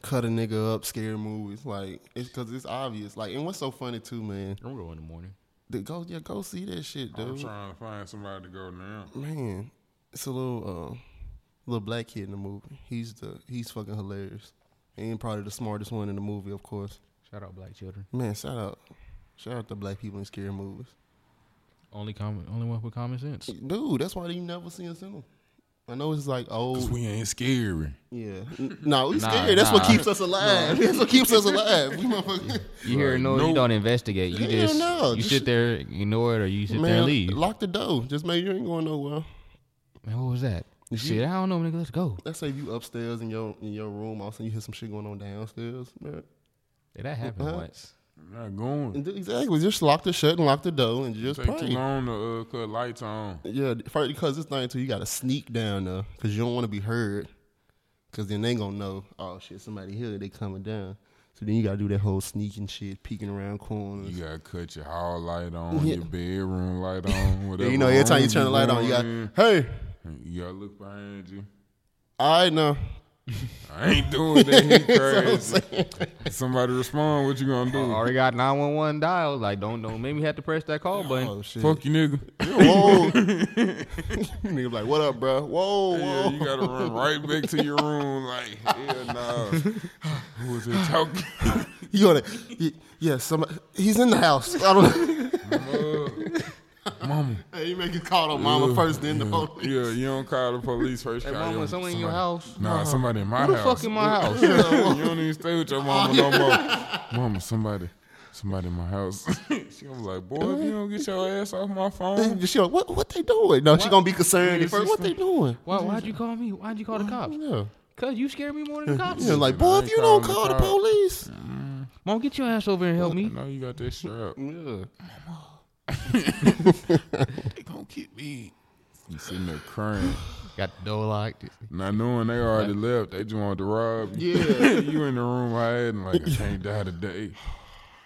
Speaker 7: cut a nigga up scary movies. Like it's because it's obvious. Like and what's so funny too, man.
Speaker 9: I'm going in the morning.
Speaker 7: The, go yeah, go see that shit,
Speaker 8: I'm
Speaker 7: dude.
Speaker 8: trying to find somebody to go now.
Speaker 7: Man, it's a little, uh, little black kid in the movie. He's the he's fucking hilarious, and probably the smartest one in the movie, of course.
Speaker 9: Shout out black children.
Speaker 7: Man, shout out, shout out to black people in scary movies,
Speaker 9: Only common, only one with common sense.
Speaker 7: dude. That's why you never see us in them. I know it's like
Speaker 8: Cause
Speaker 7: old,
Speaker 8: we ain't scary.
Speaker 7: yeah. N- No, we
Speaker 9: Nah,
Speaker 7: scared. That's what
Speaker 9: nah.
Speaker 7: keeps us alive. That's what keeps us alive. We motherfuckers.
Speaker 9: You hear a
Speaker 8: Right.
Speaker 9: noise,
Speaker 8: No.
Speaker 9: you don't investigate. You
Speaker 7: Hell
Speaker 9: just
Speaker 7: no,
Speaker 9: you
Speaker 7: just-
Speaker 9: sit there, ignore it, or you sit there
Speaker 7: Man,
Speaker 9: and leave.
Speaker 7: lock the door. Just make you ain't going nowhere.
Speaker 9: Man, what was that? Shit, I don't know, nigga. Let's go.
Speaker 7: Let's say you upstairs in your in your room, all of a sudden you hear some shit going on downstairs. Man.
Speaker 9: Yeah, that happened
Speaker 7: Uh-huh.
Speaker 9: once.
Speaker 8: I'm not going.
Speaker 7: And th- Exactly. Just lock the shut and lock the door and just
Speaker 8: Take too
Speaker 7: pray.
Speaker 8: long to uh, cut lights on.
Speaker 7: Yeah, first because this thing too, you gotta sneak down there because you don't want to be heard. Because then they gonna know, oh shit, somebody here, they coming down. So then you gotta do that whole sneaking shit, peeking around corners.
Speaker 8: You gotta cut your hall light on,
Speaker 7: Yeah.
Speaker 8: your bedroom light on, whatever.
Speaker 7: And you know, every time you
Speaker 8: room
Speaker 7: turn the light on, you got,
Speaker 8: going in,
Speaker 7: hey,
Speaker 8: you gotta look behind you.
Speaker 7: I know.
Speaker 8: I ain't doing that. He crazy. Somebody respond. What you gonna do?
Speaker 9: Already got nine one one dialed. Like, don't don't make me have to press that call button.
Speaker 7: Oh shit.
Speaker 8: Fuck you, nigga.
Speaker 7: Whoa. Nigga like, what up, bro? Whoa,
Speaker 8: Yeah,
Speaker 7: whoa.
Speaker 8: you gotta run right back to your room. Like, hell no. Who was it talking?
Speaker 7: You gotta, y- yeah, somebody, he's in the house. I don't know.
Speaker 8: uh, Mama.
Speaker 7: hey, you make a call on mama first, then the police.
Speaker 8: Yeah, you don't call the police first.
Speaker 9: Hey,
Speaker 8: call
Speaker 9: mama,
Speaker 8: your-
Speaker 9: someone in your house?
Speaker 8: Nah, somebody in my
Speaker 9: Who the
Speaker 8: house.
Speaker 9: fuck in my house?
Speaker 8: you don't even stay with your mama no more. Mama, somebody, somebody in my house. she was like, boy, if you don't get your ass off my phone.
Speaker 7: She like, what, what they doing? No, she gonna be concerned at first. What they doing?
Speaker 9: Why, why'd you call me? Why'd you call the cops?
Speaker 7: Yeah.
Speaker 9: Cause you scared me more than the cops.
Speaker 7: Yeah, like,
Speaker 8: I
Speaker 7: boy, if
Speaker 8: ain't
Speaker 7: you don't
Speaker 8: calling the
Speaker 7: call the
Speaker 8: cops."
Speaker 7: police.
Speaker 9: Mom, get your ass over here and help me.
Speaker 8: No, you got that strap.
Speaker 7: Yeah.
Speaker 8: They gonna keep me. You sitting there crying,
Speaker 9: Got the door locked.
Speaker 8: not knowing they already left. They just wanted to rob you.
Speaker 7: Yeah.
Speaker 8: you in the room hiding like I can't die today,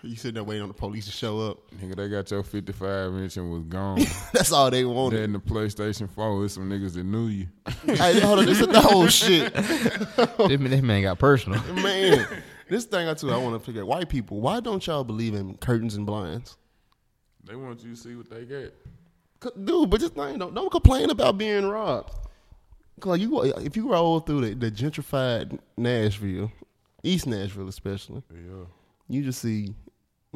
Speaker 7: You sitting there waiting on the police to show up.
Speaker 8: nigga. They got your fifty five inch and was gone.
Speaker 7: That's all they
Speaker 8: that
Speaker 7: wanted.
Speaker 8: in the PlayStation Four, it's some niggas that knew you.
Speaker 7: hey, hold on, this is the whole shit.
Speaker 9: this, man- this man got personal.
Speaker 7: Man, this thing I too, I want to figure out. White people, why don't y'all believe in curtains and blinds?
Speaker 8: They want you to see what they got.
Speaker 7: C- Dude, but just thing, don't, don't complain about being robbed. 'Cause Like you, if you roll through the, the gentrified Nashville, East Nashville especially,
Speaker 8: Yeah.
Speaker 7: you just see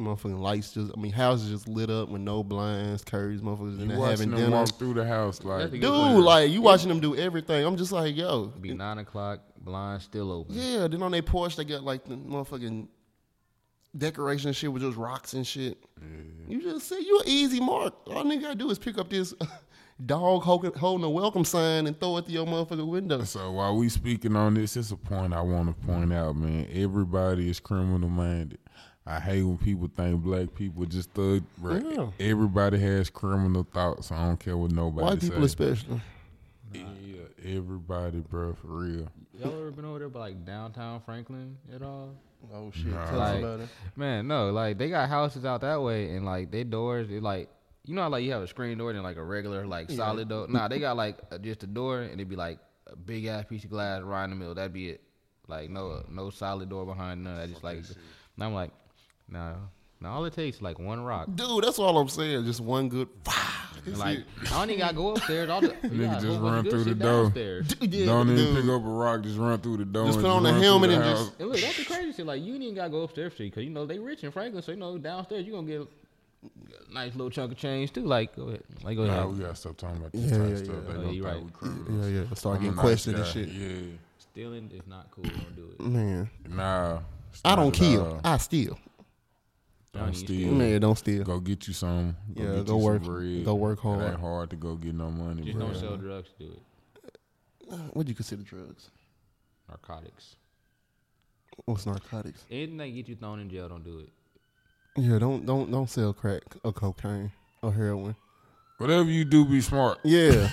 Speaker 7: motherfucking lights just, I mean, houses just lit up with no blinds, curves, motherfuckers in
Speaker 8: You
Speaker 7: there
Speaker 8: watching
Speaker 7: having
Speaker 8: them
Speaker 7: dinner.
Speaker 8: walk through the house like
Speaker 9: Nothing
Speaker 7: Dude, like you watching them do everything. I'm just like, yo,
Speaker 9: Be nine o'clock, blind still open.
Speaker 7: yeah. Then on their porch, they got like the motherfucking decoration and shit with just rocks and shit. You just say you an easy mark. All nigga gotta do is pick up this dog ho- holding a welcome sign and throw it through your motherfucking window.
Speaker 8: So while we speaking on this, it's a point I want to point out, man. Everybody is criminal minded. I hate when people think black people just thug. Right?
Speaker 7: Yeah.
Speaker 8: Everybody has criminal thoughts. I don't care what nobody
Speaker 7: White people
Speaker 8: say.
Speaker 7: especially.
Speaker 8: Yeah, everybody, bro, for real.
Speaker 9: Y'all ever been over there by like downtown Franklin at all?
Speaker 7: Oh shit!
Speaker 8: Tell
Speaker 9: us about Man, no, like they got houses out that way, and like they doors, it like you know, how, like you have a screen door and like a regular like solid door. Nah, they got like a, just a door, and it'd be like a big ass piece of glass right in the middle. That'd be it. Like no, no solid door behind none. I just like, and I'm like, nah, nah. All it takes is like one rock.
Speaker 7: Dude, that's all I'm saying. Just one good.
Speaker 9: And, like I don't even gotta go upstairs. All the
Speaker 8: Nigga just run through the door.
Speaker 9: door.
Speaker 7: Yeah,
Speaker 8: don't even
Speaker 7: dude.
Speaker 8: pick up a rock. Just run through the door.
Speaker 7: Just
Speaker 8: and
Speaker 7: put on the
Speaker 8: run through
Speaker 7: helmet
Speaker 8: the
Speaker 7: and
Speaker 8: house.
Speaker 7: just
Speaker 9: And look, that's the crazy shit. Like you ain't even gotta go upstairs street because you know they rich in Franklin, so you know downstairs you gonna get a nice little chunk of change too. Like go ahead, like go ahead.
Speaker 8: Nah, we gotta stop talking about this
Speaker 7: Yeah,
Speaker 8: type
Speaker 7: yeah,
Speaker 8: of stuff.
Speaker 7: yeah.
Speaker 8: They
Speaker 9: Oh,
Speaker 8: gonna
Speaker 9: you
Speaker 8: think
Speaker 9: right.
Speaker 8: we criminals.
Speaker 7: yeah, yeah. Start
Speaker 8: I'm a
Speaker 7: getting
Speaker 8: nice
Speaker 7: questioned
Speaker 8: guy.
Speaker 7: and shit.
Speaker 8: Yeah,
Speaker 9: Stealing is not cool. Don't do it.
Speaker 7: Man,
Speaker 8: nah.
Speaker 7: I don't
Speaker 8: Stop it
Speaker 7: kill.
Speaker 8: all.
Speaker 7: I steal.
Speaker 8: Don't steal.
Speaker 7: Man, don't steal.
Speaker 8: Go get you some. Go
Speaker 7: Yeah,
Speaker 8: get
Speaker 7: go
Speaker 8: you some
Speaker 7: work-
Speaker 8: bread.
Speaker 7: go work hard.
Speaker 8: It ain't hard to go get no money.
Speaker 9: Just
Speaker 8: bro.
Speaker 9: don't sell drugs. Do it.
Speaker 7: What do you consider drugs?
Speaker 9: Narcotics.
Speaker 7: What's narcotics?
Speaker 9: Anything that get you thrown in jail, don't do it.
Speaker 7: Yeah, don't don't don't sell crack or cocaine or heroin.
Speaker 8: Whatever you do, be smart.
Speaker 7: Yeah,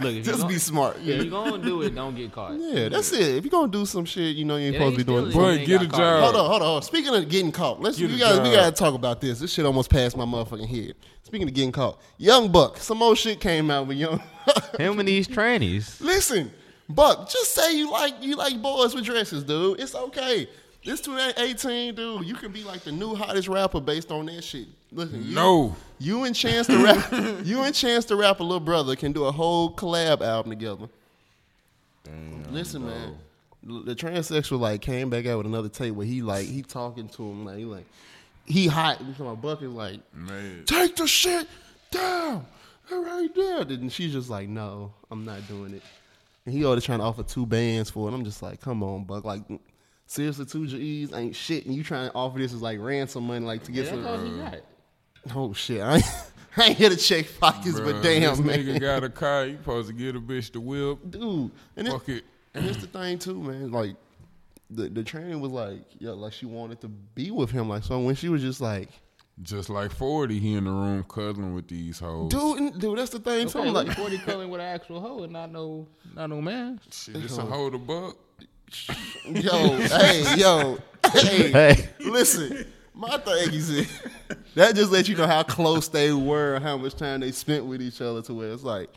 Speaker 9: Look, if
Speaker 7: just
Speaker 9: you
Speaker 7: be
Speaker 9: gon-
Speaker 7: smart.
Speaker 9: if
Speaker 7: Yeah,
Speaker 9: you gonna do it, don't get caught.
Speaker 7: yeah, that's it. If you're gonna do some shit, you know you ain't
Speaker 9: It
Speaker 7: supposed
Speaker 9: ain't
Speaker 7: to be doing.
Speaker 9: stealing,
Speaker 8: Boy,
Speaker 9: you ain't
Speaker 8: get a
Speaker 9: got caught.
Speaker 8: job.
Speaker 7: Hold on, hold on. hold on. Speaking of getting caught, let's
Speaker 8: Get
Speaker 7: we
Speaker 8: a
Speaker 7: got we
Speaker 8: job.
Speaker 7: gotta talk about this. This shit almost passed my motherfucking head. Speaking of getting caught, Young Buck, some old shit came out with Young.
Speaker 9: Him and these trannies.
Speaker 7: Listen, Buck, just say you like you like boys with dresses, dude. It's okay. This 2018, dude, you can be like the new hottest rapper based on that shit. Listen, you,
Speaker 8: No.
Speaker 7: you and Chance the rap, you and Chance the rapper, little brother, can do a whole collab album together. Listen, man, l- the transsexual like came back out with another tape where he like he talking to him like he like he hot. And so my Buck is like,
Speaker 8: Man.
Speaker 7: take the shit down right there. And she's just like, no, I'm not doing it. And he already trying to offer two bands for it. I'm just like, come on, Buck. Like, seriously, two G's ain't shit. And you trying to offer this as like ransom money, like to get
Speaker 9: That's all
Speaker 7: some.
Speaker 9: he got.
Speaker 7: Oh shit, I ain't, I ain't here to check pockets,
Speaker 8: Bruh,
Speaker 7: but
Speaker 8: this
Speaker 7: damn, man,
Speaker 8: nigga got a car. You supposed to get a bitch to whip.
Speaker 7: dude. And it's,
Speaker 8: Fuck it.
Speaker 7: and it's the thing too, man. Like, the the trainer was like, yeah, like she wanted to be with him. Like, so when she was just like.
Speaker 8: Just like forty, he in the room cuddling with these hoes.
Speaker 7: Dude, and- dude, that's the thing. too.
Speaker 9: Okay,
Speaker 7: I'm
Speaker 9: like
Speaker 7: like,
Speaker 9: forty culling with an actual hoe and not no, not no man.
Speaker 8: Shit, this a hoe to buck.
Speaker 7: Yo, hey, yo, hey, Listen, my thing is it- that just lets you know how close they were, and how much time they spent with each other. To where it's like,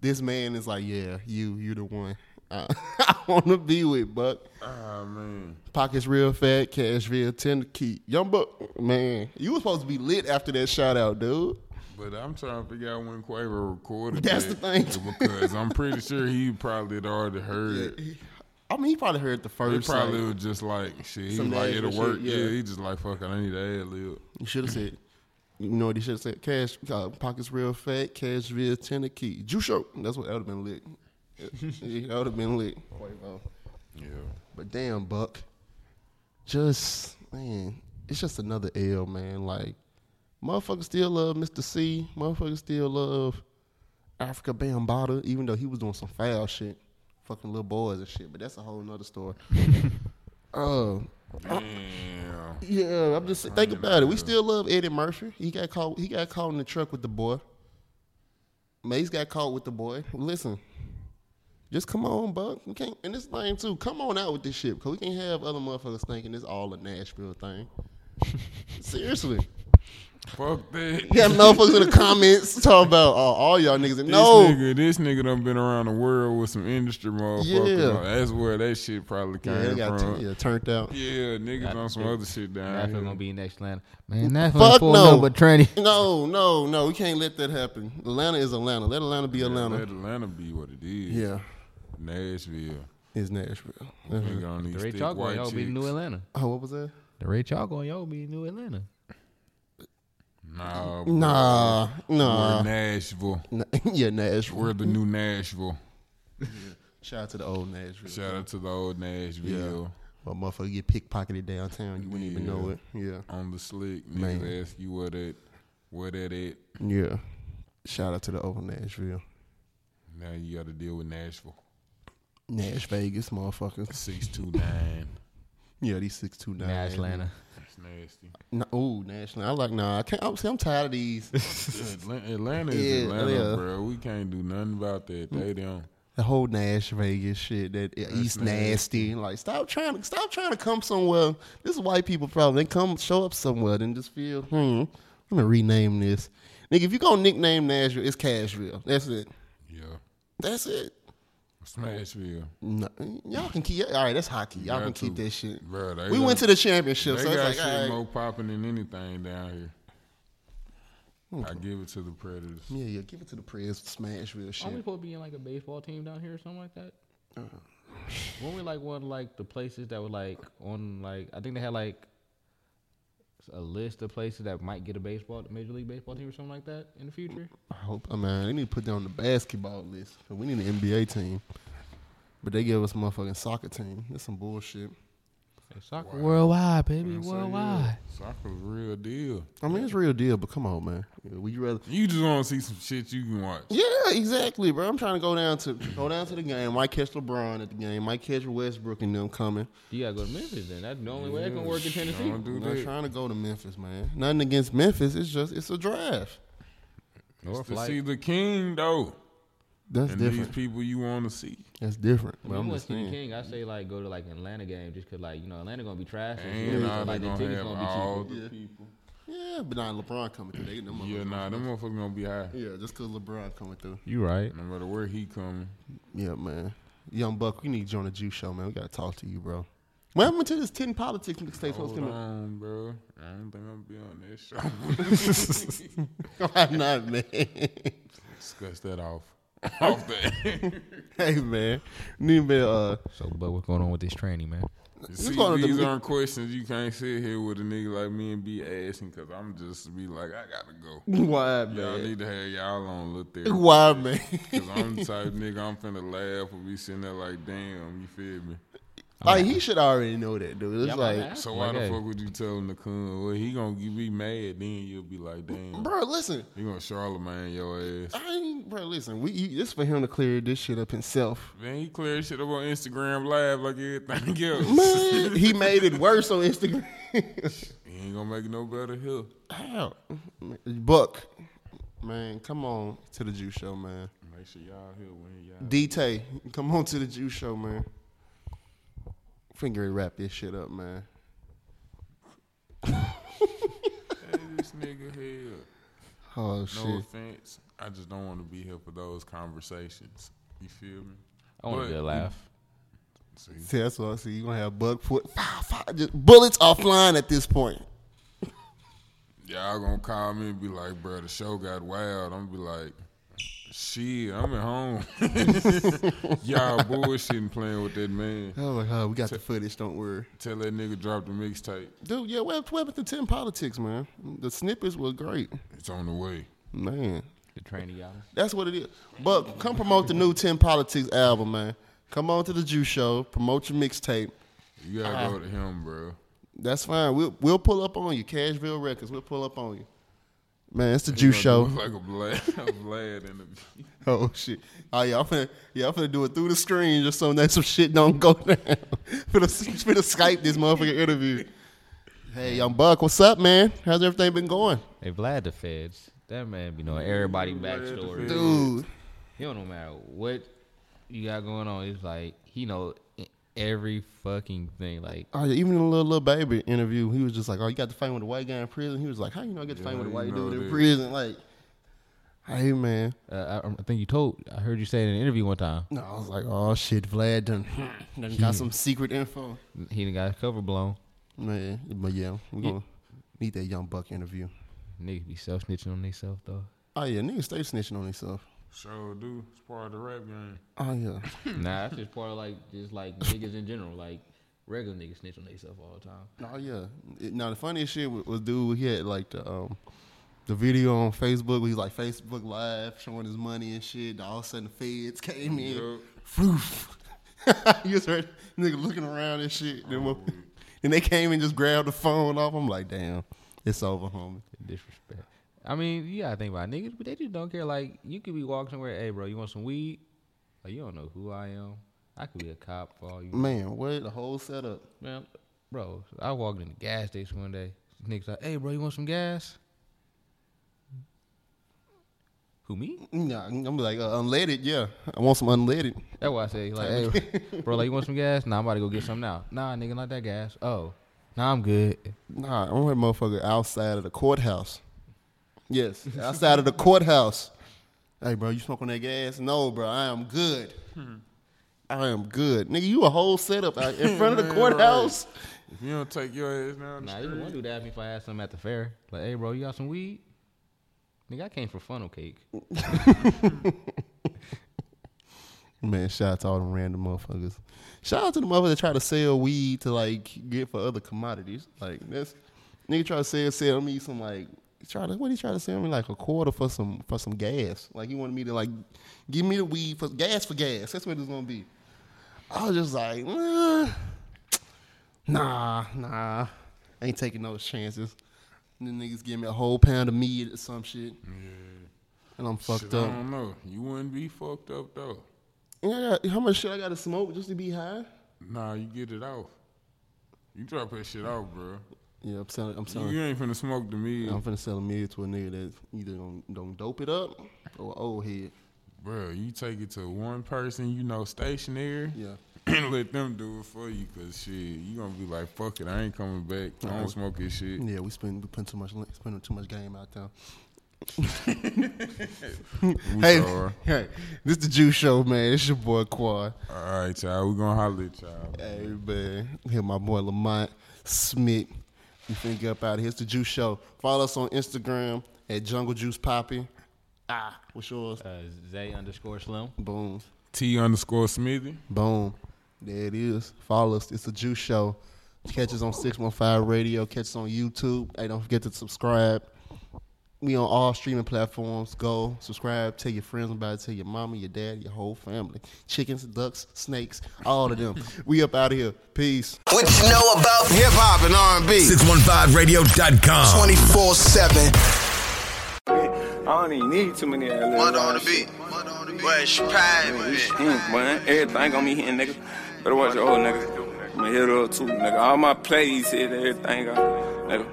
Speaker 7: this man is like, yeah, you, you the one I, I want to be with, Buck.
Speaker 8: Ah man,
Speaker 7: Pockets real fat, cash real tender, keep young Buck. Man, you was supposed to be lit after that shout out, dude.
Speaker 8: but I'm trying to figure out when Quaver recorded.
Speaker 7: That's
Speaker 8: that,
Speaker 7: the thing.
Speaker 8: because I'm pretty sure he probably had already heard it.
Speaker 7: I mean, he probably heard the
Speaker 8: He
Speaker 7: first.
Speaker 8: probably
Speaker 7: like,
Speaker 8: was just like, shit, he
Speaker 7: Some
Speaker 8: was like,
Speaker 7: ad
Speaker 8: it'll
Speaker 7: lib
Speaker 8: work.
Speaker 7: shit,
Speaker 8: yeah.
Speaker 7: yeah.
Speaker 8: he just like, fuck, it, I need an ad lib.
Speaker 7: You should have said. You know what he should have said? Cash, uh, pockets real fat, cash real tender key. Juice show. That's what that would have been lit. Yeah, that would have been lit.
Speaker 8: Yeah.
Speaker 7: But damn, Buck. Just man, it's just another L, man. Like motherfuckers still love Mr. C. Motherfuckers still love Africa Bambata, even though he was doing some foul shit, fucking little boys and shit. But that's a whole nother story. Oh.
Speaker 8: Damn.
Speaker 7: Yeah, I'm just think about it. We still love Eddie Murphy. He got caught. He got caught in the truck with the boy. Mace got caught with the boy. Listen, just come on, Buck. We can't. And this thing too. Come on out with this shit because we can't have other motherfuckers thinking it's all a Nashville thing. Seriously,
Speaker 8: Fuck that.
Speaker 7: You got motherfuckers in the comments talking about oh, all y'all niggas. And
Speaker 8: This
Speaker 7: no,
Speaker 8: nigga, this nigga done been around the world with some industry motherfuckers.
Speaker 7: Yeah.
Speaker 8: Like, That's where that shit probably came
Speaker 7: yeah, they got
Speaker 8: from.
Speaker 7: t- yeah, turned out.
Speaker 8: Yeah, niggas on some other shit down
Speaker 9: That's
Speaker 8: here.
Speaker 9: gonna be next Atlanta. Man, that's
Speaker 7: Fuck
Speaker 9: full
Speaker 7: no.
Speaker 9: number tranny.
Speaker 7: No, no, no. We can't let that happen. Atlanta is Atlanta. Let Atlanta be
Speaker 8: Let
Speaker 7: Atlanta.
Speaker 8: Atlanta be what it is.
Speaker 7: Yeah,
Speaker 8: Nashville.
Speaker 7: it's Nashville.
Speaker 9: Mm-hmm.
Speaker 8: Nigga on these
Speaker 9: The Ray
Speaker 8: thick
Speaker 9: Chalk
Speaker 8: white
Speaker 9: going y'all be
Speaker 8: chicks.
Speaker 9: New Atlanta.
Speaker 7: Oh, what was that?
Speaker 9: The Ray Chalk going y'all be New Atlanta.
Speaker 8: Nah, bro.
Speaker 7: Nah,
Speaker 8: We're
Speaker 7: nah.
Speaker 8: Nashville.
Speaker 7: Nah, yeah, Nashville.
Speaker 8: We're the new Nashville.
Speaker 7: Shout out to the old Nashville.
Speaker 8: Shout out to the old Nashville.
Speaker 7: My motherfucker get pickpocketed downtown. You wouldn't even
Speaker 8: Yeah.
Speaker 7: know it. Yeah.
Speaker 8: On the slick, niggas
Speaker 7: Man.
Speaker 8: ask you where that, where that at.
Speaker 7: Yeah. Shout out to the old Nashville.
Speaker 8: Now you got to deal with Nashville.
Speaker 7: Nash Vegas motherfuckers.
Speaker 8: Six two nine.
Speaker 7: Yeah, these six two nine.
Speaker 9: Nash Atlanta.
Speaker 8: That's nasty.
Speaker 7: No, ooh, Nash. I like nah. I can't. I'm, see, I'm tired of these.
Speaker 8: Atlanta, Atlanta is
Speaker 7: Yeah,
Speaker 8: Atlanta,
Speaker 7: yeah. Mm.
Speaker 8: bro. We can't do nothing about that. They don't.
Speaker 7: the whole Nash Vegas shit. That East nasty. Like stop trying to stop trying to come somewhere. This is white people problem. They come show up somewhere and just feel hmm. I'm gonna rename this. Nigga, if you gonna nickname Nashville, it's Cashville. That's it.
Speaker 8: Yeah.
Speaker 7: That's it.
Speaker 8: It's Nashville.
Speaker 7: No, y'all can keep. All right, that's hockey. Y'all
Speaker 8: Got
Speaker 7: can keep
Speaker 8: to.
Speaker 7: that shit.
Speaker 8: Bro, they
Speaker 7: we
Speaker 8: got-
Speaker 7: went to the championship,
Speaker 8: They
Speaker 7: so
Speaker 8: got
Speaker 7: it's like,
Speaker 8: shit
Speaker 7: all right.
Speaker 8: more popping than anything down here.
Speaker 7: Hmm.
Speaker 8: I give it to the Predators.
Speaker 7: yeah, yeah, give it to the press, smash real
Speaker 9: Aren't we
Speaker 7: shit.
Speaker 9: supposed to be in like a baseball team down here or something like that?
Speaker 8: Uh.
Speaker 9: When we like one of, like the places that were like on like I think they had like a list of places that might get a baseball major league baseball team or something like that in the future.
Speaker 7: I hope, I mean, they need to put that on the basketball list. 'cause We need an NBA team, but they gave us a motherfucking soccer team. That's some bullshit.
Speaker 9: soccer worldwide, baby,
Speaker 8: So, yeah,
Speaker 7: Oh,
Speaker 9: worldwide.
Speaker 8: Soccer's real deal.
Speaker 7: I mean, it's real deal, but come on, man. Yeah, would you rather?
Speaker 8: You just want to see some shit you can watch.
Speaker 7: Yeah, exactly, bro. I'm trying to go down to go down to the game. Might catch LeBron at the game. Might catch Westbrook and them coming.
Speaker 9: You gotta go to Memphis then. That's the only way that can work in Tennessee.
Speaker 8: Don't do
Speaker 7: I'm not
Speaker 8: that.
Speaker 7: trying to go to Memphis, man. Nothing against Memphis. It's just it's a draft.
Speaker 9: Or
Speaker 8: It's to
Speaker 9: flight.
Speaker 8: see the king though,
Speaker 7: That's
Speaker 8: and
Speaker 7: different.
Speaker 8: these people you want to see.
Speaker 7: That's different.
Speaker 9: If
Speaker 7: But
Speaker 9: you
Speaker 7: I'm
Speaker 9: want
Speaker 7: just
Speaker 9: to see the
Speaker 7: saying.
Speaker 9: king, I say like go to like an Atlanta game just 'cause like you know Atlanta gonna be trash and, shit,
Speaker 8: And
Speaker 9: so,
Speaker 8: nah, they
Speaker 9: like the
Speaker 8: gonna
Speaker 9: tickets
Speaker 8: have all
Speaker 9: gonna be cheap.
Speaker 8: the
Speaker 7: Yeah.
Speaker 8: people.
Speaker 7: Yeah, but not LeBron coming through. They, them
Speaker 8: Yeah,
Speaker 7: motherfuckers
Speaker 8: nah, them motherfuckers gonna be high.
Speaker 7: Yeah, just because LeBron coming through.
Speaker 9: You right?
Speaker 8: No matter where he coming.
Speaker 7: Yeah, man. Young Buck, we need you on the Juice Show, man. We got to talk to you, bro. What happened to this 10 politics mixtape?
Speaker 8: Hold
Speaker 7: supposed
Speaker 8: on, bro. I don't think I'm gonna be on this show.
Speaker 7: to Why not, man?
Speaker 8: Discuss that off. Off that.
Speaker 7: hey, man. Need me, uh,
Speaker 9: So, but what's going on with this tranny man?
Speaker 8: See,
Speaker 7: going to
Speaker 8: these
Speaker 7: the-
Speaker 8: aren't questions you can't sit here with a nigga like me and be asking because I'm just be like, I gotta go.
Speaker 7: why,
Speaker 8: Y'all
Speaker 7: man?
Speaker 8: need to have y'all on look there.
Speaker 7: Why, man?
Speaker 8: Cause I'm the type of nigga I'm finna laugh or be sitting there like, damn, you feel me?
Speaker 7: like, he should already know that, dude. It's
Speaker 9: Y'all might
Speaker 7: like,
Speaker 9: ask
Speaker 8: So
Speaker 9: him,
Speaker 8: why
Speaker 9: like,
Speaker 8: the
Speaker 9: hey.
Speaker 8: fuck would you tell him to come? Well, he gonna be mad. Then you'll be like, damn,
Speaker 7: bro, listen.
Speaker 8: he gonna Charlemagne your ass.
Speaker 7: I ain't, bro, listen. We, you, this for him to clear this shit up himself.
Speaker 8: Man, he clear shit up on Instagram Live like everything else.
Speaker 7: Man, he made it worse on Instagram.
Speaker 8: He ain't gonna make it no better here.
Speaker 7: How? Buck. Man, come on to the Juice Show, man.
Speaker 8: Make sure y'all here when y'all.
Speaker 7: DT, come on to the Juice Show, man. Finger wrap this shit up, man.
Speaker 8: this nigga here.
Speaker 7: Oh
Speaker 8: No
Speaker 7: shit.
Speaker 8: offense, I just don't want to be here for those conversations. You feel me?
Speaker 9: I want
Speaker 8: But-
Speaker 9: to be a laugh.
Speaker 8: See,
Speaker 7: See, that's what I see. You gonna have bug foot, Fow, fow, just bullets are flying at this point.
Speaker 8: y'all gonna call me and be like, "Bro, the show got wild." I'm gonna be like, "Shit, I'm at home." y'all bullshitting, playing with that man.
Speaker 7: Oh my god, we got the footage. Don't worry,
Speaker 8: Tell that nigga drop the mixtape.
Speaker 7: dude. Yeah, what what happened to ten politics, man? The snippets were great,
Speaker 8: It's on the way.
Speaker 7: man.
Speaker 9: The tranny y'all.
Speaker 7: That's what it is. Buck, come promote the new Ten Politics album, man. Come on to the Juice Show. Promote your mixtape.
Speaker 8: You gotta
Speaker 7: Uh-huh.
Speaker 8: go to him, bro.
Speaker 7: That's fine. We'll we'll pull up on you. Cashville Records. We'll pull up on you. Man, it's the Juice Show.
Speaker 8: Like a blad, a blad in the.
Speaker 7: Oh shit! Oh y'all finna y'all finna do it through the screen just so that some shit don't go down. finna finna Skype this motherfucking interview. Hey, young Buck, what's up, man? How's everything been going,
Speaker 9: Hey, Vlad the feds. That man be knowing everybody backstory.
Speaker 7: dude?
Speaker 9: He don't no matter what you got going on. It's like he know e, every fucking thing. Like
Speaker 7: Oh, yeah, even in the little little baby interview, he was just like, "Oh, you got the fame with a white guy in prison." He was like, "How you know I get the
Speaker 8: Yeah,
Speaker 7: fame with a
Speaker 8: how
Speaker 7: white
Speaker 8: you know
Speaker 7: dude in
Speaker 8: that?
Speaker 7: prison?" Like, hey man,
Speaker 9: uh, I, I think you told, I heard you say in an interview one time,
Speaker 7: no, I was like, "Oh shit, Vlad done, done
Speaker 8: Hmm.
Speaker 7: got some secret info."
Speaker 9: he done got his cover blown.
Speaker 7: Man, but yeah, we
Speaker 9: Yeah.
Speaker 7: gonna need that young buck interview.
Speaker 9: Niggas be self snitching on themselves though.
Speaker 7: Oh yeah, niggas stay snitching on themselves.
Speaker 8: Sure do. It's part of the rap game.
Speaker 7: Oh yeah,
Speaker 9: nah, that's just part of like just like niggas in general. Like regular niggas snitch on themselves all the time.
Speaker 7: oh yeah. It- now the funniest shit was, was dude. He had like the um, the video on Facebook. Where he's like Facebook Live showing his money and shit. All of a sudden, the feds came in. Proof. you just heard nigga looking around and shit. Then, mo- then they came and just grabbed the phone off. I'm like, damn, it's over, homie.
Speaker 9: Disrespect. I mean, you gotta think about niggas, but they just don't care. Like you could be walking somewhere, hey bro, you want some weed? Like you don't know who I am. I could be a cop for all you
Speaker 7: Man, what the whole setup?
Speaker 9: Man, bro, I walked in the gas station one day. Niggas like, hey, bro, you want some gas? Who me?
Speaker 7: Nah, I'm like uh, unleaded. Yeah, I want some unleaded.
Speaker 9: That's why I say like, hey, bro, like you want some gas? Nah, I'm about to go get some now. Nah, nigga, not that gas. Oh, nah, I'm good.
Speaker 7: Nah, I want a motherfucker outside of the courthouse. Yes, outside of the courthouse. Hey, bro, you smoking that gas? No, bro, I am good. I am good, nigga. You a whole setup out in front of the courthouse.
Speaker 8: If you don't take your ass down the
Speaker 9: Nah, you
Speaker 8: street,
Speaker 9: want to do that if I had something at the fair. Like, hey, bro, you got some weed? Nigga, I came for funnel cake.
Speaker 7: Man, shout out to all them random motherfuckers. Shout out to the motherfuckers that try to sell weed to like get for other commodities. Like that's nigga try to sell sell me some like try to what he try to sell me like a quarter for some for some gas. Like he wanted me to like give me the weed for gas for gas. That's what it's gonna be. I was just like, nah, nah, nah. I ain't taking those chances. And the niggas give me a whole pound of meat or some shit. And I'm fucked
Speaker 8: shit, I
Speaker 7: up.
Speaker 8: don't know. You wouldn't be fucked up though.
Speaker 7: And I got, how much shit I gotta smoke just to be high?
Speaker 8: Nah, you get it off. You drop that shit off, bro.
Speaker 7: Yeah, I'm selling. I'm
Speaker 8: You,
Speaker 7: selling.
Speaker 8: you ain't finna smoke the meat,
Speaker 7: I'm finna sell a meal to a nigga that either don't, don't dope it up or old head.
Speaker 8: bro. You take it to one person you know stationary,
Speaker 7: Yeah.
Speaker 8: and let them do it for you. Cause shit, you gonna be like, fuck it, I ain't coming back. I don't smoke this shit.
Speaker 7: Yeah, we spend we put too much spending too much game out there.
Speaker 8: We
Speaker 7: Hey,
Speaker 8: sorry.
Speaker 7: hey, this the Juice Show, man. It's your boy Quad.
Speaker 8: all right, y'all. We gonna holler at y'all.
Speaker 7: Hey, man, here my boy Lamont Smith. We finna get up out of here. It's the Juice Show. Follow us on Instagram at Jungle Juice Poppy. Ah, what's yours?
Speaker 9: Uh, Zay underscore Slim.
Speaker 7: Boom.
Speaker 8: T underscore Smithy.
Speaker 7: Boom. There it is. Follow us. It's a juice show. Catch us on 615 Radio. Catch us on YouTube. Hey, don't forget to subscribe. We on all streaming platforms. Go subscribe. Tell your friends about it. Tell your mama, your dad, your whole family. Chickens, ducks, snakes, all of them. we up out of here. Peace.
Speaker 2: What you know about hip hop and R&B?
Speaker 1: 615radio.com.
Speaker 2: 24 7.
Speaker 6: I don't even need too many ad libs.
Speaker 2: Mud on the beat. Where's your pride,
Speaker 6: Man, this ink, man. Everything gonna be hitting, nigga. Better watch your old nigga. I'ma hit up too, nigga. All my plays hit everything, I, nigga.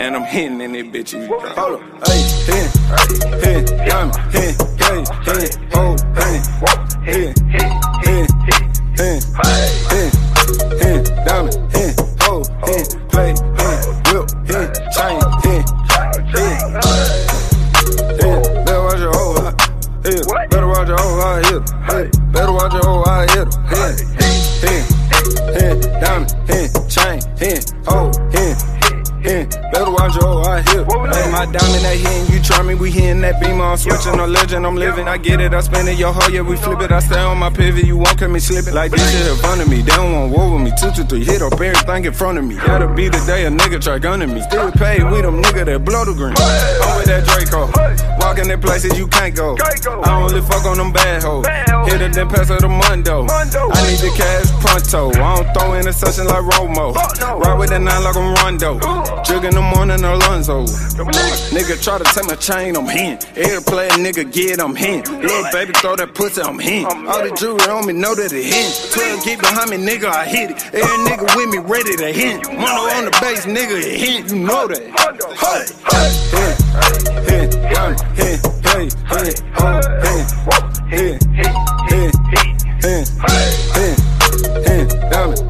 Speaker 6: And I'm hitting in that bitch. You Hold up. Hey, hitting, hitting, I'm hitting, hey, hitting, oh, hitting, hitting, hitting, hitting, hitting, hitting, diamond, hitting, oh, hitting, play, hitting, whip, hitting, chain, hitting, hitting. Yeah, better watch your whole eye. Yeah, better watch your whole eye. Yeah, hey, better watch your whole eye. Yeah, yeah, yeah, yeah, diamond, yeah, chain, yeah, oh, yeah, yeah, better watch your whole eye. Yeah, hey, my diamond that hitting, you try me, we hitting that beam. I'm switching, I'm legend, I'm living. I get it, I spend it, your heart, yeah, we flip it. I stay on my pivot, you won't cut me slipping. Like this shit in front of me, they don't want war with me. Two, two, three, hit up everything in front of me. That'll be the day a nigga try gunning me. Still paid, we them nigga that blow the green. I'm with that Draco. Walking in places you can't go. I only fuck on them bad hoes. Hit it then pass her to Mundo. I need the cash pronto. I don't throw interception like Romo. Ride with that nine like I'm Rondo. Jig in the morning Alonzo. Nigga try to take my chain, I'm hin. Every player nigga get, I'm hin. Little baby throw that pussy, I'm hin. All the jewelry on me know that it hin. 12 get behind me, nigga, I hit it. Every nigga with me ready to hit. Mono on the base, nigga, it hit. You know that. Hey, hey, hey, I'm hit, hey, hey, I'm hit, hit, hit, hit, hit, hit,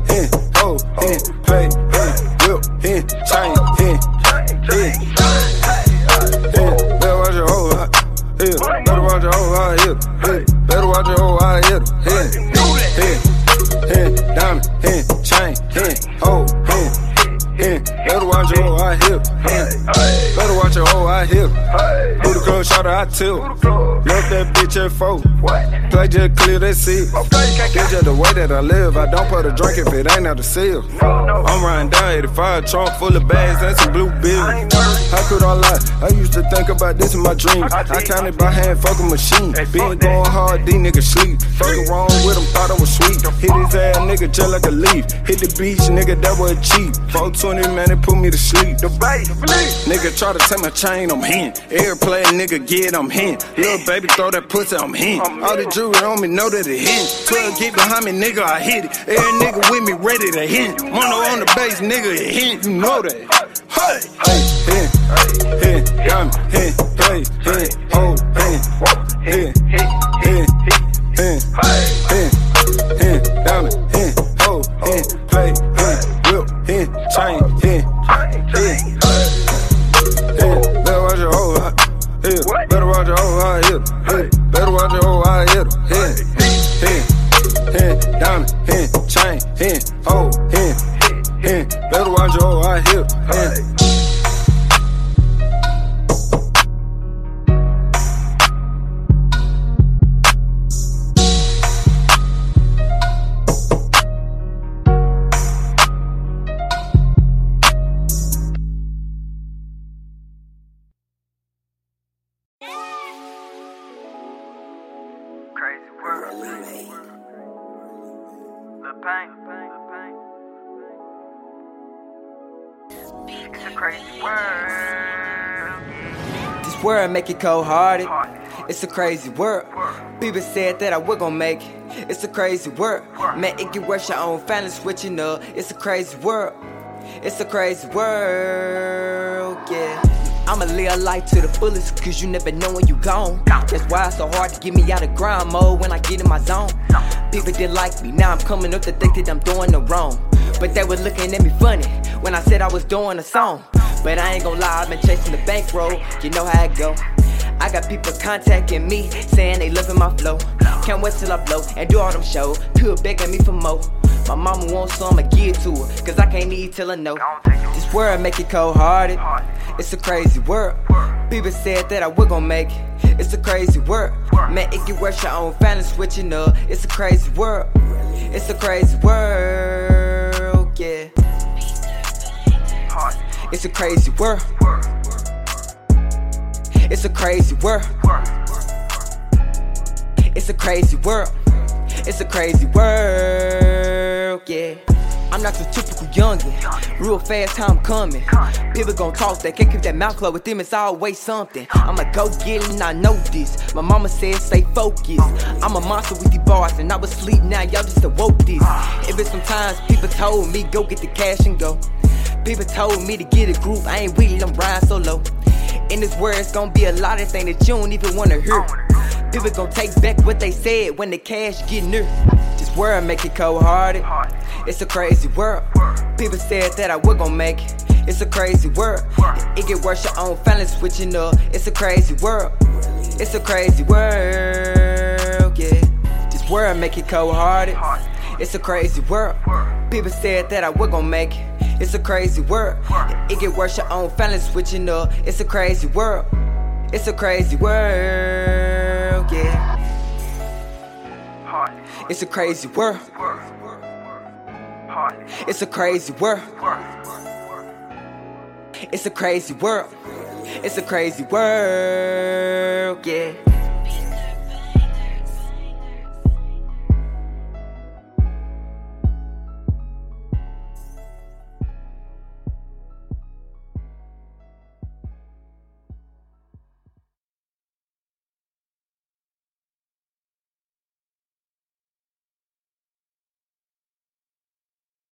Speaker 6: hit. whip, hen, chain, hen, yeah. Yeah, better watch your whole eye, yeah. Better watch your whole eye, yeah. yeah. Better watch your whole eye, yeah. yeah. yeah. Hen, diamond, hen, chain, hen, hoe, hen, hen. Better watch your whole eye, yeah. hen. Better watch your whole eye, yeah. Booty club, shout out, I tilt. Left that bitch at four. Play just clear that seat. It's just the way that I live. I don't put a drink if it ain't out of seal. I'm riding down 85, trunk full of bags and some blue bills. How could I lie? I used to think about this in my dreams. I counted by hand, fuck a machine. Been going hard, these niggas sleep. Fucking wrong with him, thought I was sweet. Hit his ass, nigga, just like a leaf. Hit the beach, nigga, that was cheap. 420, man, it put me to sleep. The bait, nigga, try to take my chain, I'm hen. Airplane, nigga, get, I'm hen. Little baby, throw that pussy, I'm hen. All the jewelry on me, know that it hit. 12 get behind me, nigga, I hit it. Every nigga with me, ready to hit. Mono on the base, nigga, it hit. You know that. Hey, hey, hey, hey, got me, hey, hey, hey, oh, hey, hey, hey, hey, hey, hey. Hen, diamond, hen, hoe, hen, play, hen, whip, hen, chain, hen, hen. Yeah, better watch your whole eye. Yeah, better watch your whole eye. Yeah, yeah, better watch your whole eye. Yeah, yeah, yeah, yeah. Diamond, yeah, chain, yeah, oh, yeah, yeah. Better watch your whole eye. Yeah, yeah.
Speaker 3: Crazy world. The pain. The pain. It's a crazy world.
Speaker 4: This world make it cold hearted. It's a crazy world. People said that I was gonna make it. It's a crazy world. Man, it get worse. Your own family switching up. It's a crazy world. It's a crazy world. Yeah. I'ma live life to the fullest, cause you never know when you gone. That's why it's so hard to get me out of grind mode when I get in my zone. People didn't like me, now I'm coming up to think that I'm doing the wrong. But they were looking at me funny when I said I was doing a song. But I ain't gonna lie, I've been chasing the bankroll, you know how it go. I got people contacting me, saying they loving my flow. Can't wait till I blow and do all them shows. People begging me for more. My mama wants some, I'ma give it to her, cause I can't eat till I know. This world make it cold hearted, it's a crazy world. People said that I was gonna make it, it's a crazy world. Man, it get worse, your own family switching up, it's a crazy world. It's a crazy world, yeah. It's a crazy world. It's a crazy world. It's a crazy world. It's a crazy world, yeah. I'm not your typical youngin', real fast time coming. People gon' talk, they can't keep that mouth closed. With them, it's always something. I'm a go get it, and I know this. My mama said, stay focused. I'm a monster with the bars, and I was asleep now, y'all just awoke this. Even sometimes people told me, go get the cash and go. People told me to get a group, I ain't with it, I'm riding solo. In this world, it's gonna be a lot of things that you don't even wanna hear. People gon' take back what they said when the cash get near. This world make it cold hearted. It's a crazy world. People said that I was gon' make it. It's a crazy world. It get worse, your own family switching up. It's a crazy world. It's a crazy world, yeah. This world make it cold hearted. It's a crazy world. People said that I was gon' make it. It's a crazy world. It get worse, your own family switching up. It's a crazy world. It's a crazy world, yeah. It's a crazy world. It's a crazy world. It's a crazy world. It's a crazy world, yeah.